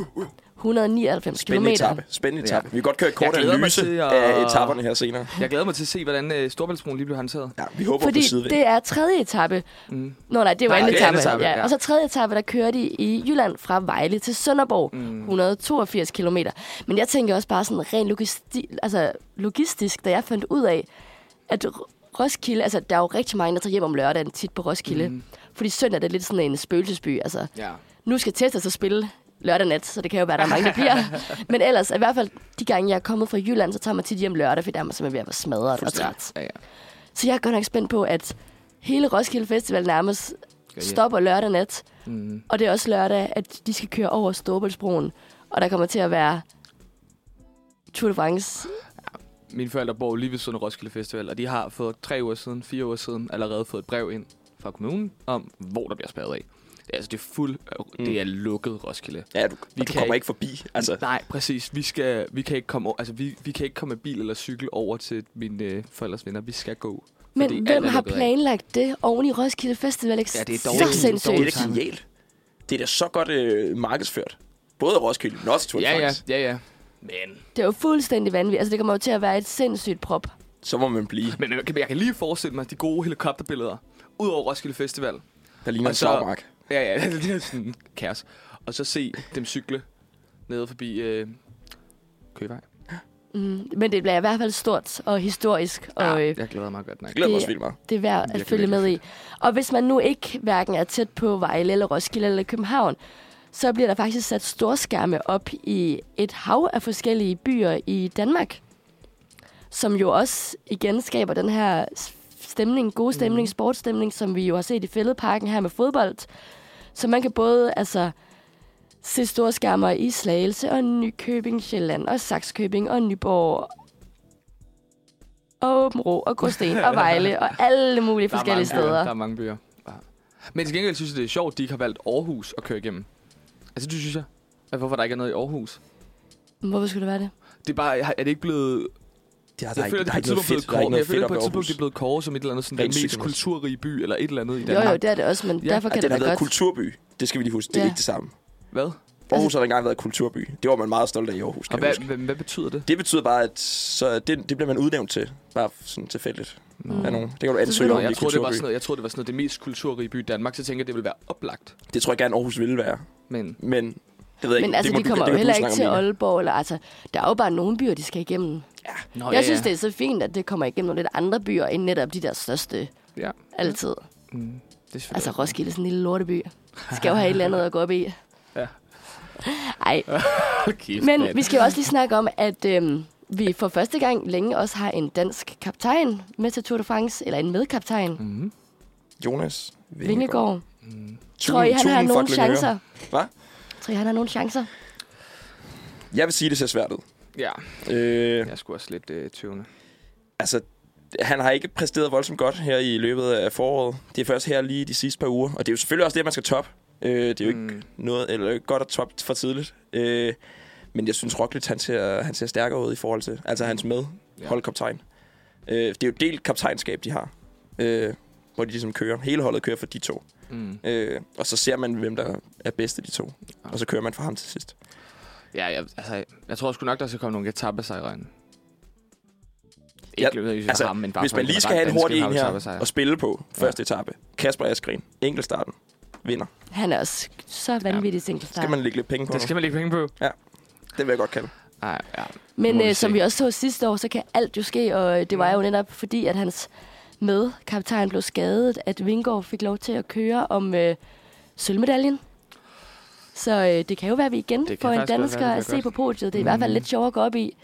Speaker 2: 199 km.
Speaker 3: Spændende etape. Spændende etape.
Speaker 1: Ja.
Speaker 3: Vi kan godt køre et kort
Speaker 1: Jeg glæder mig
Speaker 3: analyse
Speaker 1: til at-
Speaker 3: af etaperne her senere.
Speaker 1: Jeg glæder mig til at se, hvordan øh, Storbæltsbroen lige blev håndteret.
Speaker 3: Ja, vi håber
Speaker 2: Fordi
Speaker 3: på side
Speaker 2: det er tredje etape. Mm. Nå nej, det var
Speaker 1: Nej,
Speaker 2: anden
Speaker 1: det er anden
Speaker 2: etape.
Speaker 1: etape, ja.
Speaker 2: Ja. Og så tredje etape, der kører de i Jylland fra Vejle til Sønderborg. Mm. 182 km. Men jeg tænker også bare sådan rent logisti- altså, logistisk, da jeg fandt ud af, at R- Roskilde, altså der er jo rigtig mange, der tager hjem om lørdagen tit på Roskilde. Mm. Fordi søndag det er lidt sådan en spøgelsesby. Altså,
Speaker 1: Ja.
Speaker 2: nu skal Tessa så spille lørdag nat, så det kan jo være, der er mange, der bliver. Men ellers, i hvert fald de gange, jeg er kommet fra Jylland, så tager man tit hjem lørdag, fordi der er man simpelthen ved at være smadret og træt.
Speaker 1: Ja, ja.
Speaker 2: Så jeg er godt nok spændt på, at hele Roskilde Festival nærmest
Speaker 1: hjem.
Speaker 2: stopper lørdag nat. Mm. Og det er også lørdag, at de skal køre over Storebæltsbroen. Og der kommer til at være Tour de France.
Speaker 1: Mine forældre bor lige ved siden af Roskilde Festival, og de har fået tre uger siden, fire uger siden, allerede fået et brev ind fra kommunen om, hvor der bliver spadet af. Det er, altså, det er fuld, det er lukket Roskilde.
Speaker 3: Mm. Ja, du,
Speaker 1: Vi
Speaker 3: vi
Speaker 1: kan
Speaker 3: du kommer
Speaker 1: ikke-
Speaker 3: ikke forbi. Altså,
Speaker 1: Nej, præcis. Vi, skal, vi, kan ikke komme, over- altså, vi, vi kan ikke komme med bil eller cykel over til mine øh, forældres venner. Vi skal gå.
Speaker 2: Men
Speaker 1: fordi
Speaker 2: hvem
Speaker 1: alt er
Speaker 2: har
Speaker 1: lukket af.
Speaker 2: planlagt det oven i Roskilde Festival? Ikke?
Speaker 1: Ja, det er
Speaker 2: så
Speaker 1: dårligt.
Speaker 2: sindssygt.
Speaker 3: det er
Speaker 1: dårligt.
Speaker 3: da genialt. Det er da så godt øh, markedsført. Både af Roskilde, men også Tour de
Speaker 1: Ja, ja,
Speaker 3: France.
Speaker 1: ja, ja. Men,
Speaker 2: Det er jo fuldstændig vanvittigt. Altså, det kommer jo til at være et sindssygt prop.
Speaker 3: Så må man blive.
Speaker 1: men jeg, øh, kan, jeg kan lige forestille mig de gode helikopterbilleder ud over Roskilde Festival.
Speaker 3: Der ligner
Speaker 1: Og
Speaker 3: en
Speaker 1: så-
Speaker 3: slagmark.
Speaker 1: Ja, ja, det er sådan kaos. Og så se dem cykle nede forbi øh, Køgevej.
Speaker 2: Mm, men det bliver i hvert fald stort og historisk. Og, øh,
Speaker 1: Ah, jeg glæder mig godt nok.
Speaker 3: Jeg glæder mig
Speaker 2: det-
Speaker 3: også vildt meget.
Speaker 2: det er værd at
Speaker 1: Virkelig,
Speaker 2: følge med i.
Speaker 1: virkelig
Speaker 2: Og hvis man nu ikke hverken er tæt på Vejle eller Roskilde eller København, så bliver der faktisk sat storskærme op i et hav af forskellige byer i Danmark, som jo også igen skaber den her s- stemning, god stemning, mm. sportsstemning, som vi jo har set i Fælledparken her med fodbold. Så man kan både altså, se storskærmer i Slagelse og Nykøbing, Sjælland og Saxkøbing og Nyborg og Åben Rå og Gråsten og Vejle og alle mulige
Speaker 1: Der er
Speaker 2: forskellige
Speaker 1: mange Byer.
Speaker 2: steder.
Speaker 1: Der er mange byer. Ja. Men til gengæld synes jeg, det er sjovt, de ikke har valgt Aarhus at køre igennem. Altså, det synes jeg. At hvorfor der ikke er noget i Aarhus?
Speaker 2: Hvorfor skulle det være det?
Speaker 1: Det er, bare, har- er det ikke blevet...
Speaker 3: Det har,
Speaker 1: jeg føler, det på et tidspunkt blevet kåret, jeg føler, det på et tidspunkt, det er blevet kåret som et eller andet sådan, den
Speaker 3: Rent
Speaker 1: mest
Speaker 3: cyklemæssigt.
Speaker 1: kulturrige by, eller et eller andet i
Speaker 2: Jo,
Speaker 1: Danmark.
Speaker 2: jo, det er det også, men
Speaker 1: Ja,
Speaker 2: ja, derfor
Speaker 3: Ej,
Speaker 2: kan
Speaker 3: den
Speaker 2: det
Speaker 3: har
Speaker 2: være
Speaker 3: været
Speaker 2: godt.
Speaker 3: kulturby. Det skal vi lige huske. Det er
Speaker 2: Ja.
Speaker 3: ikke det samme.
Speaker 1: Hvad?
Speaker 3: Aarhus har engang været kulturby. Det var man meget stolt af i Aarhus,
Speaker 1: Og
Speaker 3: kan jeg
Speaker 1: hvad,
Speaker 3: huske.
Speaker 1: hvad, hvad betyder det?
Speaker 3: Det betyder bare, at så det, det bliver man udnævnt til. Bare sådan tilfældigt. Mm. Af nogen. Det kan du ansøge
Speaker 2: du-
Speaker 3: om.
Speaker 1: Nå,
Speaker 3: at
Speaker 1: jeg,
Speaker 3: blive
Speaker 1: troede, det var
Speaker 3: kulturby.
Speaker 1: sådan noget, jeg troede, det var sådan noget, det mest kulturrige by i Danmark, så tænker jeg, det ville være oplagt.
Speaker 3: Det tror jeg gerne, Aarhus ville være.
Speaker 1: Men
Speaker 3: Men det ved jeg
Speaker 2: Men
Speaker 3: ikke.
Speaker 2: altså,
Speaker 3: det må
Speaker 2: de
Speaker 3: du-
Speaker 2: kommer
Speaker 3: det
Speaker 2: jo
Speaker 3: kan du
Speaker 2: heller
Speaker 3: snakke
Speaker 2: ikke
Speaker 3: om
Speaker 2: til
Speaker 3: lige.
Speaker 2: Aalborg. Eller, altså, der er jo bare nogle byer, de skal igennem.
Speaker 1: Nå,
Speaker 2: Oh, jeg synes, det er så fint, at det kommer igennem nogle lidt andre byer, end netop de der største
Speaker 1: Ja,
Speaker 2: altid.
Speaker 1: det er selvfølgelig
Speaker 2: Altså, Roskilde er sådan en lille lorteby. Skal jo have et eller andet at gå op i.
Speaker 1: Ja.
Speaker 2: Ej,
Speaker 1: rigtigt.
Speaker 2: men vi skal jo også lige snakke om, at øhm, vi for første gang længe også har en dansk kaptajn med til Tour de France, eller en medkaptajn, mm.
Speaker 3: Jonas
Speaker 2: Vingegaard.
Speaker 1: Mm.
Speaker 3: Tusind-
Speaker 2: Tror I, han
Speaker 3: tusind
Speaker 2: har
Speaker 3: fuck
Speaker 2: nogle
Speaker 3: Lyngøre.
Speaker 2: chancer?
Speaker 3: Hvad?
Speaker 2: Tror I, han har nogle chancer?
Speaker 3: Jeg vil sige, det ser svært ud.
Speaker 1: Ja,
Speaker 3: Øh,
Speaker 1: jeg er sgu også lidt øh, tøvende.
Speaker 3: altså, han har ikke præsteret voldsomt godt her i løbet af foråret. Det er først her lige de sidste par uger. Og det er jo selvfølgelig også det, man skal top. Øh, det er
Speaker 1: Mm.
Speaker 3: jo ikke noget, eller ikke godt at top for tidligt. Øh, men jeg synes, Roglic, han ser, han ser stærkere ud i forhold til, altså hans med
Speaker 1: Ja.
Speaker 3: holdkaptajn. Øh, det er jo et delt kaptajnskab, de har. Øh, hvor de ligesom kører. Hele holdet kører for de to.
Speaker 1: Mm.
Speaker 3: Øh, og så ser man, hvem der er bedst af de to.
Speaker 1: Ja.
Speaker 3: Og så kører man for ham til sidst.
Speaker 1: Ja, jeg, altså, jeg tror sgu nok, der skal komme nogle etappesejre ind. Ikke ja, løbet altså, ham, men bare
Speaker 3: hvis man lige skal have en hurtig en her og spille på første etape. Kasper Askren, enkeltstarten, vinder.
Speaker 2: Han er også så vanvittig ja.
Speaker 3: Det skal man lægge lidt penge på.
Speaker 1: Det skal man lægge penge på.
Speaker 3: Det vil jeg godt kalde.
Speaker 1: Ej, ja.
Speaker 2: Men
Speaker 1: Må vi
Speaker 2: øh, som
Speaker 1: se.
Speaker 2: vi også så sidste år, så kan alt jo ske, og øh, det var
Speaker 1: Ja.
Speaker 2: jo netop fordi, at hans medkaptajn blev skadet, at Vingård fik lov til at køre om øh, sølvmedaljen. Så øh, det kan jo være, at vi igen
Speaker 1: kan
Speaker 2: får en
Speaker 1: faktisk godt være, det
Speaker 2: dansker
Speaker 1: bliver
Speaker 2: at se
Speaker 1: godt.
Speaker 2: på podiet. Det er i hvert fald lidt sjovere at gå op i.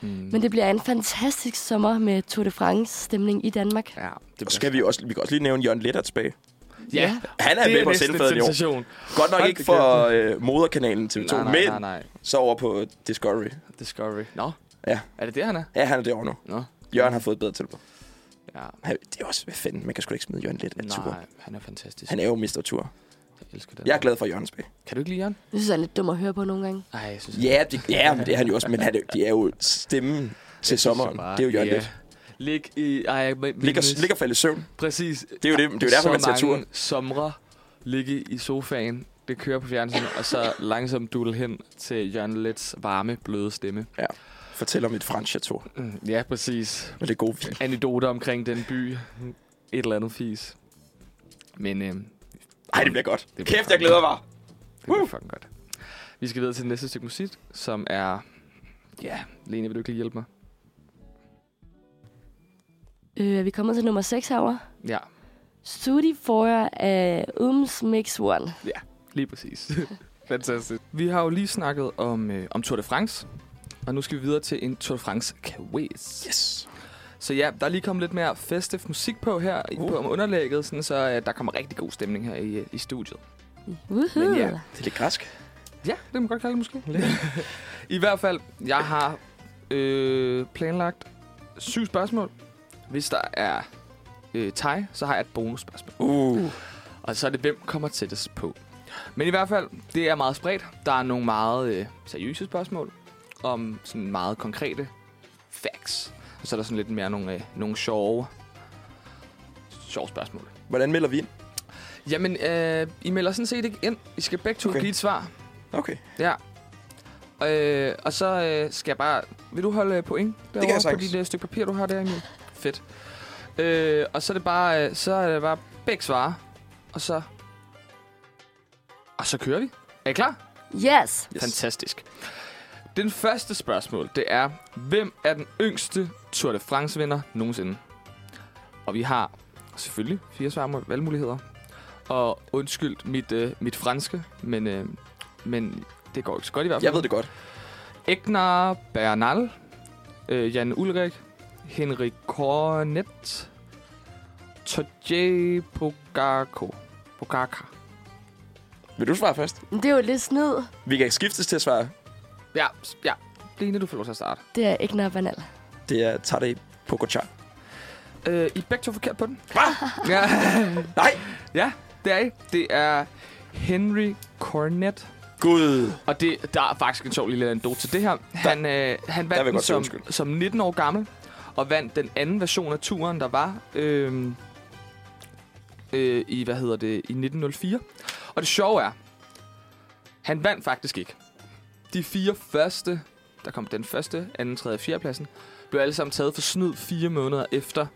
Speaker 1: Mm.
Speaker 2: Men det bliver en fantastisk sommer med Tour de France-stemning i Danmark.
Speaker 1: ja, det
Speaker 3: Og så skal vi, jo også, vi kan også lige nævne Jørgen Letter tilbage.
Speaker 1: Ja,
Speaker 3: Han er
Speaker 1: det
Speaker 3: med
Speaker 1: er
Speaker 3: på
Speaker 1: næsten
Speaker 3: sendfladen
Speaker 1: en
Speaker 3: i år.
Speaker 1: sensation.
Speaker 3: Godt nok
Speaker 1: Hold
Speaker 3: ikke
Speaker 1: da kæft.
Speaker 3: for øh, moderkanalen TV2,
Speaker 1: Nej, nej,
Speaker 3: men
Speaker 1: nej, nej.
Speaker 3: så over på Discovery.
Speaker 1: Discovery. Nå,
Speaker 3: Ja.
Speaker 1: er det det, han er?
Speaker 3: Ja, han er derovre nu.
Speaker 1: Nå.
Speaker 3: Jørgen har fået et bedre tilbud.
Speaker 1: Ja.
Speaker 3: Han- Det er også, hvad fanden, man kan sgu da ikke smide Jørgen lidt af tur.
Speaker 1: Nej, han er fantastisk.
Speaker 3: Han er jo Mr. Tur.
Speaker 1: Jeg elsker det.
Speaker 3: Jeg er glad for Jørgens bag.
Speaker 1: Kan du ikke lide Jørgen?
Speaker 2: Jeg synes, han er lidt dum at høre på nogle gange.
Speaker 1: Nej, jeg synes,
Speaker 3: Ja, det, ja, men det er han jo også, men han er, det er jo stemmen til sommeren. Det er jo Jørgen lidt.
Speaker 1: Lig i... Ej, men,
Speaker 3: Ligger, ligger falde i søvn.
Speaker 1: Præcis. Det
Speaker 3: er jo det- det er jo derfor, man ser turen.
Speaker 1: somre ligge i sofaen, det kører på fjernsynet, og så langsomt dule hen til Jørgen Lets varme, bløde stemme.
Speaker 3: Ja. Fortæl om et fransk chateau.
Speaker 1: Mm, Ja, præcis.
Speaker 3: Og det gode vin.
Speaker 1: Anekdoter omkring den by. Et eller andet fis. Men øh, det
Speaker 3: Ej, det bliver godt.
Speaker 1: bliver
Speaker 3: Kæft, jeg glæder mig.
Speaker 1: bliver fucking godt. Vi skal videre til det næste stykke musik, som er... Ja, Lene, vil du ikke lige hjælpe mig?
Speaker 2: Øh, er vi kommet til nummer 6 herovre?
Speaker 1: Ja,
Speaker 2: Studi for af Ums Mix One.
Speaker 1: Lige præcis. Fantastisk. Vi har jo lige snakket om, øh, om Tour de France, og nu skal vi videre til en Tour de France quiz.
Speaker 3: Yes.
Speaker 1: Så ja, der er lige kommet lidt mere festive musik på her uh.
Speaker 3: Uh.
Speaker 1: på om underlægget, sådan så øh, der kommer rigtig god stemning her i, øh, i studiet.
Speaker 2: Woohoo!
Speaker 1: Men ja.
Speaker 3: Det er lidt græsk.
Speaker 1: Ja, det kan man godt kalde det måske. I hvert fald, jeg har øh, planlagt syv spørgsmål. Hvis der er øh, tag, så har jeg et bonusspørgsmål.
Speaker 3: Uh.
Speaker 1: Og så er det, hvem kommer tættest på. Men i hvert fald, det er meget spredt. Der er nogle meget øh, seriøse spørgsmål om sådan meget konkrete facts. Og så er der sådan lidt mere nogle, øh, nogle sjove, sjove spørgsmål.
Speaker 3: Hvordan melder vi ind?
Speaker 1: Jamen, øh, I melder sådan set ikke ind. I skal begge to okay.
Speaker 3: Okay.
Speaker 1: give et svar.
Speaker 3: Okay.
Speaker 1: Ja. Øh, og så øh, skal jeg bare... Vil du holde øh, point derovre på
Speaker 3: sagtens.
Speaker 1: dit øh, stykke papir, du har der, Emil? Fedt. Øh, og så er det bare, øh, så er det bare begge svare. Og så... Og så kører vi. Er I klar?
Speaker 2: Yes!
Speaker 1: Yes. Fantastisk. Den første spørgsmål, det er, hvem er den yngste Tour de France-vinder nogensinde? Og vi har selvfølgelig fire svar valgmuligheder. Og undskyld mit, øh, mit franske, men, øh, men det går ikke så godt i hvert fald.
Speaker 3: Jeg ved det godt.
Speaker 1: Egnar Bernal, øh, Jan Ulrik, Henrik Kornet, Tadej Pogacar. Pogacar.
Speaker 3: Vil du svare først?
Speaker 2: Men Det er jo lidt snyd.
Speaker 3: Vi kan skiftes til at svare.
Speaker 1: Ja, s- ja. Lene, du får lov til at starte.
Speaker 2: Det er ikke noget banal.
Speaker 3: Det er Tadej Pogacar.
Speaker 1: Øh, I er begge to forkert på den. ja,
Speaker 3: Nej!
Speaker 1: ja, det er I. Det er Henry Cornet.
Speaker 3: Gud!
Speaker 1: Og det, der er faktisk en sjov lille anekdote til det her. Han, øh, han
Speaker 3: jeg
Speaker 1: vandt den
Speaker 3: godt sige
Speaker 1: som,
Speaker 3: undskyld.
Speaker 1: som 19 år gammel, og vandt den anden version af turen, der var øh, øh, i, hvad hedder det, i 1904. Og det sjove er, han vandt faktisk ikke. De fire første, der kom den første, anden, tredje, fjerde pladsen, blev alle sammen taget for snyd fire måneder efter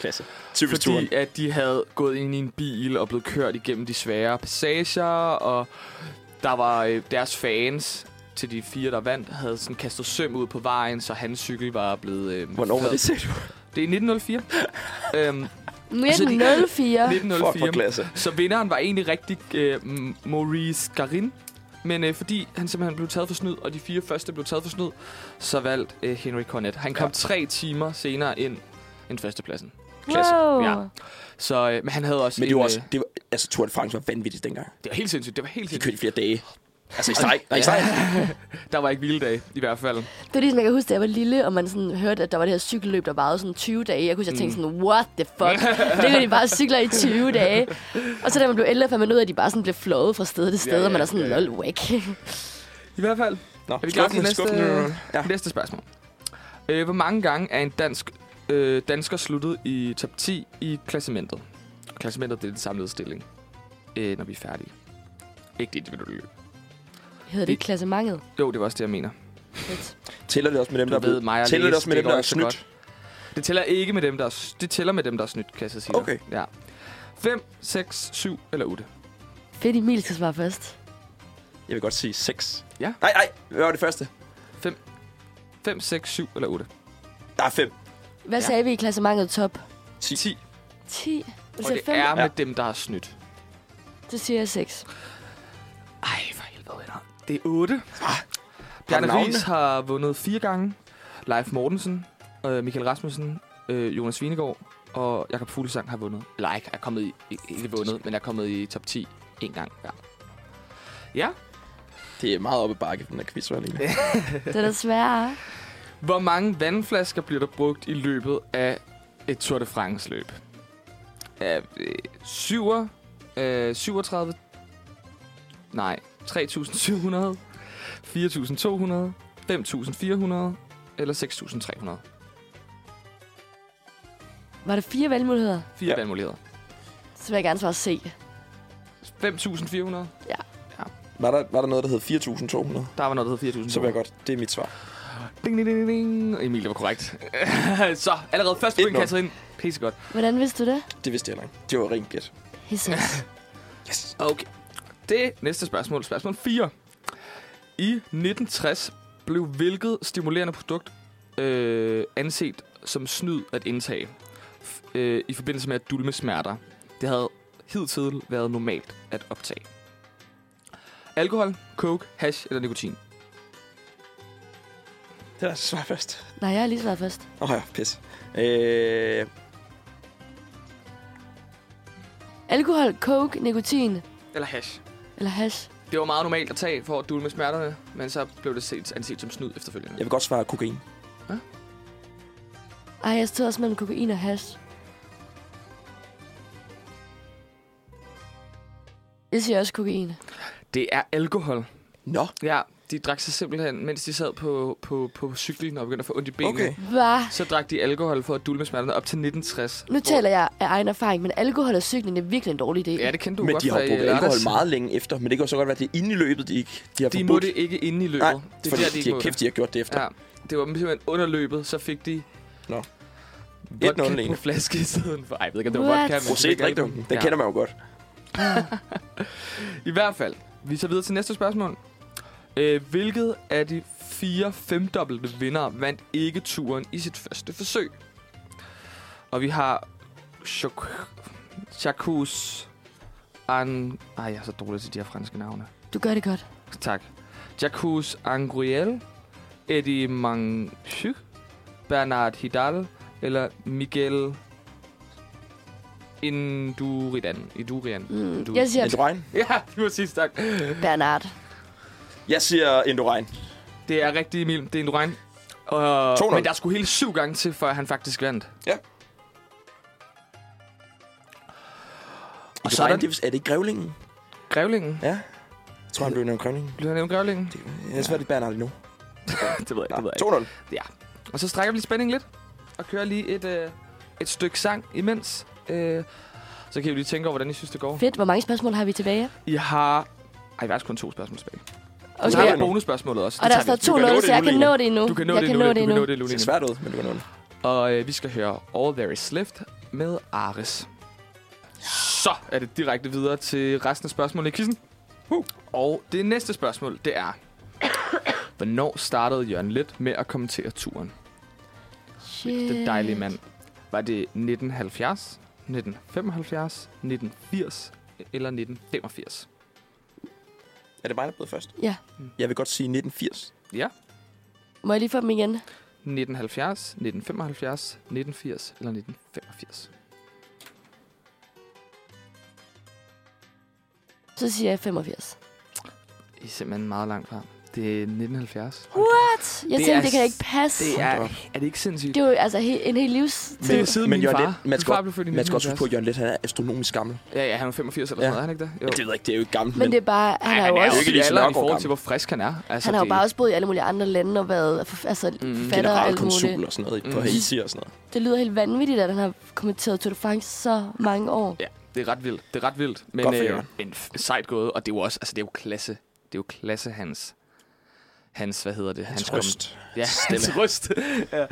Speaker 3: Klasse. Typisk turen.
Speaker 1: fordi at de havde gået ind i en bil og blevet kørt igennem de svære passager, og der var øh, deres fans til de fire, der vandt, havde sådan kastet søm ud på vejen, så hans cykel var blevet... Øh,
Speaker 3: Hvornår var det,
Speaker 1: flad.
Speaker 3: sagde du?
Speaker 1: Det er i 1904. øhm,
Speaker 2: 1904.
Speaker 1: 1904.
Speaker 3: Fuck, hvor klasse.
Speaker 1: Så vinderen var egentlig rigtig øh, M- Maurice Garin. Men øh, fordi han simpelthen blev taget for snyd, og de fire første blev taget for snyd, så valgte øh, Henry Cornet. Han kom ja.
Speaker 3: Ja.
Speaker 1: tre timer senere ind end førstepladsen.
Speaker 3: Klasse.
Speaker 2: Wow.
Speaker 1: Ja. Så, øh, men han havde også
Speaker 3: Men det
Speaker 1: en,
Speaker 3: var også,
Speaker 1: øh,
Speaker 3: det var, altså Tour de France var vanvittigt dengang.
Speaker 1: det var helt sindssygt. Det var helt
Speaker 3: De
Speaker 1: sindssygt.
Speaker 3: kørte i flere dage. Altså i streg. Nej, i streg.
Speaker 1: Der var ikke hviledag, i hvert fald.
Speaker 2: Det var ligesom, jeg kan huske, da jeg var lille, og man sådan hørte, at der var det her cykelløb, der varede sådan 20 dage. Jeg kunne jeg
Speaker 1: Mm.
Speaker 2: tænkte sådan, what the fuck? det kan de bare cykler i 20 dage. Og så da man blev ældre, fandt man ud af, at de bare sådan blev flået fra sted til sted,
Speaker 1: ja,
Speaker 2: og man er sådan,
Speaker 1: ja, ja.
Speaker 2: lol, whack.
Speaker 1: I hvert fald.
Speaker 3: Nå,
Speaker 1: Er vi klar
Speaker 3: skub
Speaker 1: til
Speaker 3: den,
Speaker 1: næste,
Speaker 3: skub den. Ja.
Speaker 1: Ja. næste spørgsmål? Øh, hvor mange gange er en dansk øh, dansker sluttet i top 10 i klassementet? Og klassementet, det er den samlede stilling, øh, når vi er færdige. Ikke det individuelle løb.
Speaker 2: Hedder det ikke klassementet?
Speaker 1: Jo, det var også det, jeg mener.
Speaker 2: Fedt.
Speaker 3: Tæller det også med dem,
Speaker 1: Du
Speaker 3: der er
Speaker 1: ved
Speaker 3: blevet,
Speaker 1: mig og
Speaker 3: tæller det
Speaker 1: læse,
Speaker 3: også med
Speaker 1: det
Speaker 3: dem, der
Speaker 1: går
Speaker 3: er
Speaker 1: ikke så
Speaker 3: snydt?
Speaker 1: Det tæller ikke med dem, der er, s- det tæller med dem, der er snydt, kan jeg så sige. dig.
Speaker 3: Okay.
Speaker 1: Ja. 5, 6, 7 eller 8.
Speaker 2: Fedt, Emil skal svare først.
Speaker 3: Jeg vil godt sige 6.
Speaker 1: Ja.
Speaker 3: Nej, nej. Hvad var det første?
Speaker 1: 5, 6, 7 eller 8.
Speaker 3: Der er 5.
Speaker 2: Hvad
Speaker 1: Ja.
Speaker 2: ja. sagde vi i klassementet top?
Speaker 3: 10.
Speaker 1: 10.
Speaker 2: 10. Du
Speaker 1: Og
Speaker 2: siger
Speaker 1: det
Speaker 2: 5,
Speaker 1: er
Speaker 2: er...
Speaker 1: med
Speaker 3: Ja.
Speaker 1: dem, der har snydt.
Speaker 2: så siger jeg 6.
Speaker 1: Ej, for helvede, venner. Det er 8.
Speaker 3: du
Speaker 1: Bjarne
Speaker 3: navnene?
Speaker 1: Ries har vundet fire gange. Leif Mortensen, øh, Michael Rasmussen, øh, Jonas Svinegård og Jakob Fuglsang har vundet. Eller ikke, er kommet i, ikke- ikke vundet, men er kommet i top 10 en gang. Ja. ja.
Speaker 3: Det er meget oppe bakke, den her quiz, var lige.
Speaker 2: Det er desværre.
Speaker 1: Hvor mange vandflasker bliver der brugt i løbet af et Tour de France-løb? Er, øh, syver, øh, 37... Nej, 3.700, 4.200, 5.400 eller 6.300.
Speaker 2: Var der fire valgmuligheder?
Speaker 1: Fire ja.
Speaker 3: Ja.
Speaker 1: vandmuligheder.
Speaker 2: Så vil jeg gerne svare C.
Speaker 1: 5.400.
Speaker 3: Var der, var der noget, der hed 4.200?
Speaker 1: Der var noget, der hed 4.000.
Speaker 3: Så vil jeg godt. Det er mit svar.
Speaker 1: Ding, ding, ding, ding. Emil, det var korrekt. så, allerede første point,
Speaker 3: 1-0.
Speaker 1: Katrin. Pissegodt.
Speaker 2: Hvordan vidste du det?
Speaker 3: Det vidste jeg heller ikke. Det var rent gæt.
Speaker 2: Hisses.
Speaker 3: Yes.
Speaker 1: Okay. Det næste spørgsmål, spørgsmål 4. I 1960 blev hvilket stimulerende produkt øh, anset som snyd at indtage f- øh, i forbindelse med at dulme smerter? Det havde hidtil været normalt at optage. Alkohol, coke, hash eller nikotin?
Speaker 3: Det er svar først.
Speaker 2: Nej, jeg har lige svaret først.
Speaker 3: Åh oh, ja, pis. Øh,
Speaker 2: Alkohol, coke, nikotin
Speaker 1: Eller hash.
Speaker 2: eller hash.
Speaker 1: Det var meget normalt at tage for at dulme smerterne, men så blev det set, anset som snyd efterfølgende.
Speaker 3: jeg vil godt svare kokain.
Speaker 2: Ej, jeg stod også mellem kokain og hash. Jeg siger også kokain.
Speaker 1: Det er alkohol.
Speaker 3: Nå,
Speaker 1: Ja, de drak sig simpelthen, mens de sad på, på, på cyklen og begyndte at få ondt i benene.
Speaker 3: okay.
Speaker 2: Hva?
Speaker 1: Så drak de alkohol for at dulme smerterne op til 1960.
Speaker 2: Nu taler jeg af egen erfaring, men alkohol og cykling er virkelig en dårlig idé.
Speaker 1: Ja, det kendte du
Speaker 3: Men
Speaker 1: godt
Speaker 3: de har
Speaker 1: fra øh,
Speaker 3: jo
Speaker 1: i
Speaker 3: brugt
Speaker 1: lørdags.
Speaker 3: alkohol meget længe efter, men det kan jo så godt være, at det er inde i løbet, de, ikke, de har
Speaker 1: De
Speaker 3: forbudt.
Speaker 1: måtte ikke inde i løbet.
Speaker 3: Nej,
Speaker 1: det
Speaker 3: fordi
Speaker 1: der, de
Speaker 3: de,
Speaker 1: ikke
Speaker 3: har
Speaker 1: måtte.
Speaker 3: kæft, de har gjort det efter.
Speaker 1: Ja, det var simpelthen under løbet, så fik de...
Speaker 3: Nå.
Speaker 1: Vodka
Speaker 3: 1-0 alene.
Speaker 1: på flaske i stedet for. Ej, jeg ved ikke, om det var
Speaker 2: What?
Speaker 1: vodka. men
Speaker 3: Rosé
Speaker 1: det fik
Speaker 3: drikker
Speaker 1: alkohol.
Speaker 3: den. Den kender man jo godt.
Speaker 1: I hvert fald, vi tager videre til næste spørgsmål. Øh, hvilket af de fire femdobbelte vindere vandt ikke turen i sit første forsøg? Og vi har Chok- Jacques An... Ej, jeg er så dårlig til de her franske navne.
Speaker 2: Du gør det godt.
Speaker 1: Tak. Jacques Angriel, Eddie Manchu, Bernard Hidal eller Miguel Induridan. Indurian.
Speaker 2: Mm,
Speaker 1: Du-
Speaker 2: jeg siger
Speaker 3: Endorein.
Speaker 1: Ja, det var sidst, tak.
Speaker 2: Bernard.
Speaker 3: Jeg siger Endorein.
Speaker 1: Det er rigtigt, Emil. Det er en regn. Og,
Speaker 3: 2-0.
Speaker 1: men der skulle hele syv gange til, før han faktisk vandt.
Speaker 3: Ja.
Speaker 1: Og så er
Speaker 3: Endorein,
Speaker 1: der
Speaker 3: det er, er det ikke Grævlingen?
Speaker 1: Grævlingen.
Speaker 3: Ja. Jeg tror, han blev nævnt Grævlingen.
Speaker 1: Bliver han nævnt Grævlingen?
Speaker 3: Det er svært, det bærer aldrig nu.
Speaker 1: Det ved jeg,
Speaker 3: Nå,
Speaker 1: det ved jeg ikke.
Speaker 3: 2-0.
Speaker 1: Og så strækker vi lige spændingen lidt. Og kører lige et, øh, et stykke sang imens. Øh, så kan I jo lige tænke over, hvordan I synes, det går.
Speaker 2: Fedt, hvor mange spørgsmål har vi tilbage?
Speaker 1: I har... Ej, faktisk kun to spørgsmål tilbage. Okay.
Speaker 2: Okay.
Speaker 1: Så har vi bonusspørgsmålet også.
Speaker 2: Og
Speaker 1: Det
Speaker 2: der
Speaker 1: tager
Speaker 2: står
Speaker 1: vi.
Speaker 3: kan
Speaker 2: 2-0,
Speaker 3: nå det
Speaker 2: så jeg
Speaker 3: nu,
Speaker 2: kan
Speaker 3: Line.
Speaker 2: nå det endnu.
Speaker 1: Du kan nå
Speaker 2: jeg
Speaker 1: det
Speaker 2: kan
Speaker 1: nu,
Speaker 2: nå
Speaker 1: Line.
Speaker 2: det
Speaker 1: Du kan
Speaker 2: endnu.
Speaker 1: nå det nu,
Speaker 3: Det
Speaker 1: Line.
Speaker 3: ser svært ud, men du kan nå det.
Speaker 1: Og øh, vi skal høre All There Is Left med Ares. Så er det direkte videre til resten af spørgsmålene i quizzen. Uh. Og det næste spørgsmål, det er... Hvornår startede Jørgen Let med at kommentere turen?
Speaker 2: Shit.
Speaker 1: Den dejlige mand. Var det 1970, 1975, 1980 eller 1985?
Speaker 3: Er det mig, der er blevet først?
Speaker 2: Ja.
Speaker 3: Jeg vil godt sige 1980.
Speaker 1: Ja,
Speaker 2: Må jeg lige få dem igen?
Speaker 1: 1970, 1975, 1980 eller 1985.
Speaker 2: Så siger jeg 85.
Speaker 1: I er simpelthen meget langt fra. Det er 1970.
Speaker 2: What? Jeg
Speaker 1: Det
Speaker 2: tænkte,
Speaker 1: er
Speaker 2: det kan
Speaker 1: s-
Speaker 2: ikke passe.
Speaker 1: Det
Speaker 3: Hold
Speaker 1: er,
Speaker 3: da op.
Speaker 1: er det ikke sindssygt?
Speaker 2: Det er jo altså he- en hel livstid.
Speaker 1: Men- siden min
Speaker 3: Jørgen
Speaker 1: far.
Speaker 3: Leth- man
Speaker 1: Min
Speaker 3: skal,
Speaker 1: far
Speaker 3: også-
Speaker 1: blev født i
Speaker 3: man skal også
Speaker 1: 1970.
Speaker 3: huske på, at Jørgen Let, han er astronomisk gammel.
Speaker 1: Ja, ja, han var 85 eller sådan
Speaker 3: Ja.
Speaker 1: noget, er han ikke det? Jo.
Speaker 3: Det ved jeg ikke, det er jo ikke gammelt,
Speaker 2: Men det er bare, han
Speaker 1: Ej,
Speaker 2: har jo
Speaker 1: han er jo
Speaker 2: også...
Speaker 1: ikke lige
Speaker 3: Lysen
Speaker 1: alderen i
Speaker 3: Nørgaard
Speaker 1: forhold til,
Speaker 3: gammel.
Speaker 1: hvor frisk han er. Altså,
Speaker 2: Han har jo
Speaker 1: det-
Speaker 2: bare også boet i alle mulige andre lande og været forf- altså,
Speaker 1: Mm.
Speaker 2: mm, forfatter og alt
Speaker 3: generalkonsul
Speaker 2: muligt.
Speaker 3: og sådan noget
Speaker 1: Mm.
Speaker 3: på Haiti og sådan noget.
Speaker 2: Det lyder helt vanvittigt, at han har kommenteret Tour de France så mange år.
Speaker 1: Ja, det er ret vildt. Det er ret vildt. Men, øh,
Speaker 3: Godt for Jørgen.
Speaker 1: men f- sejt gået, og det er jo også, altså det er jo klasse. Det er jo klasse hans, hans hvad hedder det?
Speaker 3: Hans
Speaker 1: kom-
Speaker 3: røst.
Speaker 1: Ja, hans røst. ja.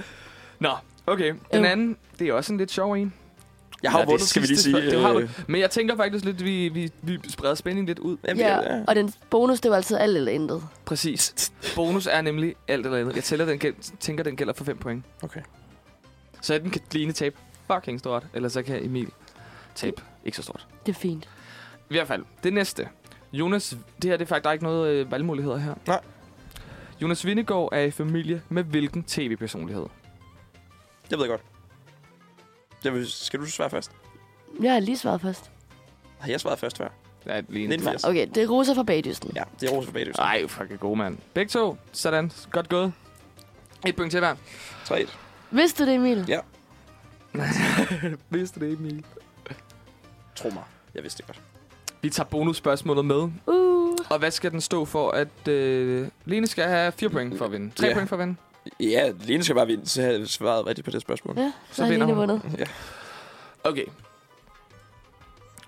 Speaker 1: Nå, Okay, den
Speaker 2: Øh.
Speaker 1: anden, det er også en lidt sjov en.
Speaker 3: Jeg har
Speaker 1: Eller
Speaker 3: jo
Speaker 1: det
Speaker 3: vundet, skal vi lige
Speaker 1: sidste
Speaker 3: sige.
Speaker 1: spørg- Det har
Speaker 3: øh,
Speaker 1: du. Men jeg tænker faktisk lidt, vi, vi, vi spreder spændingen lidt ud.
Speaker 3: jamen, det er-
Speaker 2: Ja, og den bonus, det var altid alt eller intet.
Speaker 1: Præcis. Bonus er nemlig alt eller andet. Jeg tæller, den gæld, tænker, den gælder for 5 point.
Speaker 3: Okay.
Speaker 1: Så enten kan Line tabe fucking stort, eller så kan Emil tabe ikke så stort.
Speaker 2: Det er fint.
Speaker 1: I hvert fald, det næste. Jonas, det her det er faktisk, der er ikke noget øh, valgmuligheder her.
Speaker 3: Nej.
Speaker 1: Jonas Vindegård er i familie med hvilken tv-personlighed?
Speaker 3: Det ved jeg godt. Det vil, skal du svare først?
Speaker 2: Jeg har lige svaret først.
Speaker 3: Har jeg svaret først før?
Speaker 1: Det er lige en
Speaker 3: 1980.
Speaker 2: Okay, det er Rosa fra Bagdysten.
Speaker 3: Ja, det er Rose for Bagdøs.
Speaker 1: Ej, fucking god mand. Begge to. Sådan. Godt gået. Et point til hver.
Speaker 3: 3
Speaker 2: Vidste du det, Emil?
Speaker 3: Ja.
Speaker 1: Vidste det, Emil.
Speaker 3: Tro mig. Jeg vidste det godt.
Speaker 1: Vi tager bonusspørgsmålet med.
Speaker 2: Uh.
Speaker 1: Og hvad skal den stå for, at øh, Lene skal have 4 point for at vinde? 3
Speaker 3: Ja.
Speaker 1: point for at vinde?
Speaker 3: Ja, Lene skal bare vinde, så havde jeg svaret rigtigt på det spørgsmål.
Speaker 2: Ja,
Speaker 1: Så
Speaker 2: så har
Speaker 1: vinder
Speaker 2: Line
Speaker 1: hun.
Speaker 2: vundet.
Speaker 1: Okay.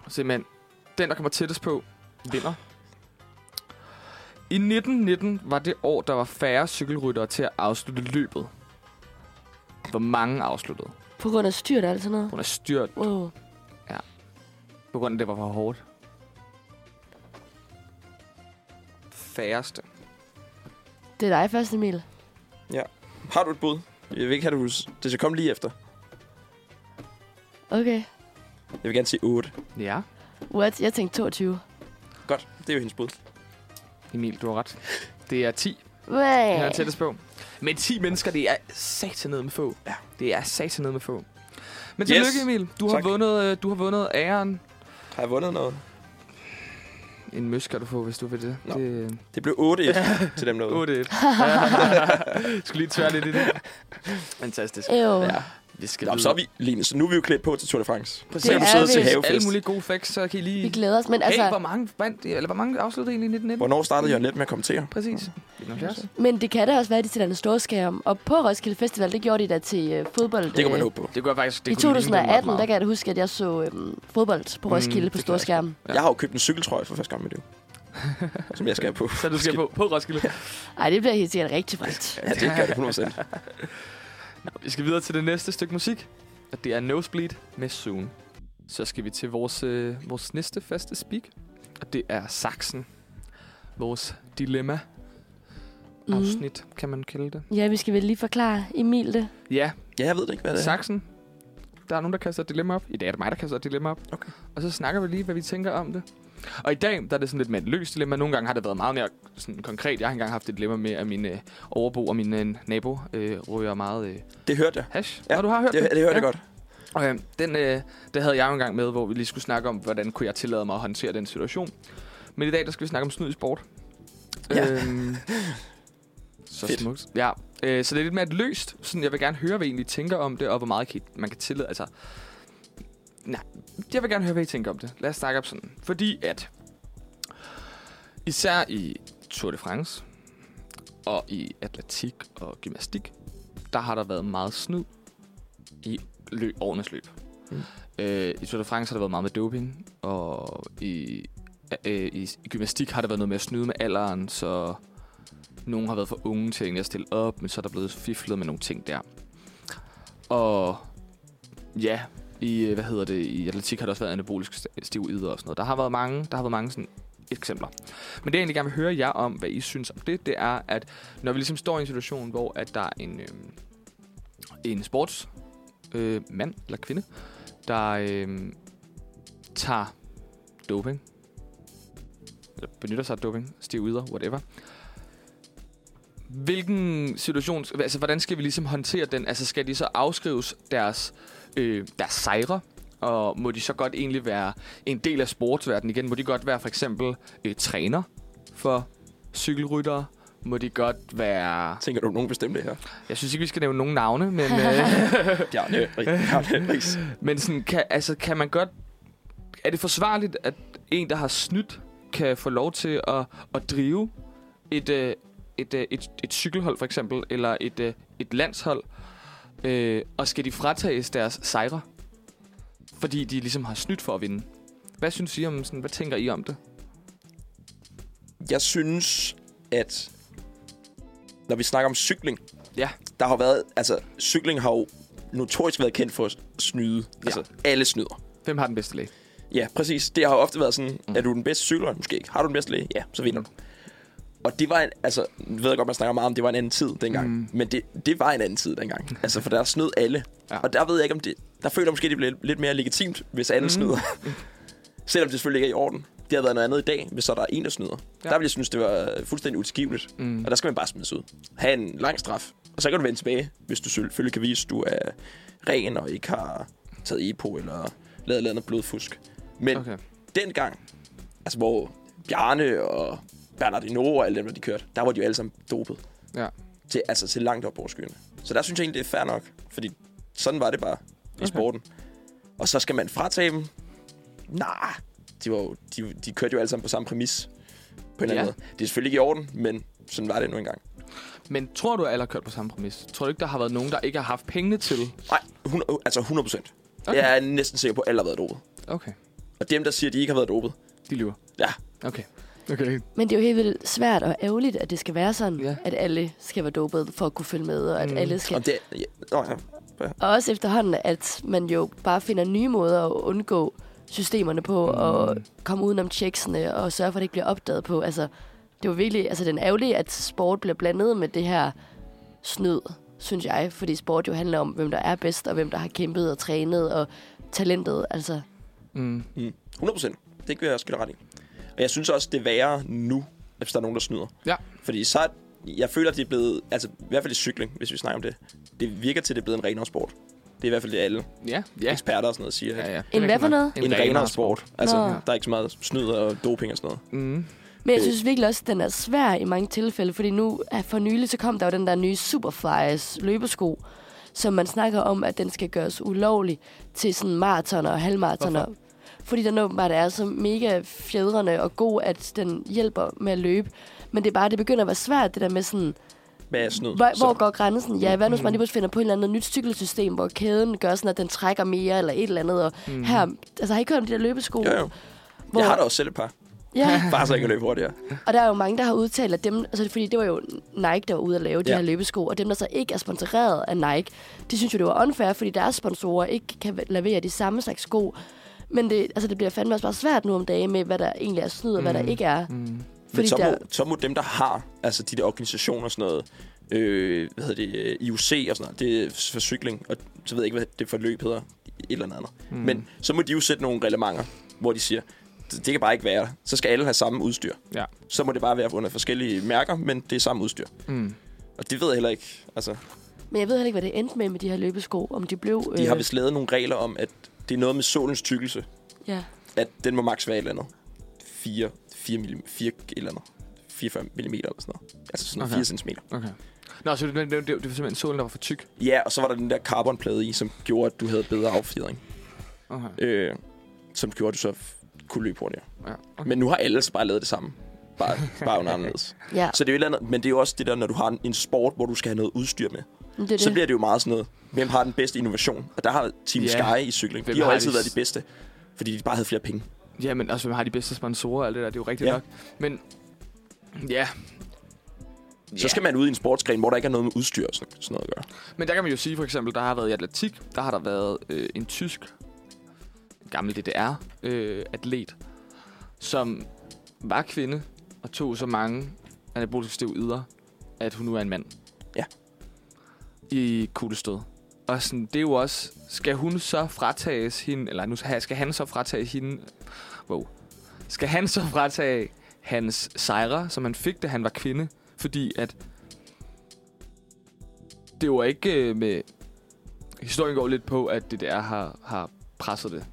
Speaker 1: Simpelthen. Den, der kommer tættest på, vinder. I 1919 var det år, der var færre cykelryttere til at afslutte løbet. Hvor mange afsluttede?
Speaker 2: På grund af styrt og alt sådan noget.
Speaker 1: Hun er styrt
Speaker 2: Wow.
Speaker 1: på grund af, det var for hårdt. Færreste.
Speaker 2: Det er dig først, Emil.
Speaker 3: Har du et bud? Jeg vil ikke have, du... Det skal komme lige efter.
Speaker 2: Okay.
Speaker 3: Jeg vil gerne sige 8.
Speaker 1: Ja.
Speaker 2: What? Jeg tænkte 22.
Speaker 3: Godt, det er jo hendes bud.
Speaker 1: Emil, du har ret. Det er 10.
Speaker 2: Wow.
Speaker 1: Jeg er tættest på. Men 10 mennesker, det er satanede med få.
Speaker 3: Ja.
Speaker 1: Det er satanede med få. Men
Speaker 3: Yes.
Speaker 1: tillykke, Emil. Du har,
Speaker 3: Tak.
Speaker 1: vundet, øh, du har vundet æren.
Speaker 3: Har jeg vundet noget?
Speaker 1: En møs kan du få, hvis du vil det.
Speaker 3: Nå.
Speaker 1: det
Speaker 3: Det blev 8-1 til dem derude.
Speaker 1: 8-1. Skulle lige tvære lidt i det. Fantastisk.
Speaker 2: Ew.
Speaker 3: Ja.
Speaker 1: Vi skal
Speaker 3: Nå, så er vi, Line, så nu er vi jo klædt på til Tour de France.
Speaker 1: Præcis.
Speaker 2: Det
Speaker 3: Så er du
Speaker 2: er
Speaker 3: siddet
Speaker 2: vi.
Speaker 3: til
Speaker 1: Alle
Speaker 3: havefest.
Speaker 1: mulige gode facts, så kan I lige...
Speaker 2: Vi glæder os, men altså...
Speaker 1: Hey, hvor mange, vandt, eller hvor mange afsluttede egentlig i 1919?
Speaker 3: Hvornår startede jeg net med at kommentere?
Speaker 1: Præcis. 71.
Speaker 2: Men det kan da også være, at de sætter en stor skærm. Og på Roskilde Festival, det gjorde de da til øh, fodbold.
Speaker 3: Det kunne man
Speaker 2: øh,
Speaker 3: håbe på.
Speaker 1: Det gør faktisk... Det
Speaker 2: I
Speaker 1: kunne ligne dem ret
Speaker 2: 2018, der
Speaker 1: meget.
Speaker 2: kan jeg da huske, at jeg så øhm, fodbold på
Speaker 1: Mm,
Speaker 2: Roskilde mm,
Speaker 1: det
Speaker 2: på
Speaker 1: kan
Speaker 2: stor
Speaker 1: jeg også
Speaker 2: skærm.
Speaker 1: Ja.
Speaker 3: Jeg har jo købt en cykeltrøje for første gang i mit liv. Som jeg skal have på.
Speaker 1: Så du skal på, på Roskilde.
Speaker 2: Ej, det bliver helt sikkert rigtig frækt.
Speaker 3: Ja, det gør det 100%.
Speaker 1: Vi skal videre til det næste stykke musik, og det er Nosebleed med Soon. Så skal vi til vores, øh, vores næste faste speak, og det er Saxen. Vores
Speaker 2: Mm.
Speaker 1: dilemma-afsnit, mm. kan man kalde det.
Speaker 2: Ja, vi skal vel lige forklare Emil det.
Speaker 1: Ja,
Speaker 3: Ja, jeg ved det ikke, hvad det er.
Speaker 1: Saxen. Der er nogen, der kaster et dilemma op. I dag er det mig, der kaster et dilemma op.
Speaker 3: Okay.
Speaker 1: Og så snakker vi lige, hvad vi tænker om det. Og i dag, der er det sådan lidt med et løst dilemma. Nogle gange har det været meget mere sådan konkret. Jeg har engang haft et dilemma med, at min øh, overbo og min øh, nabo øh, ryger meget øh,
Speaker 3: Det hørte jeg.
Speaker 1: hash.
Speaker 3: Ja,
Speaker 1: Nå, du har hørt
Speaker 3: Det, det hørte jeg
Speaker 1: Ja.
Speaker 3: godt.
Speaker 1: Og øh, den, øh, det havde jeg jo engang med, hvor vi lige skulle snakke om, hvordan kunne jeg tillade mig at håndtere den situation. Men i dag, der skal vi snakke om snyd i sport.
Speaker 3: Ja.
Speaker 1: Øhm, så
Speaker 3: Fedt.
Speaker 1: smukt. Ja, øh, så det er lidt mere et løst. Sådan, jeg vil gerne høre, hvad I egentlig tænker om det, og hvor meget kan I- man kan tillade. Altså, nej, jeg vil gerne høre, hvad I tænker om det. Lad os snakke om sådan. Fordi at, især i Tour de France, og i atletik og gymnastik, der har der været meget snyd i løb, årenes løb.
Speaker 3: Mm.
Speaker 1: Mm. Øh, I Tour de France har der været meget med doping, og i, øh, i, i gymnastik har der været noget med at snyde med alderen, så nogen har været for unge til egentlig at stille op, men så er der blevet fiflet med nogle ting der. Og ja, i, øh, hvad hedder det, i atletik har der også været anabolisk st- steroider og sådan noget. Der har været mange, der har været mange sådan eksempler. Men det, jeg egentlig gerne vil høre jer om, hvad I synes om det, det er, at når vi ligesom står i en situation, hvor at der er en, øh, en sports øh, mand eller kvinde, der øh, tager doping, eller benytter sig af doping, steroider, whatever. Hvilken situation, altså hvordan skal vi ligesom håndtere den? Altså skal de så afskrives deres, øh, deres sejre, og må de så godt egentlig være en del af sportsverdenen igen? Må de godt være for eksempel øh, træner for cykelryttere? Må de godt være...
Speaker 3: Tænker du, nogen bestemte det her?
Speaker 1: Jeg synes ikke, vi skal nævne nogen navne, men... Øh,
Speaker 3: Ja, det er rigtigt.
Speaker 1: Men sådan, kan, altså, kan man godt... Er det forsvarligt, at en, der har snydt, kan få lov til at, at drive et, øh, et, øh, et, et cykelhold, for eksempel, eller et, øh, et landshold, øh, og skal de fratages deres sejre, fordi de ligesom har snydt for at vinde? Hvad synes I om sådan, hvad tænker I om det?
Speaker 3: Jeg synes, at når vi snakker om cykling,
Speaker 1: Ja.
Speaker 3: der har været, altså cykling har jo notorisk været kendt for at snyde. Ja. Altså, alle snyder.
Speaker 1: Hvem har den bedste læge?
Speaker 3: Ja, præcis. Det har jo ofte været sådan, mm. er du den bedste cykler? Måske ikke. Har du den bedste læge? Ja, så vinder du. Og det var en, altså, ved jeg godt, man snakker meget om, det var en anden tid dengang. Mm. Men det, det var en anden tid dengang. Altså, for der snød alle.
Speaker 1: Ja.
Speaker 3: Ja. Og der ved jeg ikke, om det, der føler jeg måske, det bliver lidt mere legitimt, hvis alle mm. snyder. Selvom det selvfølgelig ikke er i orden. Det har været noget andet i dag, hvis så der er en, der snyder. Ja. Der ville jeg synes, det var fuldstændig utilgiveligt. Mm. Og der skal man bare smides ud. Ha' en lang straf. Og så kan du vende tilbage, hvis du selvfølgelig kan vise, at du er ren og ikke har taget EPO eller lavet et eller andet blodfusk. Men
Speaker 1: Okay.
Speaker 3: okay. dengang, altså hvor Bjarne og Bernardino og alle dem, der de kørte, der var de jo alle sammen dopet.
Speaker 1: Ja.
Speaker 3: Til, altså til langt op over skyerne. Så der synes jeg egentlig, det er fair nok. Fordi sådan var det bare okay.
Speaker 1: Okay.
Speaker 3: i sporten. Og så skal man fratage dem. Nej, de, var jo, de, de kørte jo alle sammen på samme præmis. På en eller
Speaker 1: Ja.
Speaker 3: anden måde. Det er selvfølgelig ikke i orden, men sådan var det nu engang.
Speaker 1: Men tror du, at alle har kørt på samme præmis? Tror du ikke, der har været nogen, der ikke har haft pengene til?
Speaker 3: Nej, 100, altså 100 procent.
Speaker 1: Okay.
Speaker 3: Okay. Jeg er næsten sikker på, at alle har været dopet.
Speaker 1: Okay.
Speaker 3: Og dem, der siger, at de ikke har været dopet.
Speaker 1: De lyver.
Speaker 3: Ja,
Speaker 1: Okay. Okay.
Speaker 2: Men det er jo helt vildt svært og ærgerligt, at det skal være sådan,
Speaker 1: Ja.
Speaker 2: ja. at alle skal være dopet for at kunne følge med, og at mm. alle skal...
Speaker 3: og det... Ja, nå, ja.
Speaker 2: Og også efterhånden, at man jo bare finder nye måder at undgå systemerne på, mm. og komme udenom checksene, og sørge for, at det ikke bliver opdaget på. Altså, det var virkelig, altså den ærgerlige, at sport bliver blandet med det her snyd, synes jeg. Fordi sport jo handler om, hvem der er bedst, og hvem der har kæmpet og trænet, og talentet, altså.
Speaker 1: Mm.
Speaker 3: Mm. 100 procent. Det kan jeg også give dig ret i. Og jeg synes også, det er værre nu, hvis der er nogen, der snyder.
Speaker 1: Ja.
Speaker 3: Fordi så er, jeg føler, at det er blevet, altså i hvert fald i cykling, hvis vi snakker om det, det virker til, at det er blevet en renere sport. Det er i hvert fald det, alle
Speaker 1: Ja. Ja.
Speaker 3: eksperter og sådan noget siger. at
Speaker 1: ja, ja.
Speaker 2: En hvad for noget?
Speaker 3: En, renere sport. Altså,
Speaker 2: Nå.
Speaker 3: der er ikke så meget snyd og doping og sådan noget.
Speaker 1: Mm.
Speaker 2: Men jeg
Speaker 3: Øh.
Speaker 2: synes virkelig også, at den er svær i mange tilfælde, fordi nu er for nylig, så kom der jo den der nye Superflies løbesko, som man snakker om, at den skal gøres ulovlig til sådan maratoner og halvmaratoner.
Speaker 1: Hvorfor?
Speaker 2: Fordi den åbenbart er så mega fjedrende og god, at den hjælper med at løbe. Men det er bare, det begynder at være svært, det der med sådan,
Speaker 3: Hvad er snyd?
Speaker 2: hvor,
Speaker 3: Så- Mm-hmm.
Speaker 2: hvor går grænsen? Ja, hvad nu, hvis man lige pludselig finder på et eller andet nyt cykelsystem, hvor kæden gør sådan, at den trækker mere eller et eller andet. Og mm. her, altså har I kørt om de der løbesko?
Speaker 3: Jo, jo.
Speaker 2: Hvor,
Speaker 3: Jeg har da også selv et par.
Speaker 2: Ja,
Speaker 3: Bare så jeg kan løbe hurtigere.
Speaker 2: Og der er jo mange, der har udtalt, at dem, altså, fordi det var jo Nike, der var ude at lave de
Speaker 3: Ja.
Speaker 2: her løbesko, og dem, der så ikke er sponsoreret af Nike, de synes jo, det var unfair, fordi deres sponsorer ikke kan levere de samme slags sko. Men det, altså, det bliver fandme også bare svært nu om dagen med, hvad der egentlig er snyd, og hvad der ikke er. Mm.
Speaker 3: Men
Speaker 2: Fordi
Speaker 3: så,
Speaker 2: der,
Speaker 3: må, så må dem, der har, altså de der organisationer og sådan noget, øh, hvad hedder det, øh, IUC og sådan noget, det er for cykling, og så ved jeg ikke, hvad det forløb hedder, et eller andet. Mm. Men så må de jo sætte nogle reglementer, hvor de siger, det, det kan bare ikke være, der. så skal alle have samme udstyr.
Speaker 1: Ja.
Speaker 3: Så må det bare være under forskellige mærker, men det er samme udstyr.
Speaker 1: Mm.
Speaker 3: Og det ved jeg heller ikke. Altså,
Speaker 2: men jeg ved heller ikke, hvad det endte med med de her løbesko, om de blev... øh,
Speaker 3: de har vist lavet nogle regler om, at det er noget med solens tykkelse,
Speaker 2: ja.
Speaker 3: at den må maks være et eller andet. 4, 4, mm, 4 et eller andet. 44 mm eller sådan noget. Altså sådan
Speaker 1: Okay.
Speaker 3: okay. 4 cm.
Speaker 1: Okay. Nå, så det, det, det, det var simpelthen solen, der var for tyk.
Speaker 3: Ja, og så var der den der carbonplade i, som gjorde, at du havde bedre affjedring.
Speaker 1: Okay.
Speaker 3: Øh, som gjorde, at du så f- kunne løbe hurtigere.
Speaker 1: Ja. Okay.
Speaker 3: Men nu har alle så bare lavet det samme. Bare, bare under anderledes.
Speaker 2: Ja,
Speaker 3: Så det er jo et eller andet, men det er jo også det der, når du har en- en sport, hvor du skal have noget udstyr med.
Speaker 2: men det er
Speaker 3: Så
Speaker 2: det.
Speaker 3: bliver det jo meget sådan noget, hvem har den bedste innovation? Og der har Team
Speaker 1: Ja.
Speaker 3: Sky i cykling.
Speaker 1: Hvem
Speaker 3: de har
Speaker 1: har
Speaker 3: jo altid
Speaker 1: de-
Speaker 3: været de bedste, fordi de bare havde flere penge.
Speaker 1: Ja, men altså, hvem har de bedste sponsorer og alt det der? Det er jo rigtigt
Speaker 3: Ja.
Speaker 1: nok. Men, ja.
Speaker 3: Så skal man ud i en sportsgren, hvor der ikke er noget med udstyr og sådan sådan noget at gøre.
Speaker 1: Men der kan man jo sige, for eksempel, der har været i atletik, der har der været øh, en tysk, en gammel DDR-atlet, øh, som var kvinde og tog så mange anaboliske steroider, at hun nu er en mand.
Speaker 3: Ja.
Speaker 1: I kuglestød. Og sådan, det er jo også, skal hun så fratages hende, eller nu skal han så fratage hende, wow, skal han så fratage hans sejre, som han fik, da han var kvinde, fordi at det var ikke øh, med... Historien går lidt på, at det der har, har presset det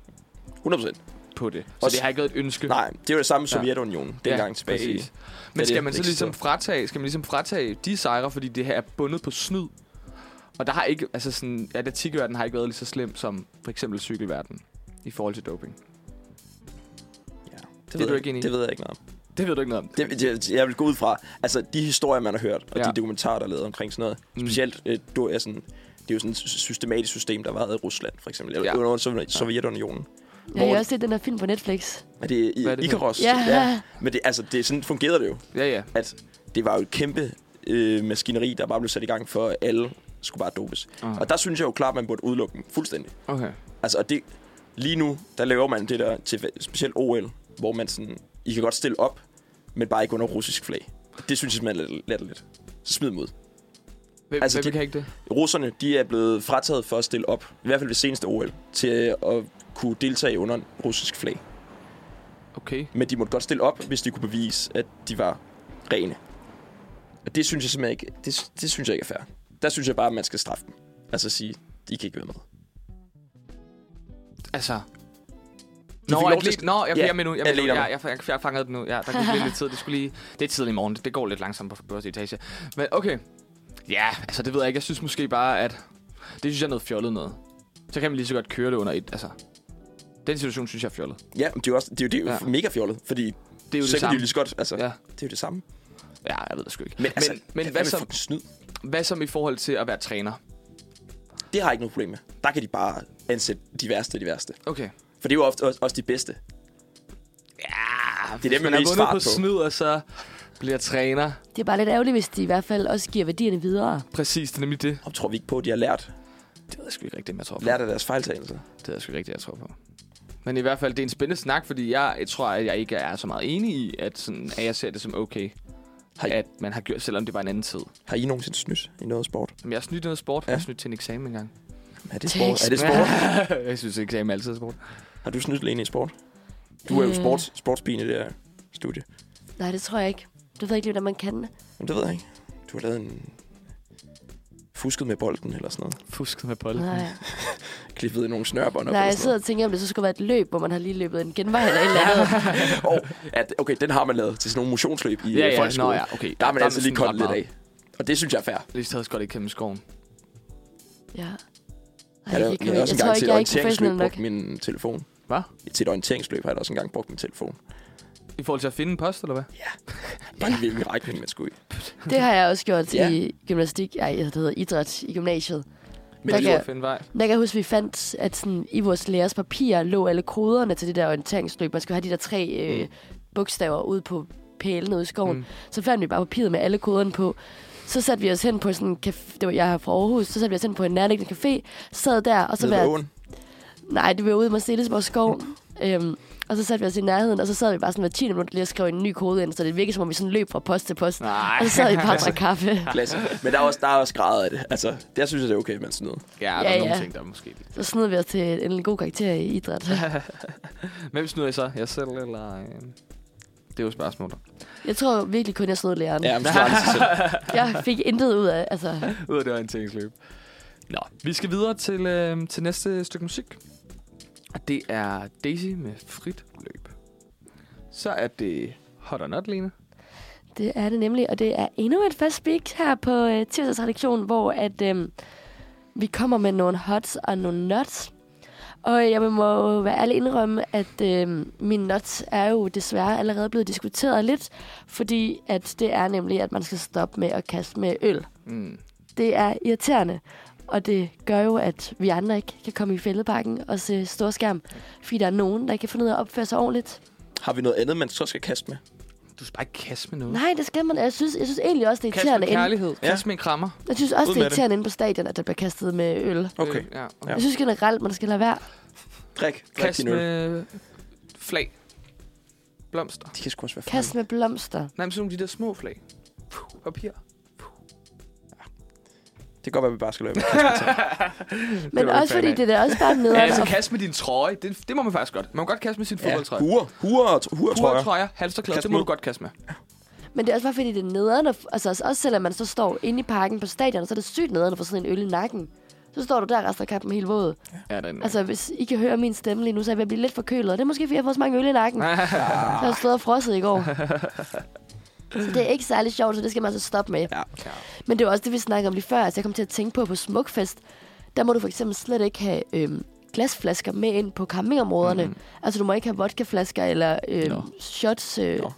Speaker 3: 100
Speaker 1: på det. Så
Speaker 3: Også-
Speaker 1: det har ikke været et ønske.
Speaker 3: Nej, det er jo det samme i
Speaker 1: Ja.
Speaker 3: Sovjetunionen, dengang tilbage i
Speaker 1: præcis. Men
Speaker 3: det
Speaker 1: skal man så
Speaker 3: eksisterede.
Speaker 1: ligesom fratage, skal man ligesom fratage de sejre, fordi det her er bundet på snyd? Og der har ikke, altså sådan, atletikverdenen har ikke været lige så slem som for eksempel cykelverdenen i forhold til doping.
Speaker 3: Ja, det,
Speaker 1: er
Speaker 3: ved
Speaker 1: du
Speaker 3: jeg-
Speaker 1: ikke enig i?
Speaker 3: Det ved jeg ikke noget om.
Speaker 1: Det ved du ikke noget om.
Speaker 3: Det, det, jeg vil gå ud fra, altså de historier, man har hørt, og
Speaker 1: Ja.
Speaker 3: ja. de dokumentarer, der er lavet omkring sådan noget.
Speaker 1: Mm.
Speaker 3: Mm. Specielt, øh, du er sådan, det er jo sådan et sy- systematisk system, der har været i Rusland, for eksempel. Eller
Speaker 1: Ja.
Speaker 3: ja. under Sovjet- Sovjetunionen.
Speaker 2: Jeg har
Speaker 3: hvor-
Speaker 2: jo også set den der film på Netflix.
Speaker 3: Er det, i,
Speaker 1: Hvad er
Speaker 3: er
Speaker 1: det
Speaker 3: det
Speaker 1: for en?
Speaker 3: Icarus?
Speaker 2: Ja.
Speaker 3: Men det, altså, det, sådan fungerede det jo,
Speaker 1: Ja, ja.
Speaker 3: at det var jo et kæmpe øh, maskineri, der bare blev sat i gang for alle skulle bare dopes.
Speaker 1: Aha.
Speaker 3: Og der synes jeg jo klart, at man burde udelukke dem fuldstændig.
Speaker 1: Okay.
Speaker 3: Altså, og det, lige nu, der laver man det der til specielt OL, hvor man sådan, I kan godt stille op, men bare ikke under russisk flag. Det synes jeg, man er lidt lidt. Så smid mod.
Speaker 1: Hvem, altså,
Speaker 3: Altså,
Speaker 1: hvem
Speaker 3: det-
Speaker 1: kan ikke det?
Speaker 3: Russerne, de er blevet frataget for at stille op, i hvert fald ved seneste OL, til at kunne deltage under en russisk flag.
Speaker 1: Okay.
Speaker 3: Men de måtte godt stille op, hvis de kunne bevise, at de var rene. Og det synes jeg simpelthen ikke, det, det synes jeg ikke er fair. Der synes jeg bare, at man skal straffe dem. Altså sige, I kan ikke være med.
Speaker 1: Altså...
Speaker 3: fik
Speaker 1: Nå,
Speaker 3: lov
Speaker 1: atlet,
Speaker 3: til
Speaker 1: til...
Speaker 3: at-
Speaker 1: nå, jeg,
Speaker 3: Ja,
Speaker 1: jeg er med nu. Jeg, er med nu.
Speaker 3: atleterne.
Speaker 1: Jeg, jeg, jeg, jeg fangede den nu. Ja, der gik lige lidt tid. Det, skulle lige... det er tidlig i morgen. Det, det går lidt langsomt på første etage. Men okay. Ja, altså det ved jeg ikke. Jeg synes måske bare, at... Det synes jeg er noget fjollet noget. Så kan man lige så godt køre det under et... Altså, den situation synes jeg er fjollet.
Speaker 3: Ja, men det er jo, også, det er jo, det er jo
Speaker 1: Ja.
Speaker 3: ja. mega fjollet, fordi det er
Speaker 1: Det er jo det
Speaker 3: så kan de
Speaker 1: samme.
Speaker 3: jo lige så godt, altså,
Speaker 1: Ja.
Speaker 3: ja. det er jo det samme.
Speaker 1: ja, jeg ved det sgu ikke.
Speaker 3: Men, altså,
Speaker 1: men, men
Speaker 3: det
Speaker 1: hvad,
Speaker 3: er
Speaker 1: som,
Speaker 3: fucking snyd.
Speaker 1: hvad som i forhold til at være træner?
Speaker 3: Det har jeg ikke noget problem med. Der kan de bare ansætte de værste af de værste.
Speaker 1: Okay.
Speaker 3: For det er jo ofte også, også de bedste.
Speaker 1: Ja, det
Speaker 3: dem,
Speaker 1: man
Speaker 3: man
Speaker 1: har
Speaker 3: mest
Speaker 1: vundet
Speaker 3: fart
Speaker 1: på
Speaker 3: på.
Speaker 1: snyd, og så bliver træner.
Speaker 2: Det er bare lidt ærgerligt, hvis de i hvert fald også giver værdierne videre.
Speaker 1: Præcis, det er nemlig det.
Speaker 3: Og tror vi ikke på, at de har lært,
Speaker 1: Det ved jeg sgu ikke rigtigt, om jeg tror på.
Speaker 3: lært af deres fejltagelser.
Speaker 1: Det er jeg sgu ikke rigtigt, jeg tror på. Men i hvert fald, det er en spændende snak, fordi jeg, jeg tror, at jeg ikke er så meget enig i, at, sådan, at jeg ser det som okay,
Speaker 3: Har I,
Speaker 1: at man har gjort, selvom det var en anden tid.
Speaker 3: har I nogensinde snydt i noget sport?
Speaker 1: Men jeg har snydt noget sport, ja.
Speaker 3: Ja.
Speaker 1: jeg har snydt til en eksamen engang.
Speaker 3: Er det sport? Er det sport?
Speaker 1: sport? jeg synes, eksamen er altid sport.
Speaker 3: Har du snydt Lene i sport? Du er jo
Speaker 2: Øh.
Speaker 3: sports, sportspigen i det her studie.
Speaker 2: Nej, det tror jeg ikke. Du ved ikke lige, hvordan man kan.
Speaker 3: Men det ved jeg ikke. Du har lavet en... Fusket med bolden eller sådan noget.
Speaker 1: Fusket med bolden.
Speaker 2: Nej,
Speaker 3: Klippet i nogle snørbånd op
Speaker 2: Nej
Speaker 3: eller
Speaker 2: jeg
Speaker 3: sådan
Speaker 2: sidder og tænker, om det så skulle være et løb, hvor man har lige løbet en genvej eller et eller andet.
Speaker 3: noget. Og at, okay, den har man lavet til sådan nogle motionsløb i
Speaker 1: Ja,
Speaker 3: ja,
Speaker 1: ja,
Speaker 3: folkeskolen.
Speaker 1: nå ja, okay.
Speaker 3: Der har man
Speaker 1: Der er
Speaker 3: altså
Speaker 1: man
Speaker 3: lige
Speaker 1: sådan
Speaker 3: koldt lidt
Speaker 1: ret
Speaker 3: af. Og det synes jeg er fair.
Speaker 1: Lige så godt ikke gennem skoven.
Speaker 2: Ja. Ej,
Speaker 3: Jeg,
Speaker 2: jeg,
Speaker 3: jeg,
Speaker 2: kan ikke
Speaker 3: jeg,
Speaker 2: komme ind.
Speaker 3: har også
Speaker 2: jeg
Speaker 3: engang
Speaker 2: tror
Speaker 3: til
Speaker 2: ikke,
Speaker 3: et
Speaker 2: jeg er ikke
Speaker 3: orienteringsløb
Speaker 2: professionel nok.
Speaker 3: brugt min telefon.
Speaker 1: Hvad?
Speaker 3: Til et orienteringsløb har jeg da også engang brugt min telefon.
Speaker 1: I forhold til at finde en post, eller hvad?
Speaker 3: Bare lige hvilken rækning man skulle i.
Speaker 2: Det har jeg også gjort
Speaker 3: Ja.
Speaker 2: ja. i gymnastik. Ej, det hedder idræt i gymnasiet.
Speaker 1: Men
Speaker 2: Der
Speaker 1: det
Speaker 2: kan-
Speaker 1: at finde vej.
Speaker 2: Men Jeg kan huske, vi fandt, at sådan, i vores lærers papirer lå alle koderne til det der orienteringsløb. Man skulle have de der tre øh, bogstaver ud på pælene ude i skoven.
Speaker 1: Mm.
Speaker 2: Mm. Så fandt vi bare papiret med alle koderne på. Så satte vi os hen på sådan en café. Det var jeg her fra Aarhus. Så satte vi os hen på en nærliggende café. Sad der, og så
Speaker 3: Nede ved
Speaker 2: var
Speaker 3: åen.
Speaker 2: Nej, det var ude i Marcellesborg skov. Øhm, og så satte vi os i nærheden, og så sad vi bare sådan hver 10 minutter lige og skrev en ny kode ind, så det virkede som om vi sådan løb fra post til post.
Speaker 1: Nej.
Speaker 2: Og så sad vi bare og drak kaffe.
Speaker 3: Klasse. Men der er også, der er også grader af det. Altså, der synes jeg, det er okay, man snyder.
Speaker 1: Ja, der
Speaker 2: Ja,
Speaker 1: er nogle
Speaker 2: ja.
Speaker 1: ting, der er måske lidt.
Speaker 2: Så snød vi os til en god karakter i idræt.
Speaker 1: Hvem snyder I så? Jeg selv, eller... Øh... Det er jo spørgsmålet.
Speaker 2: Jeg tror virkelig kun, jeg snød læreren.
Speaker 3: Ja, men snart sig selv.
Speaker 2: Jeg fik intet ud af, altså...
Speaker 1: Ud af det orienteringsløb. Nå, vi skal videre til, øh, til næste stykke musik. Og det er Daisy med frit løb. Så er det Hot or Not, Lene.
Speaker 2: Det er det nemlig, og det er endnu et fast speak her på øh, tirsdagsredaktionen, hvor at, øh, vi kommer med nogle hots og nogle nuts. Og jeg må jo være ærlig indrømme, at øh, min nuts er jo desværre allerede blevet diskuteret lidt, fordi at det er nemlig, at man skal stoppe med at kaste med øl.
Speaker 1: Mm.
Speaker 2: Det er irriterende, og det gør jo, at vi andre ikke kan komme i fældeparken og se storskærm, fordi der er nogen, der ikke kan finde ud af at opføre sig ordentligt.
Speaker 1: Mm.
Speaker 3: Har vi noget andet, man så skal kaste med?
Speaker 1: Du skal bare ikke kaste med noget.
Speaker 2: Nej, det skal man. Jeg synes, jeg synes egentlig også, det er
Speaker 1: Kast med
Speaker 2: irriterende. Inde,
Speaker 1: kærlighed.
Speaker 3: Ja.
Speaker 1: Kast med en krammer.
Speaker 2: jeg synes også,
Speaker 3: Ud
Speaker 2: det er
Speaker 3: med det.
Speaker 2: irriterende inde på stadion, at der bliver kastet med øl.
Speaker 3: Okay.
Speaker 1: Øh, ja.
Speaker 3: Ja.
Speaker 2: Jeg synes generelt, man skal lade være.
Speaker 3: Drik. Drik
Speaker 1: Kast
Speaker 3: din øl.
Speaker 1: med flag. Blomster.
Speaker 3: De kan sgu også være
Speaker 2: Kast med blomster.
Speaker 1: Nej, men sådan nogle af de der små flag. Puh, papir.
Speaker 3: Det kan godt være, vi bare skal løbe.
Speaker 2: Men
Speaker 1: var vi
Speaker 2: også
Speaker 1: fan
Speaker 2: fordi
Speaker 1: af.
Speaker 2: det er da også bare
Speaker 1: Ja,
Speaker 2: nederen.
Speaker 1: altså
Speaker 2: og-
Speaker 1: kast med din trøje. Det, det må man faktisk godt. Man må godt kaste med sin fodboldtrøje.
Speaker 3: Huer. Huer, og tr- huer, tror jeg.
Speaker 1: Fodboldtrøjer, halsterklæder,
Speaker 3: Kast
Speaker 1: det må
Speaker 3: med.
Speaker 1: du godt kaste med.
Speaker 2: Men det er også bare fordi, det er nederen. at- Altså også også selvom man så står inde i parken på stadion, så er det sygt nederen at få sådan en øl i nakken. Så står du der resten af kampen helt våd.
Speaker 1: Ja, den.
Speaker 2: Altså, hvis I kan høre min stemme lige nu, så er jeg ved at blive lidt forkølet. Og det er måske, fordi jeg har fået så mange øl i nakken. Jeg har stået og frosset i går. Så det er ikke særlig sjovt, så det skal man altså stoppe med.
Speaker 3: Ja.
Speaker 2: Men det var også det, vi snakkede om lige før. Altså, jeg kom til at tænke på, på Smukfest, der må du for eksempel slet ikke have øhm, glasflasker med ind på campingområderne. Mm. Altså, du må ikke have vodkaflasker eller øhm,
Speaker 1: Nå.
Speaker 2: shots. Øh,
Speaker 3: Nå.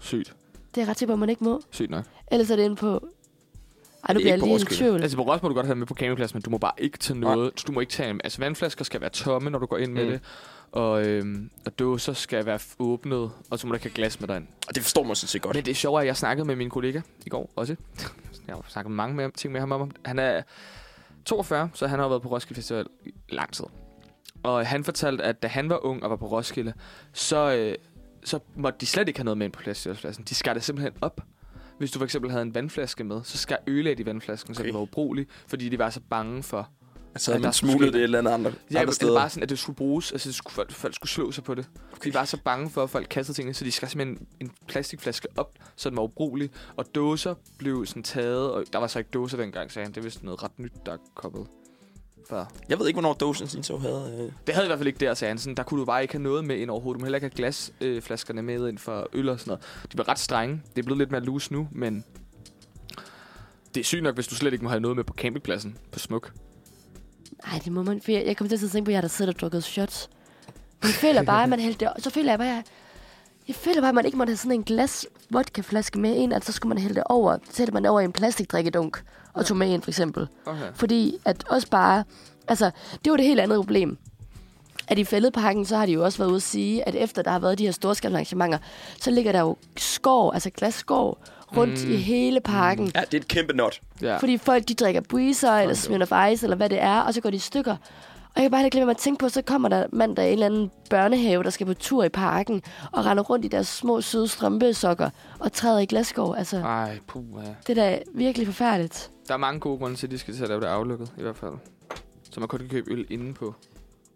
Speaker 1: Sygt.
Speaker 2: det er jeg ret sikker på, at man ikke må.
Speaker 1: Sygt nok.
Speaker 2: Ellers er det inde på... Ej, nu
Speaker 3: Det er
Speaker 2: bliver jeg
Speaker 3: ikke på
Speaker 2: lige i
Speaker 3: Roskilde.
Speaker 2: tvivl.
Speaker 1: Altså på Ros må du godt have med på campingpladsen, men du må bare ikke tage noget. Du må ikke tage Altså vandflasker skal være tomme, når du går ind med
Speaker 3: Mm.
Speaker 1: det. Og, øhm, og dåser skal være f- åbnet, og så må der ikke have glas med derind.
Speaker 3: Og det forstår man sådan set godt.
Speaker 1: Men det sjove er, at jeg snakkede med min kollega i går også. Jeg har jo snakket mange med, ting med ham om. Han er 42, så han har jo været på Roskilde Festival i lang tid. Og han fortalte, at da han var ung og var på Roskilde, så, øh, så måtte de slet ikke have noget med ind på festivalpladsen. De skar det simpelthen op. Hvis du for eksempel havde en vandflaske med, så skar øl i vandflasken, okay. så
Speaker 3: Okay.
Speaker 1: den var ubrugelig, fordi de var så bange for,
Speaker 3: Altså,
Speaker 1: Ja,
Speaker 3: havde
Speaker 1: der er
Speaker 3: man smuglet
Speaker 1: forskellige-
Speaker 3: det et eller andet andre,
Speaker 1: Ja,
Speaker 3: andre
Speaker 1: det var
Speaker 3: steder.
Speaker 1: bare sådan, at det skulle bruges. Altså, det skulle, folk, folk skulle slå sig på det. Okay. De var så bange for, at folk kastede tingene, så de skar simpelthen en plastikflaske op, så den var ubrugelig. Og dåser blev sådan taget, og der var så ikke dåser dengang, sagde han. Det er vist noget ret nyt, der er kommet. Før.
Speaker 3: Jeg ved ikke, hvornår Dosen sin tog havde... Øh,
Speaker 1: Det havde i hvert fald ikke der, sagde han. Sådan, der kunne du bare ikke have noget med ind overhovedet. Du må heller ikke have glasflaskerne øh, flaskerne med ind for øl og sådan noget. De var ret strenge. Det er blevet lidt mere loose nu, men... Det er sygt nok, hvis du slet ikke må have noget med på campingpladsen på Smuk.
Speaker 2: Nej, det må man. For jeg, jeg kom til at sidde og tænke på, at jeg der sidder og drukket shots. Men jeg føler bare, at man hældte det op. Så føler jeg bare, at jeg, jeg føler bare, at man ikke måtte have sådan en glas vodkaflaske med ind, altså så skulle man hælde det over. Så hældte man det over i en plastikdrikkedunk og tog med ind, for eksempel.
Speaker 1: Okay.
Speaker 2: Fordi at også bare... Altså, det var det helt andet problem. At i fældeparken, så har de jo også været ude at sige, at efter der har været de her storskalarrangementer, så ligger der jo skov, altså glasskov, rundt mm. i hele parken.
Speaker 3: ja, det er et kæmpe not.
Speaker 1: Ja.
Speaker 2: Fordi folk, de drikker breezer, eller smitter of ice, eller hvad det er, og så går de i stykker. Og jeg kan bare heller ikke glemme at tænke på, så kommer der mandag en eller anden børnehave, der skal på tur i parken, og render rundt i deres små søde strømpesokker, og træder i glasskov. Altså,
Speaker 1: Ej, puh, ja.
Speaker 2: det er da virkelig forfærdeligt.
Speaker 1: Der er mange gode grunde til, at de skal til at lave det aflukket, i hvert fald. Så man kun kan købe øl inde på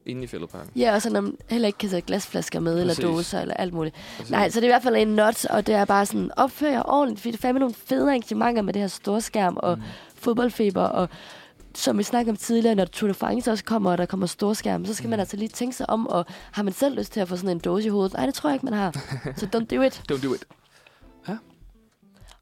Speaker 1: inde i fældeparken.
Speaker 2: Ja, og så når man heller ikke kan sætte glasflasker med, Præcis.
Speaker 1: Præcis.
Speaker 2: eller dåser, eller alt muligt. Nej, så det er i hvert fald en not, og det er bare sådan, opfør jer ordentligt, fordi det er fandme nogle fede arrangementer med det her storskærm og mm. fodboldfeber, og som vi snakkede om tidligere, når Tour de France også kommer, og der kommer storskærm, så skal mm. man altså lige tænke sig om, og har man selv lyst til at få sådan en dåse i hovedet? Nej, det tror jeg ikke, man har. Så don't do it.
Speaker 1: Don't do it.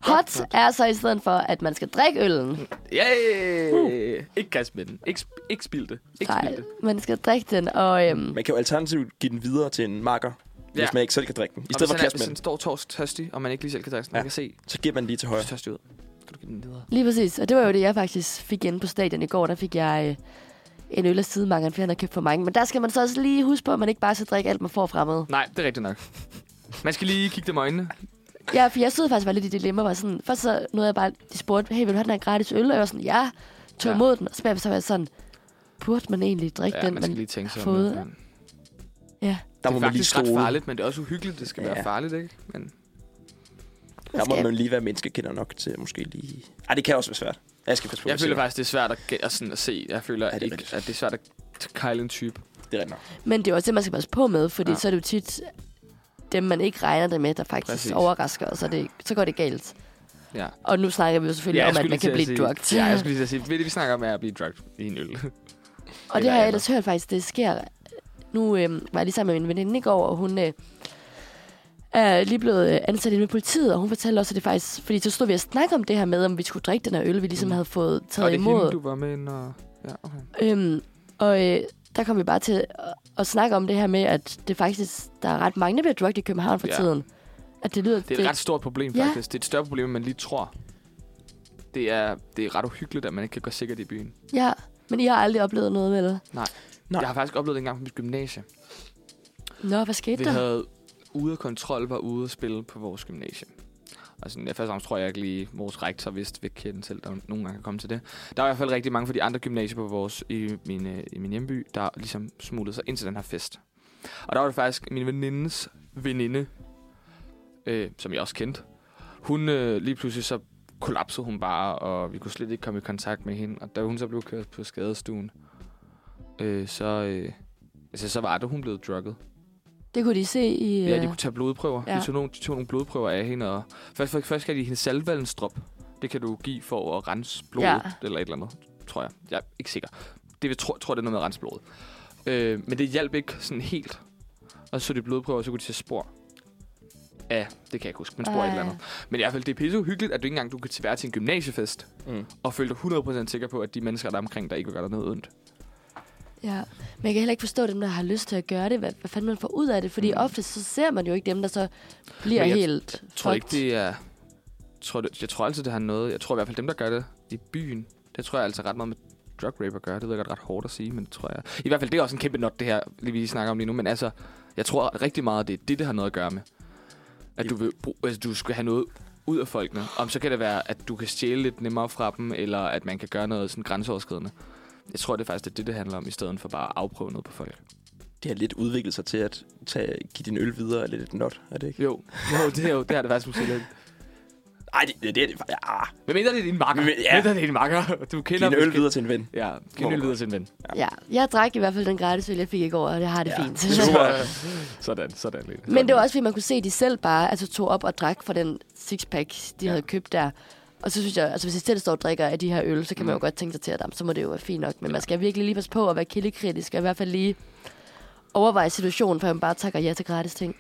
Speaker 2: Hot er så i stedet for, at man skal drikke øllen.
Speaker 1: Yay! Uh. Ikke kaste med den. Ikke, sp- ikke spild det. Ikke
Speaker 2: Nej,
Speaker 1: spild det.
Speaker 2: man skal drikke den, og øhm,
Speaker 3: Man kan jo alternativt give den videre til en makker, ja.
Speaker 1: Ja.
Speaker 3: hvis man ikke selv kan drikke den. I
Speaker 1: Og
Speaker 3: stedet
Speaker 1: hvis
Speaker 3: for
Speaker 1: han, er-
Speaker 3: kast
Speaker 1: hvis
Speaker 3: med
Speaker 1: han
Speaker 3: den,
Speaker 1: står tors tørstig, og man ikke lige selv kan drikke, så man
Speaker 3: Ja.
Speaker 1: kan se,
Speaker 3: så giver man den lige til
Speaker 1: du er
Speaker 3: højre.
Speaker 1: tørstig ud. Kan du give den videre?
Speaker 2: Lige præcis, og det var jo det, jeg faktisk fik igen på stadion i går. Der fik jeg øh, en øl af sidemangeren, fordi han har købt for mange. Men der skal man så også lige huske på, at man ikke bare skal drikke alt, man får fremmede.
Speaker 1: Nej, det er rigtigt nok. Man skal lige kigge dem i øjnene.
Speaker 2: Ja, for jeg stod faktisk og var lidt i dilemma. Var sådan, først så nåede jeg bare, de spurgte, hey, vil du have den her gratis øl? Og jeg var sådan, ja, tog
Speaker 1: Ja.
Speaker 2: imod den. Og så bagefter så var jeg sådan, burde man egentlig drikke
Speaker 1: Ja,
Speaker 2: den?
Speaker 1: man skal lige tænke sig
Speaker 2: har
Speaker 1: om.
Speaker 2: fået-
Speaker 1: ja.
Speaker 2: ja.
Speaker 3: Der
Speaker 1: det
Speaker 3: må
Speaker 1: er
Speaker 3: man lige
Speaker 1: faktisk ret
Speaker 3: stole.
Speaker 1: farligt, men det er også uhyggeligt. Det skal ja.
Speaker 3: Ja.
Speaker 1: være farligt, ikke? Men
Speaker 3: Der må
Speaker 2: Skal-
Speaker 3: man lige være menneskekender nok til måske lige... Ej, det kan også være svært. Jeg skal passe på,
Speaker 1: jeg
Speaker 3: hvad
Speaker 1: føler
Speaker 3: siger.
Speaker 1: faktisk, det er svært at, ge- at, sådan at se. Jeg føler,
Speaker 3: Ja, det
Speaker 1: ja,
Speaker 3: er
Speaker 1: ikke,
Speaker 3: rigtigt.
Speaker 1: at det er svært at kejle en type.
Speaker 3: Det er rigtigt nok.
Speaker 2: Men det er også det, man skal passe på med, fordi
Speaker 1: Ja.
Speaker 2: ja. så er det jo tit dem, man ikke regner det med, der faktisk
Speaker 1: Præcis.
Speaker 2: præcis. overrasker, og så, er det, så går det galt.
Speaker 1: Ja.
Speaker 2: Og nu snakker vi jo selvfølgelig
Speaker 1: jeg
Speaker 2: om, at
Speaker 1: skulle
Speaker 2: man
Speaker 1: lige til
Speaker 2: kan blive
Speaker 1: sige,
Speaker 2: drugt.
Speaker 1: Ja, jeg skulle lige til at sige, ved det, vi snakker om, er at blive drugt i en øl.
Speaker 2: Og det
Speaker 1: Eller
Speaker 2: har jeg
Speaker 1: andet.
Speaker 2: ellers hørt faktisk, det sker. Nu øh, var jeg lige sammen med min veninde i går, og hun øh, er lige blevet øh, ansat inde med politiet, og hun fortalte også, at det faktisk... Fordi så stod vi og snakkede om det her med, om vi skulle drikke den her øl, vi ligesom
Speaker 1: Mm.
Speaker 2: havde fået
Speaker 1: Og
Speaker 2: taget
Speaker 1: det er hende,
Speaker 2: imod.
Speaker 1: du var med ind og... Ja, okay.
Speaker 2: Øhm, og øh, der kom vi bare til at, at snakke om det her med, at det faktisk... Der er ret mange, der bliver drugt i København for
Speaker 1: Ja.
Speaker 2: tiden. At det lyder...
Speaker 1: Det er et ret stort problem,
Speaker 2: Ja.
Speaker 1: faktisk. Det er et større problem, end man lige tror. Det er, det er ret uhyggeligt, at man ikke kan gå sikkert i byen.
Speaker 2: Ja, men I har aldrig oplevet noget med det.
Speaker 3: Nej.
Speaker 1: Jeg har faktisk oplevet det engang på mit gymnasie.
Speaker 2: Nå, hvad skete
Speaker 1: Vi
Speaker 2: der?
Speaker 1: havde ude af kontrol, var ude at spille på vores Altså, gymnasie. Og sådan, ja, først og fremmest tror jeg ikke lige, vores rektor vidste ved kende selv, der nogen gange kan komme til det. Der var i hvert fald rigtig mange fra de andre gymnasier på vores, i, min, øh, i min hjemby, der ligesom smuttede sig ind til den her fest. Og der var det faktisk min venindes veninde, øh, som jeg også kendte. Hun øh, lige pludselig så kollapsede hun bare, og vi kunne slet ikke komme i kontakt med hende. Og da hun så blev kørt på skadestuen, øh, så, øh, altså, så var det, hun blev drukket.
Speaker 2: Det kunne de se i...
Speaker 1: Ja, de
Speaker 2: øh,
Speaker 1: kunne tage blodprøver. Ja.
Speaker 2: Ja.
Speaker 1: De, tog nogle, de tog nogle blodprøver af hende. Og først, først, først skal de hende salvalensdrop. Det kan du give for at rense blodet, ja.
Speaker 2: Ja.
Speaker 1: eller et eller andet, tror jeg. Jeg er ikke sikker. Det, jeg tror, tror, det er noget med at rense blodet. Øh, men det hjalp ikke sådan helt. Og så så de blodprøver, og så kunne de se spor. Ja, det kan jeg ikke huske, men spor af et eller
Speaker 2: Ej.
Speaker 1: andet. Men i hvert fald, det er pisse uhyggeligt, at du ikke engang du kan til- være til en gymnasiefest,
Speaker 3: Mm.
Speaker 1: og føle dig 100% sikker på, at de mennesker, der er omkring dig, ikke vil gøre dig noget ondt.
Speaker 2: Ja, men jeg kan heller ikke forstå dem, der har lyst til at gøre det. Hvad, hvad fanden man får ud af det? Fordi
Speaker 1: Mm.
Speaker 2: mm. ofte så ser man jo ikke dem, der så bliver
Speaker 1: Men jeg
Speaker 2: helt
Speaker 1: tror ikke,
Speaker 2: fucked.
Speaker 1: det er... Tror det, jeg tror altid, det har noget... Jeg tror i hvert fald, dem, der gør det i byen, det tror jeg altså ret meget med drug rape at gøre. Det ved jeg godt ret hårdt at sige, men det tror jeg... I hvert fald, det er også en kæmpe not, det her, lige vi snakker om lige nu. Men altså, jeg tror rigtig meget, det er det, det har noget at gøre med. At du, vil, bruge- altså, du skal have noget ud af folkene. Om så kan det være, at du kan stjæle lidt nemmere fra dem, eller at man kan gøre noget sådan grænseoverskridende. Jeg tror, det er faktisk det, er det, det handler om, i stedet for bare at afprøve noget på folk.
Speaker 3: Det har lidt udviklet sig til at tage, give din øl videre eller lidt not, er det ikke?
Speaker 1: Jo, jo det, er jo, det har det faktisk måske lidt.
Speaker 3: Nej, det, det, det, det, ja,
Speaker 1: Hvem mindre det er din makker?
Speaker 3: Men-
Speaker 1: Hvem
Speaker 3: ja.
Speaker 1: mindre det er din makker? Du
Speaker 3: Giv
Speaker 1: kender
Speaker 3: en øl
Speaker 1: måske-
Speaker 3: videre til en ven.
Speaker 1: Ja, giv en øl videre til en ven.
Speaker 2: Ja, jeg drak i hvert fald den gratis øl, jeg fik i går, og det har det
Speaker 3: Ja.
Speaker 2: fint.
Speaker 3: Super.
Speaker 1: Sådan, sådan lidt.
Speaker 2: Men det var også, fordi man kunne se, at de selv bare altså, tog op og drak fra den sixpack, de ja. havde købt der. Og så synes jeg, altså hvis jeg selv står og drikker af de her øl, så kan man
Speaker 1: Mm.
Speaker 2: jo godt tænke sig til, at jamen, så må det jo være fint nok. Men man skal virkelig lige passe på at være kildekritisk, og i hvert fald lige overveje situationen, før man bare takker ja til gratis ting.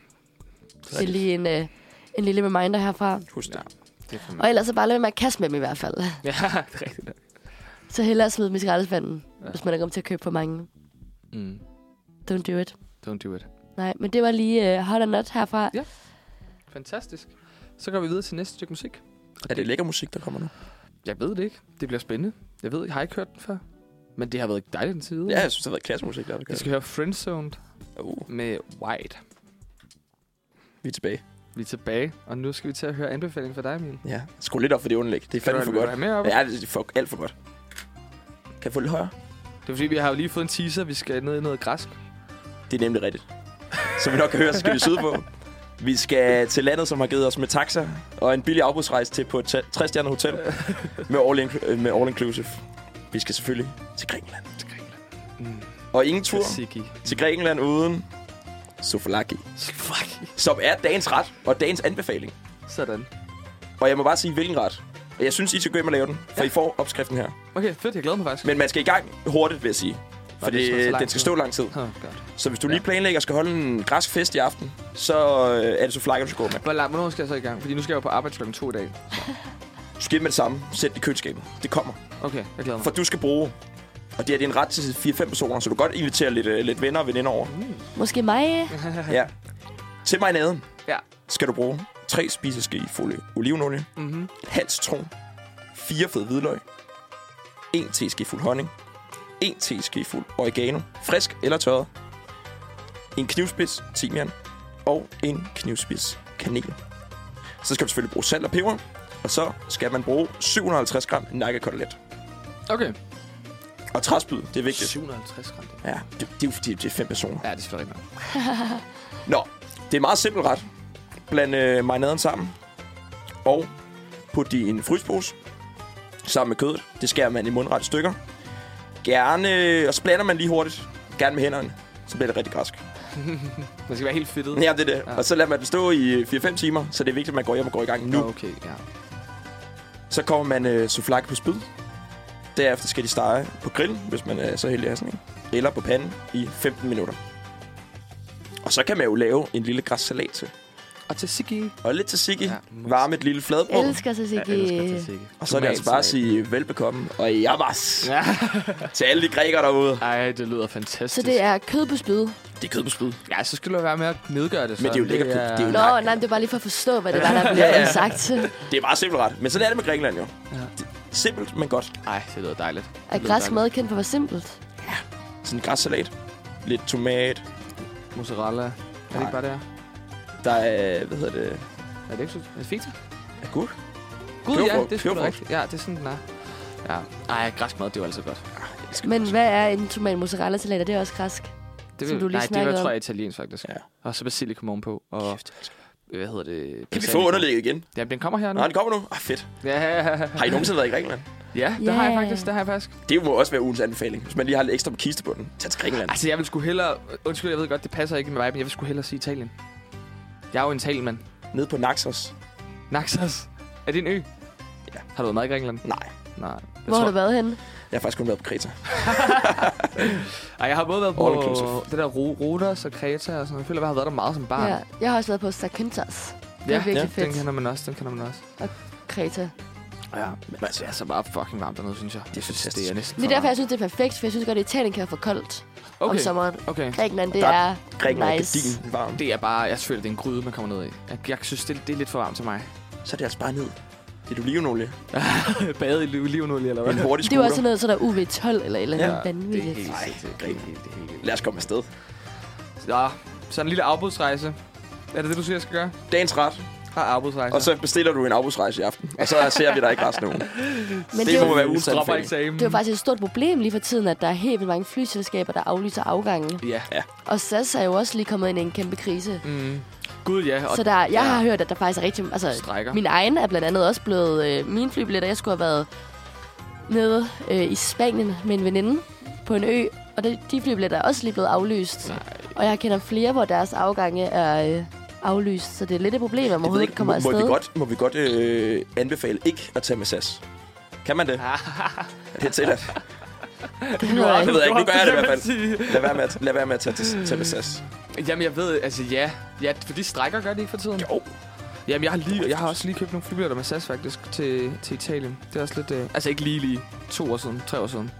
Speaker 2: Så det er lige en, øh, en lille reminder herfra.
Speaker 3: Husk det.
Speaker 1: Det er for
Speaker 2: Og ellers så bare lade være med at kaste med dem i hvert fald.
Speaker 1: Ja, det er rigtigt. nok.
Speaker 2: Så hellere smide dem i skraldespanden,
Speaker 1: Ja.
Speaker 2: ja. hvis man er kommet til at købe for mange.
Speaker 1: Mm.
Speaker 2: Don't do it.
Speaker 1: Don't do it.
Speaker 2: Nej, men det var lige øh, hot and not herfra.
Speaker 1: Ja. Fantastisk. Så går vi videre til næste stykke musik.
Speaker 3: Er det lækker musik, der kommer nu?
Speaker 1: Jeg ved det ikke. Det bliver spændende. Jeg ved ikke, har I ikke hørt den før? Men det har været dejligt indtil videre.
Speaker 3: Ja, jeg synes, det har været klassemusik, der har
Speaker 1: Vi
Speaker 3: været
Speaker 1: Uh. skal høre Friendzone
Speaker 3: uh,
Speaker 1: med White.
Speaker 3: Vi er tilbage.
Speaker 1: Vi er tilbage, og nu skal vi til at høre anbefaling fra dig, Emil.
Speaker 3: Ja. Skru lidt op for det underlæg. Det er fandme for godt.
Speaker 1: Vil du have mere op?
Speaker 3: Ja, det er for, alt for godt. Kan jeg få lidt højere?
Speaker 1: Det er fordi, vi har jo lige fået en teaser. Vi skal ned i noget græsk.
Speaker 3: Det er nemlig rigtigt. Som vi nok kan høre, så skal vi sydpå. Vi skal til landet, som har givet os med taxa og en billig afbudsrejse til på et 60-stjernet hotel med all, inclu- øh, med all inclusive. Vi skal selvfølgelig til Grækenland.
Speaker 1: Til Grækenland. Mm.
Speaker 3: Og ingen tur
Speaker 1: Siki.
Speaker 3: til Grækenland uden souvlaki,
Speaker 1: Fuck.
Speaker 3: som er dagens ret og dagens anbefaling.
Speaker 1: Sådan.
Speaker 3: Og jeg må bare sige, hvilken ret. Og Jeg synes, I skal gå hjem og lave den, for
Speaker 1: Ja.
Speaker 3: I får opskriften her.
Speaker 1: Okay, fedt. Jeg glæder mig faktisk.
Speaker 3: Men man skal i gang hurtigt, vil jeg sige. For
Speaker 1: det er så- så lang
Speaker 3: den skal
Speaker 1: tid.
Speaker 3: stå lang tid.
Speaker 1: Åh, oh, godt.
Speaker 3: Så hvis du
Speaker 1: Ja.
Speaker 3: lige planlægger at skal holde en græsk fest i aften, så øh, er det så flakker, du skal gå med.
Speaker 1: Hvor langt, hvornår skal jeg så i gang? Fordi nu skal jeg jo på arbejde klokken to i dag.
Speaker 3: Du skal hjem med det samme. Sæt det i køleskabet. Det kommer.
Speaker 1: Okay, jeg glæder mig.
Speaker 3: For du skal bruge... Og det her det er en ret til 4-5 personer, så du kan godt invitere lidt, øh, lidt venner og veninder over.
Speaker 2: Måske mig?
Speaker 3: Ja. Til marinaden
Speaker 1: Ja.
Speaker 3: skal du bruge 3 spiseske fulde olivenolie,
Speaker 1: Mm-hmm.
Speaker 3: en halv citron, 4 fede hvidløg, 1 teskefuld honning, 1 teskefuld oregano, frisk eller tørret, en knivspids timian og en knivspids kanel. Så skal du selvfølgelig bruge salt og peber, og så skal man bruge 750 gram nakkekotelet.
Speaker 1: Okay.
Speaker 3: Og træspyd, det er vigtigt.
Speaker 1: 750 gram.
Speaker 3: Ja, det, det er jo fordi, det er fem personer.
Speaker 1: Ja, det er selvfølgelig rigtigt. nok.
Speaker 3: Nå, det er en meget simpel ret. Bland øh, marinaden sammen, og put det i en fryspose, sammen med kødet. Det skærer man i mundrette stykker. Gerne, øh, og så blander man lige hurtigt, gerne med hænderne. Så bliver det rigtig græsk.
Speaker 1: Man skal være helt fedtet.
Speaker 3: Ja, det er det.
Speaker 1: Ja.
Speaker 3: Og så lader man det stå i øh, 4-5 timer, så det er vigtigt, at man går hjem og går i gang nu.
Speaker 1: Ah, Okay, ja.
Speaker 3: Så kommer man øh, soufflage på spyd. Derefter skal de stege på grill, hvis man er så heldig at have sådan en. Eller på panden i 15 minutter. Og så kan man jo lave en lille græssalat til.
Speaker 1: Og til Siki.
Speaker 3: Og lidt tzatziki.
Speaker 1: Ja.
Speaker 3: Ja. Varme et lille
Speaker 2: Jeg
Speaker 3: fladbrød.
Speaker 2: elsker så sikkert.
Speaker 1: Siki.
Speaker 3: Og så er det altså bare at sige velbekomme og jamas
Speaker 1: Ja.
Speaker 3: til alle de grækere derude.
Speaker 1: Ej, det lyder fantastisk.
Speaker 2: Så det er kød på spyd.
Speaker 3: Det er kød på spyd.
Speaker 1: Ja, så skal du være med at nedgøre det.
Speaker 3: Men det er jo lækkert kød. Det er jo
Speaker 2: Nå,
Speaker 3: Nej.
Speaker 2: nej, men det er bare lige for at forstå, hvad det var, der blev sagt.
Speaker 3: Det er bare simpelt ret. Men sådan er det med Grækenland jo.
Speaker 1: Ja.
Speaker 3: Det- Simpelt, men godt.
Speaker 1: Ej, det lyder dejligt.
Speaker 2: Er græsk mad kendt for at være simpelt?
Speaker 3: Sådan en græssalat. Lidt tomat.
Speaker 1: Mozzarella. Er det
Speaker 3: Nej.
Speaker 1: ikke bare der?
Speaker 3: Der er, hvad hedder det?
Speaker 1: Er det ikke så? Er det feta?
Speaker 3: Agurk.
Speaker 1: Gud, ja,
Speaker 3: Peberfrugt,
Speaker 1: det er sgu da
Speaker 3: peberfrugt.
Speaker 1: rigtigt. Ja, det er sådan, den er. Ja. Ej, græsk mad, det er jo altid godt.
Speaker 3: Ah,
Speaker 2: Men hvad er en tomat mozzarella salat? Er det også græsk?
Speaker 1: Det
Speaker 2: Som du lige
Speaker 1: nej, det
Speaker 2: snakkede
Speaker 1: var,
Speaker 2: om.
Speaker 1: tror jeg, er italiensk, faktisk.
Speaker 3: Ja. altså.
Speaker 1: Og så basilikum ovenpå. Og, øh, hvad hedder det?
Speaker 3: Kan vi få
Speaker 1: balsamico.
Speaker 3: underlægget igen?
Speaker 1: Ja, den kommer her nu.
Speaker 3: Nå, den kommer nu. Ah, fedt.
Speaker 1: Ja,
Speaker 3: Har I nogensinde været i Grækenland?
Speaker 1: ja det har jeg
Speaker 2: Ja.
Speaker 1: faktisk. Det har jeg faktisk.
Speaker 3: Det må også være ugens anbefaling. Hvis man lige har lidt ekstra på kistebunden. Tag til Grækenland.
Speaker 1: Altså, jeg vil sgu hellere... Undskyld, jeg ved godt, det passer ikke med mig, men jeg vil sgu hellere sige Italien. Jeg er jo en talmand.
Speaker 3: Ned på Naxos.
Speaker 1: Naxos. Er det en ø?
Speaker 3: Ja.
Speaker 1: Har du været med i Grækenland?
Speaker 3: Nej,
Speaker 1: Nej.
Speaker 2: Hvor har du været henne?
Speaker 3: jeg har faktisk kun været på Kreta.
Speaker 1: Ej, jeg har både været
Speaker 3: All
Speaker 1: på
Speaker 3: inclusive.
Speaker 1: det der Ro- Rodas og Kreta og sådan noget. Jeg føler, jeg har været der meget som barn.
Speaker 2: Ja, jeg har også været på Zakynthos. Det
Speaker 1: Ja,
Speaker 2: er virkelig
Speaker 1: Den
Speaker 2: fedt.
Speaker 1: kender man også, den kender man også.
Speaker 2: Kreta.
Speaker 1: Ja,
Speaker 3: Men altså,
Speaker 1: det er så bare fucking varmt dernede, synes jeg.
Speaker 3: Det er fantastisk.
Speaker 1: Det er næsten
Speaker 2: Det er derfor, jeg
Speaker 1: jeg...
Speaker 2: synes, det er perfekt, for jeg synes godt, at Italien kan være for koldt om
Speaker 1: Okay,
Speaker 2: sommeren.
Speaker 1: okay.
Speaker 2: Grækenland, det
Speaker 3: Der-
Speaker 2: er
Speaker 3: Grækenland er
Speaker 2: nice.
Speaker 3: gardinen varm.
Speaker 1: Det er bare, jeg føler, det er en gryde, man kommer ned i. Jeg, jeg synes, det, det er lidt for varmt til mig.
Speaker 3: Så er det altså bare ned. Det er olivenolie.
Speaker 1: Bade i olivenolie, eller hvad?
Speaker 3: En hurtig
Speaker 2: Det er jo
Speaker 3: scooter.
Speaker 2: også noget, så der UV12 eller et eller andet
Speaker 1: Ja, det er helt
Speaker 2: vanvittigt.
Speaker 1: sindssygt. Det er
Speaker 3: Ej,
Speaker 1: helt, helt, det er helt,
Speaker 3: Lad os komme afsted.
Speaker 1: Nå, så en lille afbudsrejse. Er det det, du siger, jeg skal gøre?
Speaker 3: Dagens ret
Speaker 1: Og arbejdsrejser.
Speaker 3: Og så bestiller du en afbudsrejse i aften, og så ser vi dig ikke resten af ugen.
Speaker 2: Men
Speaker 3: det
Speaker 2: det, er
Speaker 3: må
Speaker 2: jo,
Speaker 3: være ugens
Speaker 1: Dropper
Speaker 3: anbefaling.
Speaker 1: eksamen.
Speaker 2: det er jo faktisk et stort problem lige for tiden, at der er helt vildt mange flyselskaber, der aflyser afgangen.
Speaker 1: Ja.
Speaker 2: Og SAS er jo også lige kommet ind i en kæmpe krise.
Speaker 1: Mm. Gud, ja. Og
Speaker 2: Så der, jeg
Speaker 1: ja.
Speaker 2: har hørt, at der faktisk er rigtig... Altså,
Speaker 1: Strækker.
Speaker 2: min egen er blandt andet også blevet... Øh, mine flybilletter, jeg skulle have været nede øh, i Spanien med en veninde på en ø. Og det, de flybilletter er også lige blevet aflyst. Nej. Og jeg kender flere, hvor deres afgange er øh, aflyst. Så det er lidt et problem, at man
Speaker 3: Jeg ved
Speaker 2: overhovedet ikke
Speaker 3: ikke,
Speaker 2: kommer
Speaker 3: må,
Speaker 2: afsted.
Speaker 3: må vi godt, må vi godt øh, anbefale ikke at tage med SAS? Kan man det? det er tilladt.
Speaker 2: Det ved jeg
Speaker 3: Det
Speaker 2: ikke.
Speaker 3: ved jeg ikke, nu gør jeg det i hvert fald.
Speaker 1: fald.
Speaker 3: Lad være med at, lad være med at tage, til, tage med SAS.
Speaker 1: Jamen, jeg ved, altså ja. Ja, for de strækker gør det ikke for tiden.
Speaker 3: Jo.
Speaker 1: Jamen, jeg har, lige, jeg har også lige købt nogle flybilletter med SAS faktisk til, til Italien. Det er også lidt... Øh, altså ikke lige lige to år siden, tre år siden.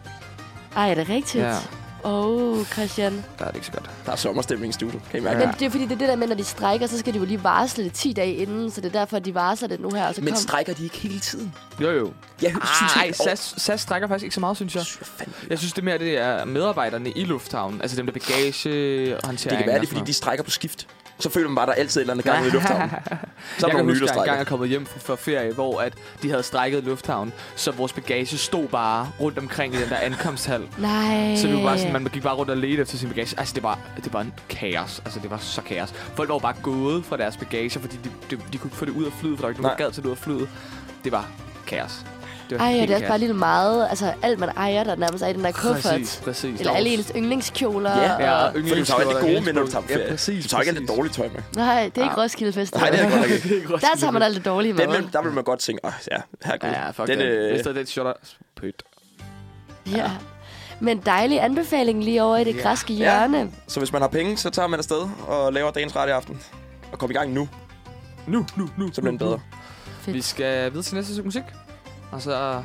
Speaker 2: Ej, er det rigtigt?
Speaker 1: Ja.
Speaker 2: Åh, oh, Christian.
Speaker 1: Der er det ikke så godt.
Speaker 3: Der er sommerstemning i studiet, kan I
Speaker 2: Ja.
Speaker 3: mærke det?
Speaker 2: Men det er fordi, det er det der med, når de strækker, så skal de jo lige varsle det 10 dage inden, så det er derfor, at de varsler det nu her. Og så
Speaker 3: Men
Speaker 2: kom...
Speaker 3: strækker de ikke hele tiden?
Speaker 1: Jo, jo.
Speaker 3: Jeg synes
Speaker 1: Nej,
Speaker 3: helt- Åh,
Speaker 1: SAS, SAS strækker faktisk ikke så meget, synes jeg.
Speaker 3: synes, fandme.
Speaker 1: Jeg synes, det mere det er medarbejderne i lufthavnen. Altså dem der bagage håndtering.
Speaker 3: Det kan være, det er, fordi de strækker på skift. Så føler man bare, at der er altid et eller andet gang i lufthavnen. Så er
Speaker 1: jeg
Speaker 3: der
Speaker 1: kan
Speaker 3: nogle nye,
Speaker 1: huske,
Speaker 3: der
Speaker 1: at jeg engang
Speaker 3: strækker.
Speaker 1: er kommet hjem fra, fra ferie, hvor at de havde strækket i lufthavnen, så vores bagage stod bare rundt omkring i den der ankomsthal.
Speaker 2: Nej.
Speaker 1: Så det var bare sådan, man gik bare rundt og ledte efter sin bagage. Altså, det var, det var en kaos. Altså, det var så kaos. Folk var jo bare gået fra deres bagage, fordi de, de, de kunne ikke få det ud af flyet, for der var ikke nogen, der
Speaker 3: Nej.
Speaker 1: gad til det ud af flyet. Det var kaos. Det var
Speaker 2: Ej, og
Speaker 1: helt
Speaker 2: det er også
Speaker 1: kaos.
Speaker 2: bare lidt meget, altså alt man ejer, der nærmest er i den der
Speaker 1: Præcis,
Speaker 2: kuffert.
Speaker 1: præcis.
Speaker 2: Eller alle ens yndlingskjoler.
Speaker 3: Ja.
Speaker 2: og-
Speaker 1: Ja,
Speaker 3: Fordi du tager jo alle de gode minder, du tager på ferie.
Speaker 1: Ja, præcis.
Speaker 3: Du tager ikke alt det
Speaker 1: præcis.
Speaker 3: dårlige tøj med.
Speaker 2: Nej, det er ikke
Speaker 1: Ja.
Speaker 2: Roskilde Festival.
Speaker 3: Nej, det er godt nok ikke.
Speaker 1: Ah. Det er ikke
Speaker 2: Der
Speaker 1: Roskilde
Speaker 2: tager man alt det dårlige med.
Speaker 3: Den, vil- der vil man godt tænke, åh, ja, herregud.
Speaker 1: Ja, fuck
Speaker 3: den,
Speaker 1: den,
Speaker 3: øh,
Speaker 1: Hvis der er den shot, er- pyt.
Speaker 2: Ja. Men dejlig anbefaling lige over i det
Speaker 1: Ja.
Speaker 2: græske hjørne.
Speaker 3: Så hvis man har penge, så tager man afsted og laver dagens ret i aften. Og kom i gang nu,
Speaker 1: Nu, nu, nu.
Speaker 3: så bliver den bedre.
Speaker 1: Vi skal videre til næste stykke musik. Og så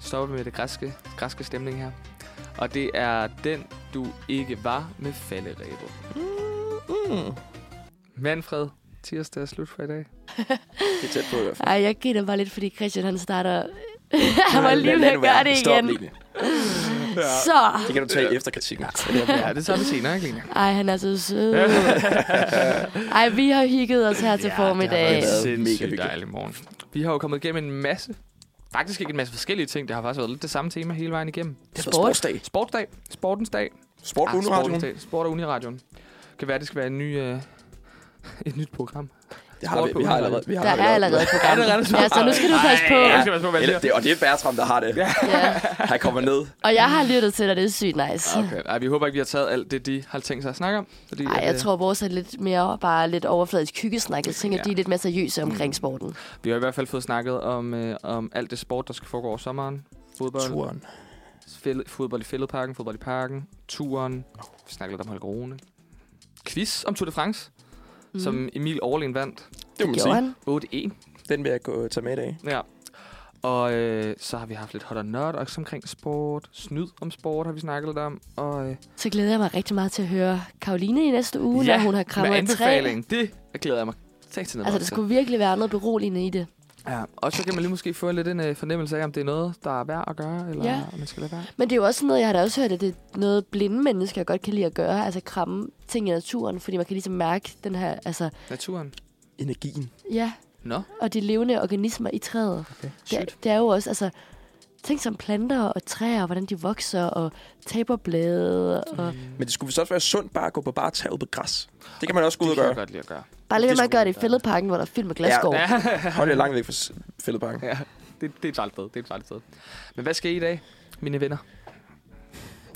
Speaker 1: stopper vi med det græske, græske stemning her. Og det er den, du ikke var med falderæbet.
Speaker 3: Mm.
Speaker 1: Manfred, tirsdag er slut for i dag.
Speaker 3: Det er tæt på i hvert fald.
Speaker 2: Ej, jeg griner bare lidt, fordi Christian han starter... han var lige ved at gøre det
Speaker 3: Stop,
Speaker 2: igen.
Speaker 3: Line.
Speaker 2: Så!
Speaker 3: Det kan du tage efter kritikken.
Speaker 1: ja, det tager vi senere, ikke, Lina?
Speaker 2: Ej, han er så sød. Ej, vi har hygget os her til formiddag.
Speaker 1: det
Speaker 3: været
Speaker 1: har været en
Speaker 3: mega
Speaker 1: sindssygt
Speaker 3: hyggeligt.
Speaker 1: dejlig morgen. Vi har jo kommet igennem en masse, faktisk ikke en masse forskellige ting. Det har faktisk været lidt det samme tema hele vejen igennem.
Speaker 3: Det
Speaker 2: Sport.
Speaker 3: var sportsdag.
Speaker 1: Sportsdag, sportens dag,
Speaker 3: Sport på
Speaker 1: Ah,
Speaker 3: Uniradion.
Speaker 1: Sportens dag, sport og Uniradioen. Kan være, det skal være en ny, øh, et nyt program.
Speaker 3: Det har vi, vi har allerede. Vi har
Speaker 2: Der er allerede et program.
Speaker 1: Er det rettet?
Speaker 2: Ja, så altså, nu skal du passe på.
Speaker 1: Ej, nu skal jeg passe på, hvad jeg
Speaker 3: Eller,
Speaker 1: siger.
Speaker 3: det, og det er Bertram, der har det.
Speaker 2: Ja.
Speaker 3: Han kommer ned.
Speaker 2: Og jeg har lyttet til dig, det er sygt nice.
Speaker 1: Okay. Ej, vi håber ikke, vi har taget alt det, de har tænkt sig at snakke om. Fordi,
Speaker 2: Ej,
Speaker 1: at,
Speaker 2: jeg
Speaker 1: øh,
Speaker 2: tror, vores er lidt mere bare lidt overfladisk hyggesnak. Jeg tænker,
Speaker 1: Ja.
Speaker 2: ja. de er lidt mere seriøse omkring sporten.
Speaker 1: Vi har i hvert fald fået snakket om, øh, om alt det sport, der skal foregå over sommeren. Fodbold,
Speaker 3: Turen.
Speaker 1: fæl- fodbold i fældeparken, fodbold i parken, turen. Vi snakker lidt om Holgerone. Quiz om Tour de France, mm. som Emil Overlin vandt.
Speaker 3: Det må man
Speaker 2: Gjorde
Speaker 3: sige.
Speaker 2: han?
Speaker 1: 8-1.
Speaker 3: Den vil jeg gå, tage med i dag.
Speaker 1: Ja. Og øh, så har vi haft lidt hot og not også omkring sport. Snyd om sport har vi snakket lidt om. Og øh,
Speaker 2: Så glæder jeg mig rigtig meget til at høre Karoline i næste uge, når hun har
Speaker 1: med
Speaker 2: krammet et træ.
Speaker 1: anbefaling. Det glæder jeg mig. Tak til
Speaker 2: Altså, der skulle virkelig være noget beroligende i det.
Speaker 1: Ja, og så kan man lige måske få lidt en øh, fornemmelse af, om det er noget, der er værd at gøre, eller ja.
Speaker 2: Ja.
Speaker 1: om man skal lade være.
Speaker 2: Men det er jo også noget, jeg har da også hørt, at det er noget, blinde mennesker godt kan lide at gøre. Altså kramme ting i naturen, fordi man kan ligesom mærke den her, altså,
Speaker 1: Naturen.
Speaker 3: Energien.
Speaker 2: ja,
Speaker 1: Nå,
Speaker 2: og de levende organismer i træet.
Speaker 1: okay.
Speaker 2: Det, det er jo også, altså, ting som planter og træer, hvordan de vokser og taber blade. Og
Speaker 1: Mm.
Speaker 3: Men det skulle så også være sundt bare at gå på bare tage ud på græs. Det kan man også gå ud og
Speaker 1: Det kan jeg
Speaker 3: gøre.
Speaker 1: godt lide at gøre.
Speaker 2: Bare lad
Speaker 3: Det
Speaker 2: være med at
Speaker 3: skulle
Speaker 2: gøre det i
Speaker 1: være-
Speaker 2: fældeparken, hvor der er fyldt med glasskov.
Speaker 1: Ja,
Speaker 3: Hold jer langt væk fra s- fældeparken.
Speaker 1: ja. Det, det er et farligt sted. Det er et farligt sted. Men hvad skal I i dag, mine venner?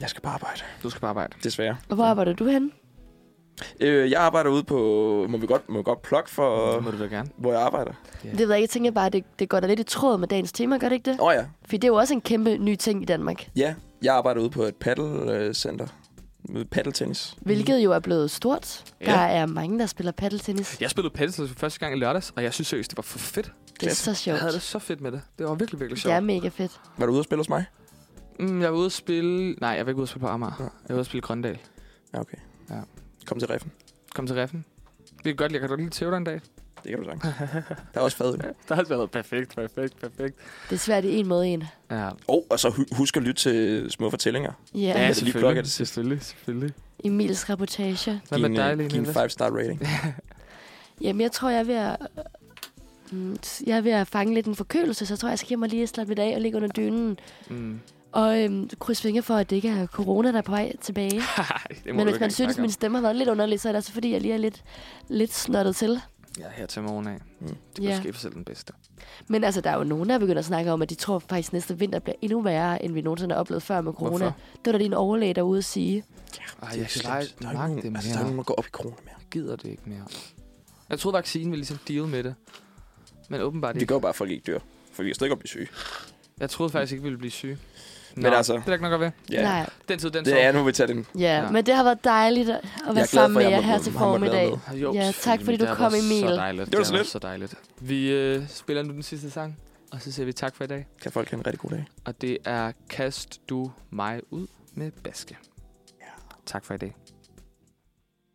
Speaker 3: Jeg skal bare arbejde.
Speaker 1: Du skal på arbejde.
Speaker 3: Desværre.
Speaker 2: Og Hvor arbejder du hen?
Speaker 3: Øh, jeg arbejder ude på... Må vi godt, må vi godt plukke for,
Speaker 1: må du da gerne.
Speaker 3: hvor jeg arbejder?
Speaker 1: Ja.
Speaker 2: Det ved jeg ikke. Jeg tænker bare, det, det går da lidt i tråd med dagens tema, gør det ikke det?
Speaker 3: Åh oh, ja.
Speaker 2: For det er jo også en kæmpe ny ting i Danmark.
Speaker 3: Ja, jeg arbejder ude på et paddlecenter. Med paddeltennis.
Speaker 2: Hvilket jo er blevet stort.
Speaker 1: Mm. Ja.
Speaker 2: Der er mange, der spiller paddeltennis.
Speaker 1: Jeg spillede paddle for første gang i lørdags, og jeg synes seriøst, det var for fedt.
Speaker 2: Det er så
Speaker 1: Jeg
Speaker 2: sjovt.
Speaker 1: havde det så fedt med det. Det var virkelig, virkelig
Speaker 2: Det
Speaker 1: sjovt.
Speaker 2: er mega fedt.
Speaker 3: Var du ude og spille hos mig?
Speaker 1: Mm, jeg var ude at spille... Nej, jeg var ikke ude at spille på Amager. Jeg var ude at spille Grøndal.
Speaker 3: Ja, okay.
Speaker 1: Ja.
Speaker 3: Kom til Reffen.
Speaker 1: Kom til Reffen. Vi kan godt lide, jeg kan godt lide Tævder en dag.
Speaker 3: Det kan du sagtens. Der er også fadøl.
Speaker 1: Der har altså været perfekt, perfekt, perfekt.
Speaker 2: Det er svært i en måde en.
Speaker 1: Ja,
Speaker 3: Og, og så hu- husk at lytte til små fortællinger.
Speaker 2: Ja.
Speaker 3: Ja.
Speaker 2: ja.
Speaker 3: lige plukke det sidste.
Speaker 1: Selvfølgelig, selvfølgelig.
Speaker 2: Emils reportage.
Speaker 1: Hvad
Speaker 3: Giv
Speaker 1: med
Speaker 3: en,
Speaker 1: dig,
Speaker 3: øh, Giv
Speaker 1: Lene?
Speaker 3: en
Speaker 1: Hvad-
Speaker 3: 5-star rating.
Speaker 2: Jamen, jeg tror, jeg er ved at Mm, s- jeg er ved at fange lidt en forkølelse, så jeg tror, jeg skal hjem og lige slappe lidt af og ligge under dynen.
Speaker 1: Mm.
Speaker 2: Og øhm, kryds fingre for, at det ikke er corona, der er på vej tilbage.
Speaker 1: det må
Speaker 2: Men
Speaker 1: du
Speaker 2: hvis
Speaker 1: ikke
Speaker 2: man synes,
Speaker 1: snakke
Speaker 2: at
Speaker 1: om.
Speaker 2: min stemme har været lidt underlig, så er det altså fordi, jeg lige er lidt, lidt snottet til.
Speaker 1: Ja, her til morgen af.
Speaker 3: Mm.
Speaker 1: Det er
Speaker 2: Ja.
Speaker 1: måske for selv den bedste.
Speaker 2: Men altså, der er jo nogen, der er begyndt at snakke om, at de tror faktisk, at næste vinter bliver endnu værre, end vi nogensinde har oplevet før med corona.
Speaker 1: Hvorfor?
Speaker 2: Det var da din overlæge derude at sige.
Speaker 1: Ej,
Speaker 3: Det er
Speaker 1: jeg kan
Speaker 3: slemt.
Speaker 1: bare
Speaker 3: Der er
Speaker 1: ikke
Speaker 3: ikke
Speaker 1: mærke
Speaker 3: nogen-
Speaker 1: det
Speaker 3: altså, Der er
Speaker 1: mere.
Speaker 3: nogen, der går op i corona mere.
Speaker 1: Jeg gider det ikke mere. Jeg troede, vaccinen ville ligesom deal med det. Men åbenbart
Speaker 3: Det
Speaker 1: ikke.
Speaker 3: gør bare, at folk ikke dør. For vi er stadig ikke op i syge.
Speaker 1: Jeg troede faktisk ikke, vi ville blive syge. Nå,
Speaker 3: altså-
Speaker 1: Det er der ikke nok at være.
Speaker 3: Ja,
Speaker 2: Nej.
Speaker 1: Den tid, den tid.
Speaker 3: det er nu, vi tager den.
Speaker 2: Ja,
Speaker 1: Ja.
Speaker 2: ja, men det har været dejligt at at være
Speaker 3: glad
Speaker 2: sammen
Speaker 3: for,
Speaker 2: med
Speaker 3: at jeg
Speaker 2: jer
Speaker 3: måtte-
Speaker 2: her til
Speaker 3: har måttet være
Speaker 2: formiddag.
Speaker 3: med.
Speaker 1: Jo,
Speaker 2: Ja, tak,
Speaker 1: selvfølgelig,
Speaker 2: fordi du
Speaker 1: det har
Speaker 2: kom,
Speaker 1: været Så
Speaker 2: Emil.
Speaker 1: dejligt.
Speaker 3: Det var
Speaker 1: har
Speaker 3: så lidt.
Speaker 1: været så dejligt. Vi øh, spiller nu den sidste sang, og så siger vi tak for i dag.
Speaker 3: Kan folk have en rigtig god dag.
Speaker 1: Og det er Kast du mig ud med Baske.
Speaker 3: Ja.
Speaker 1: Tak for i dag.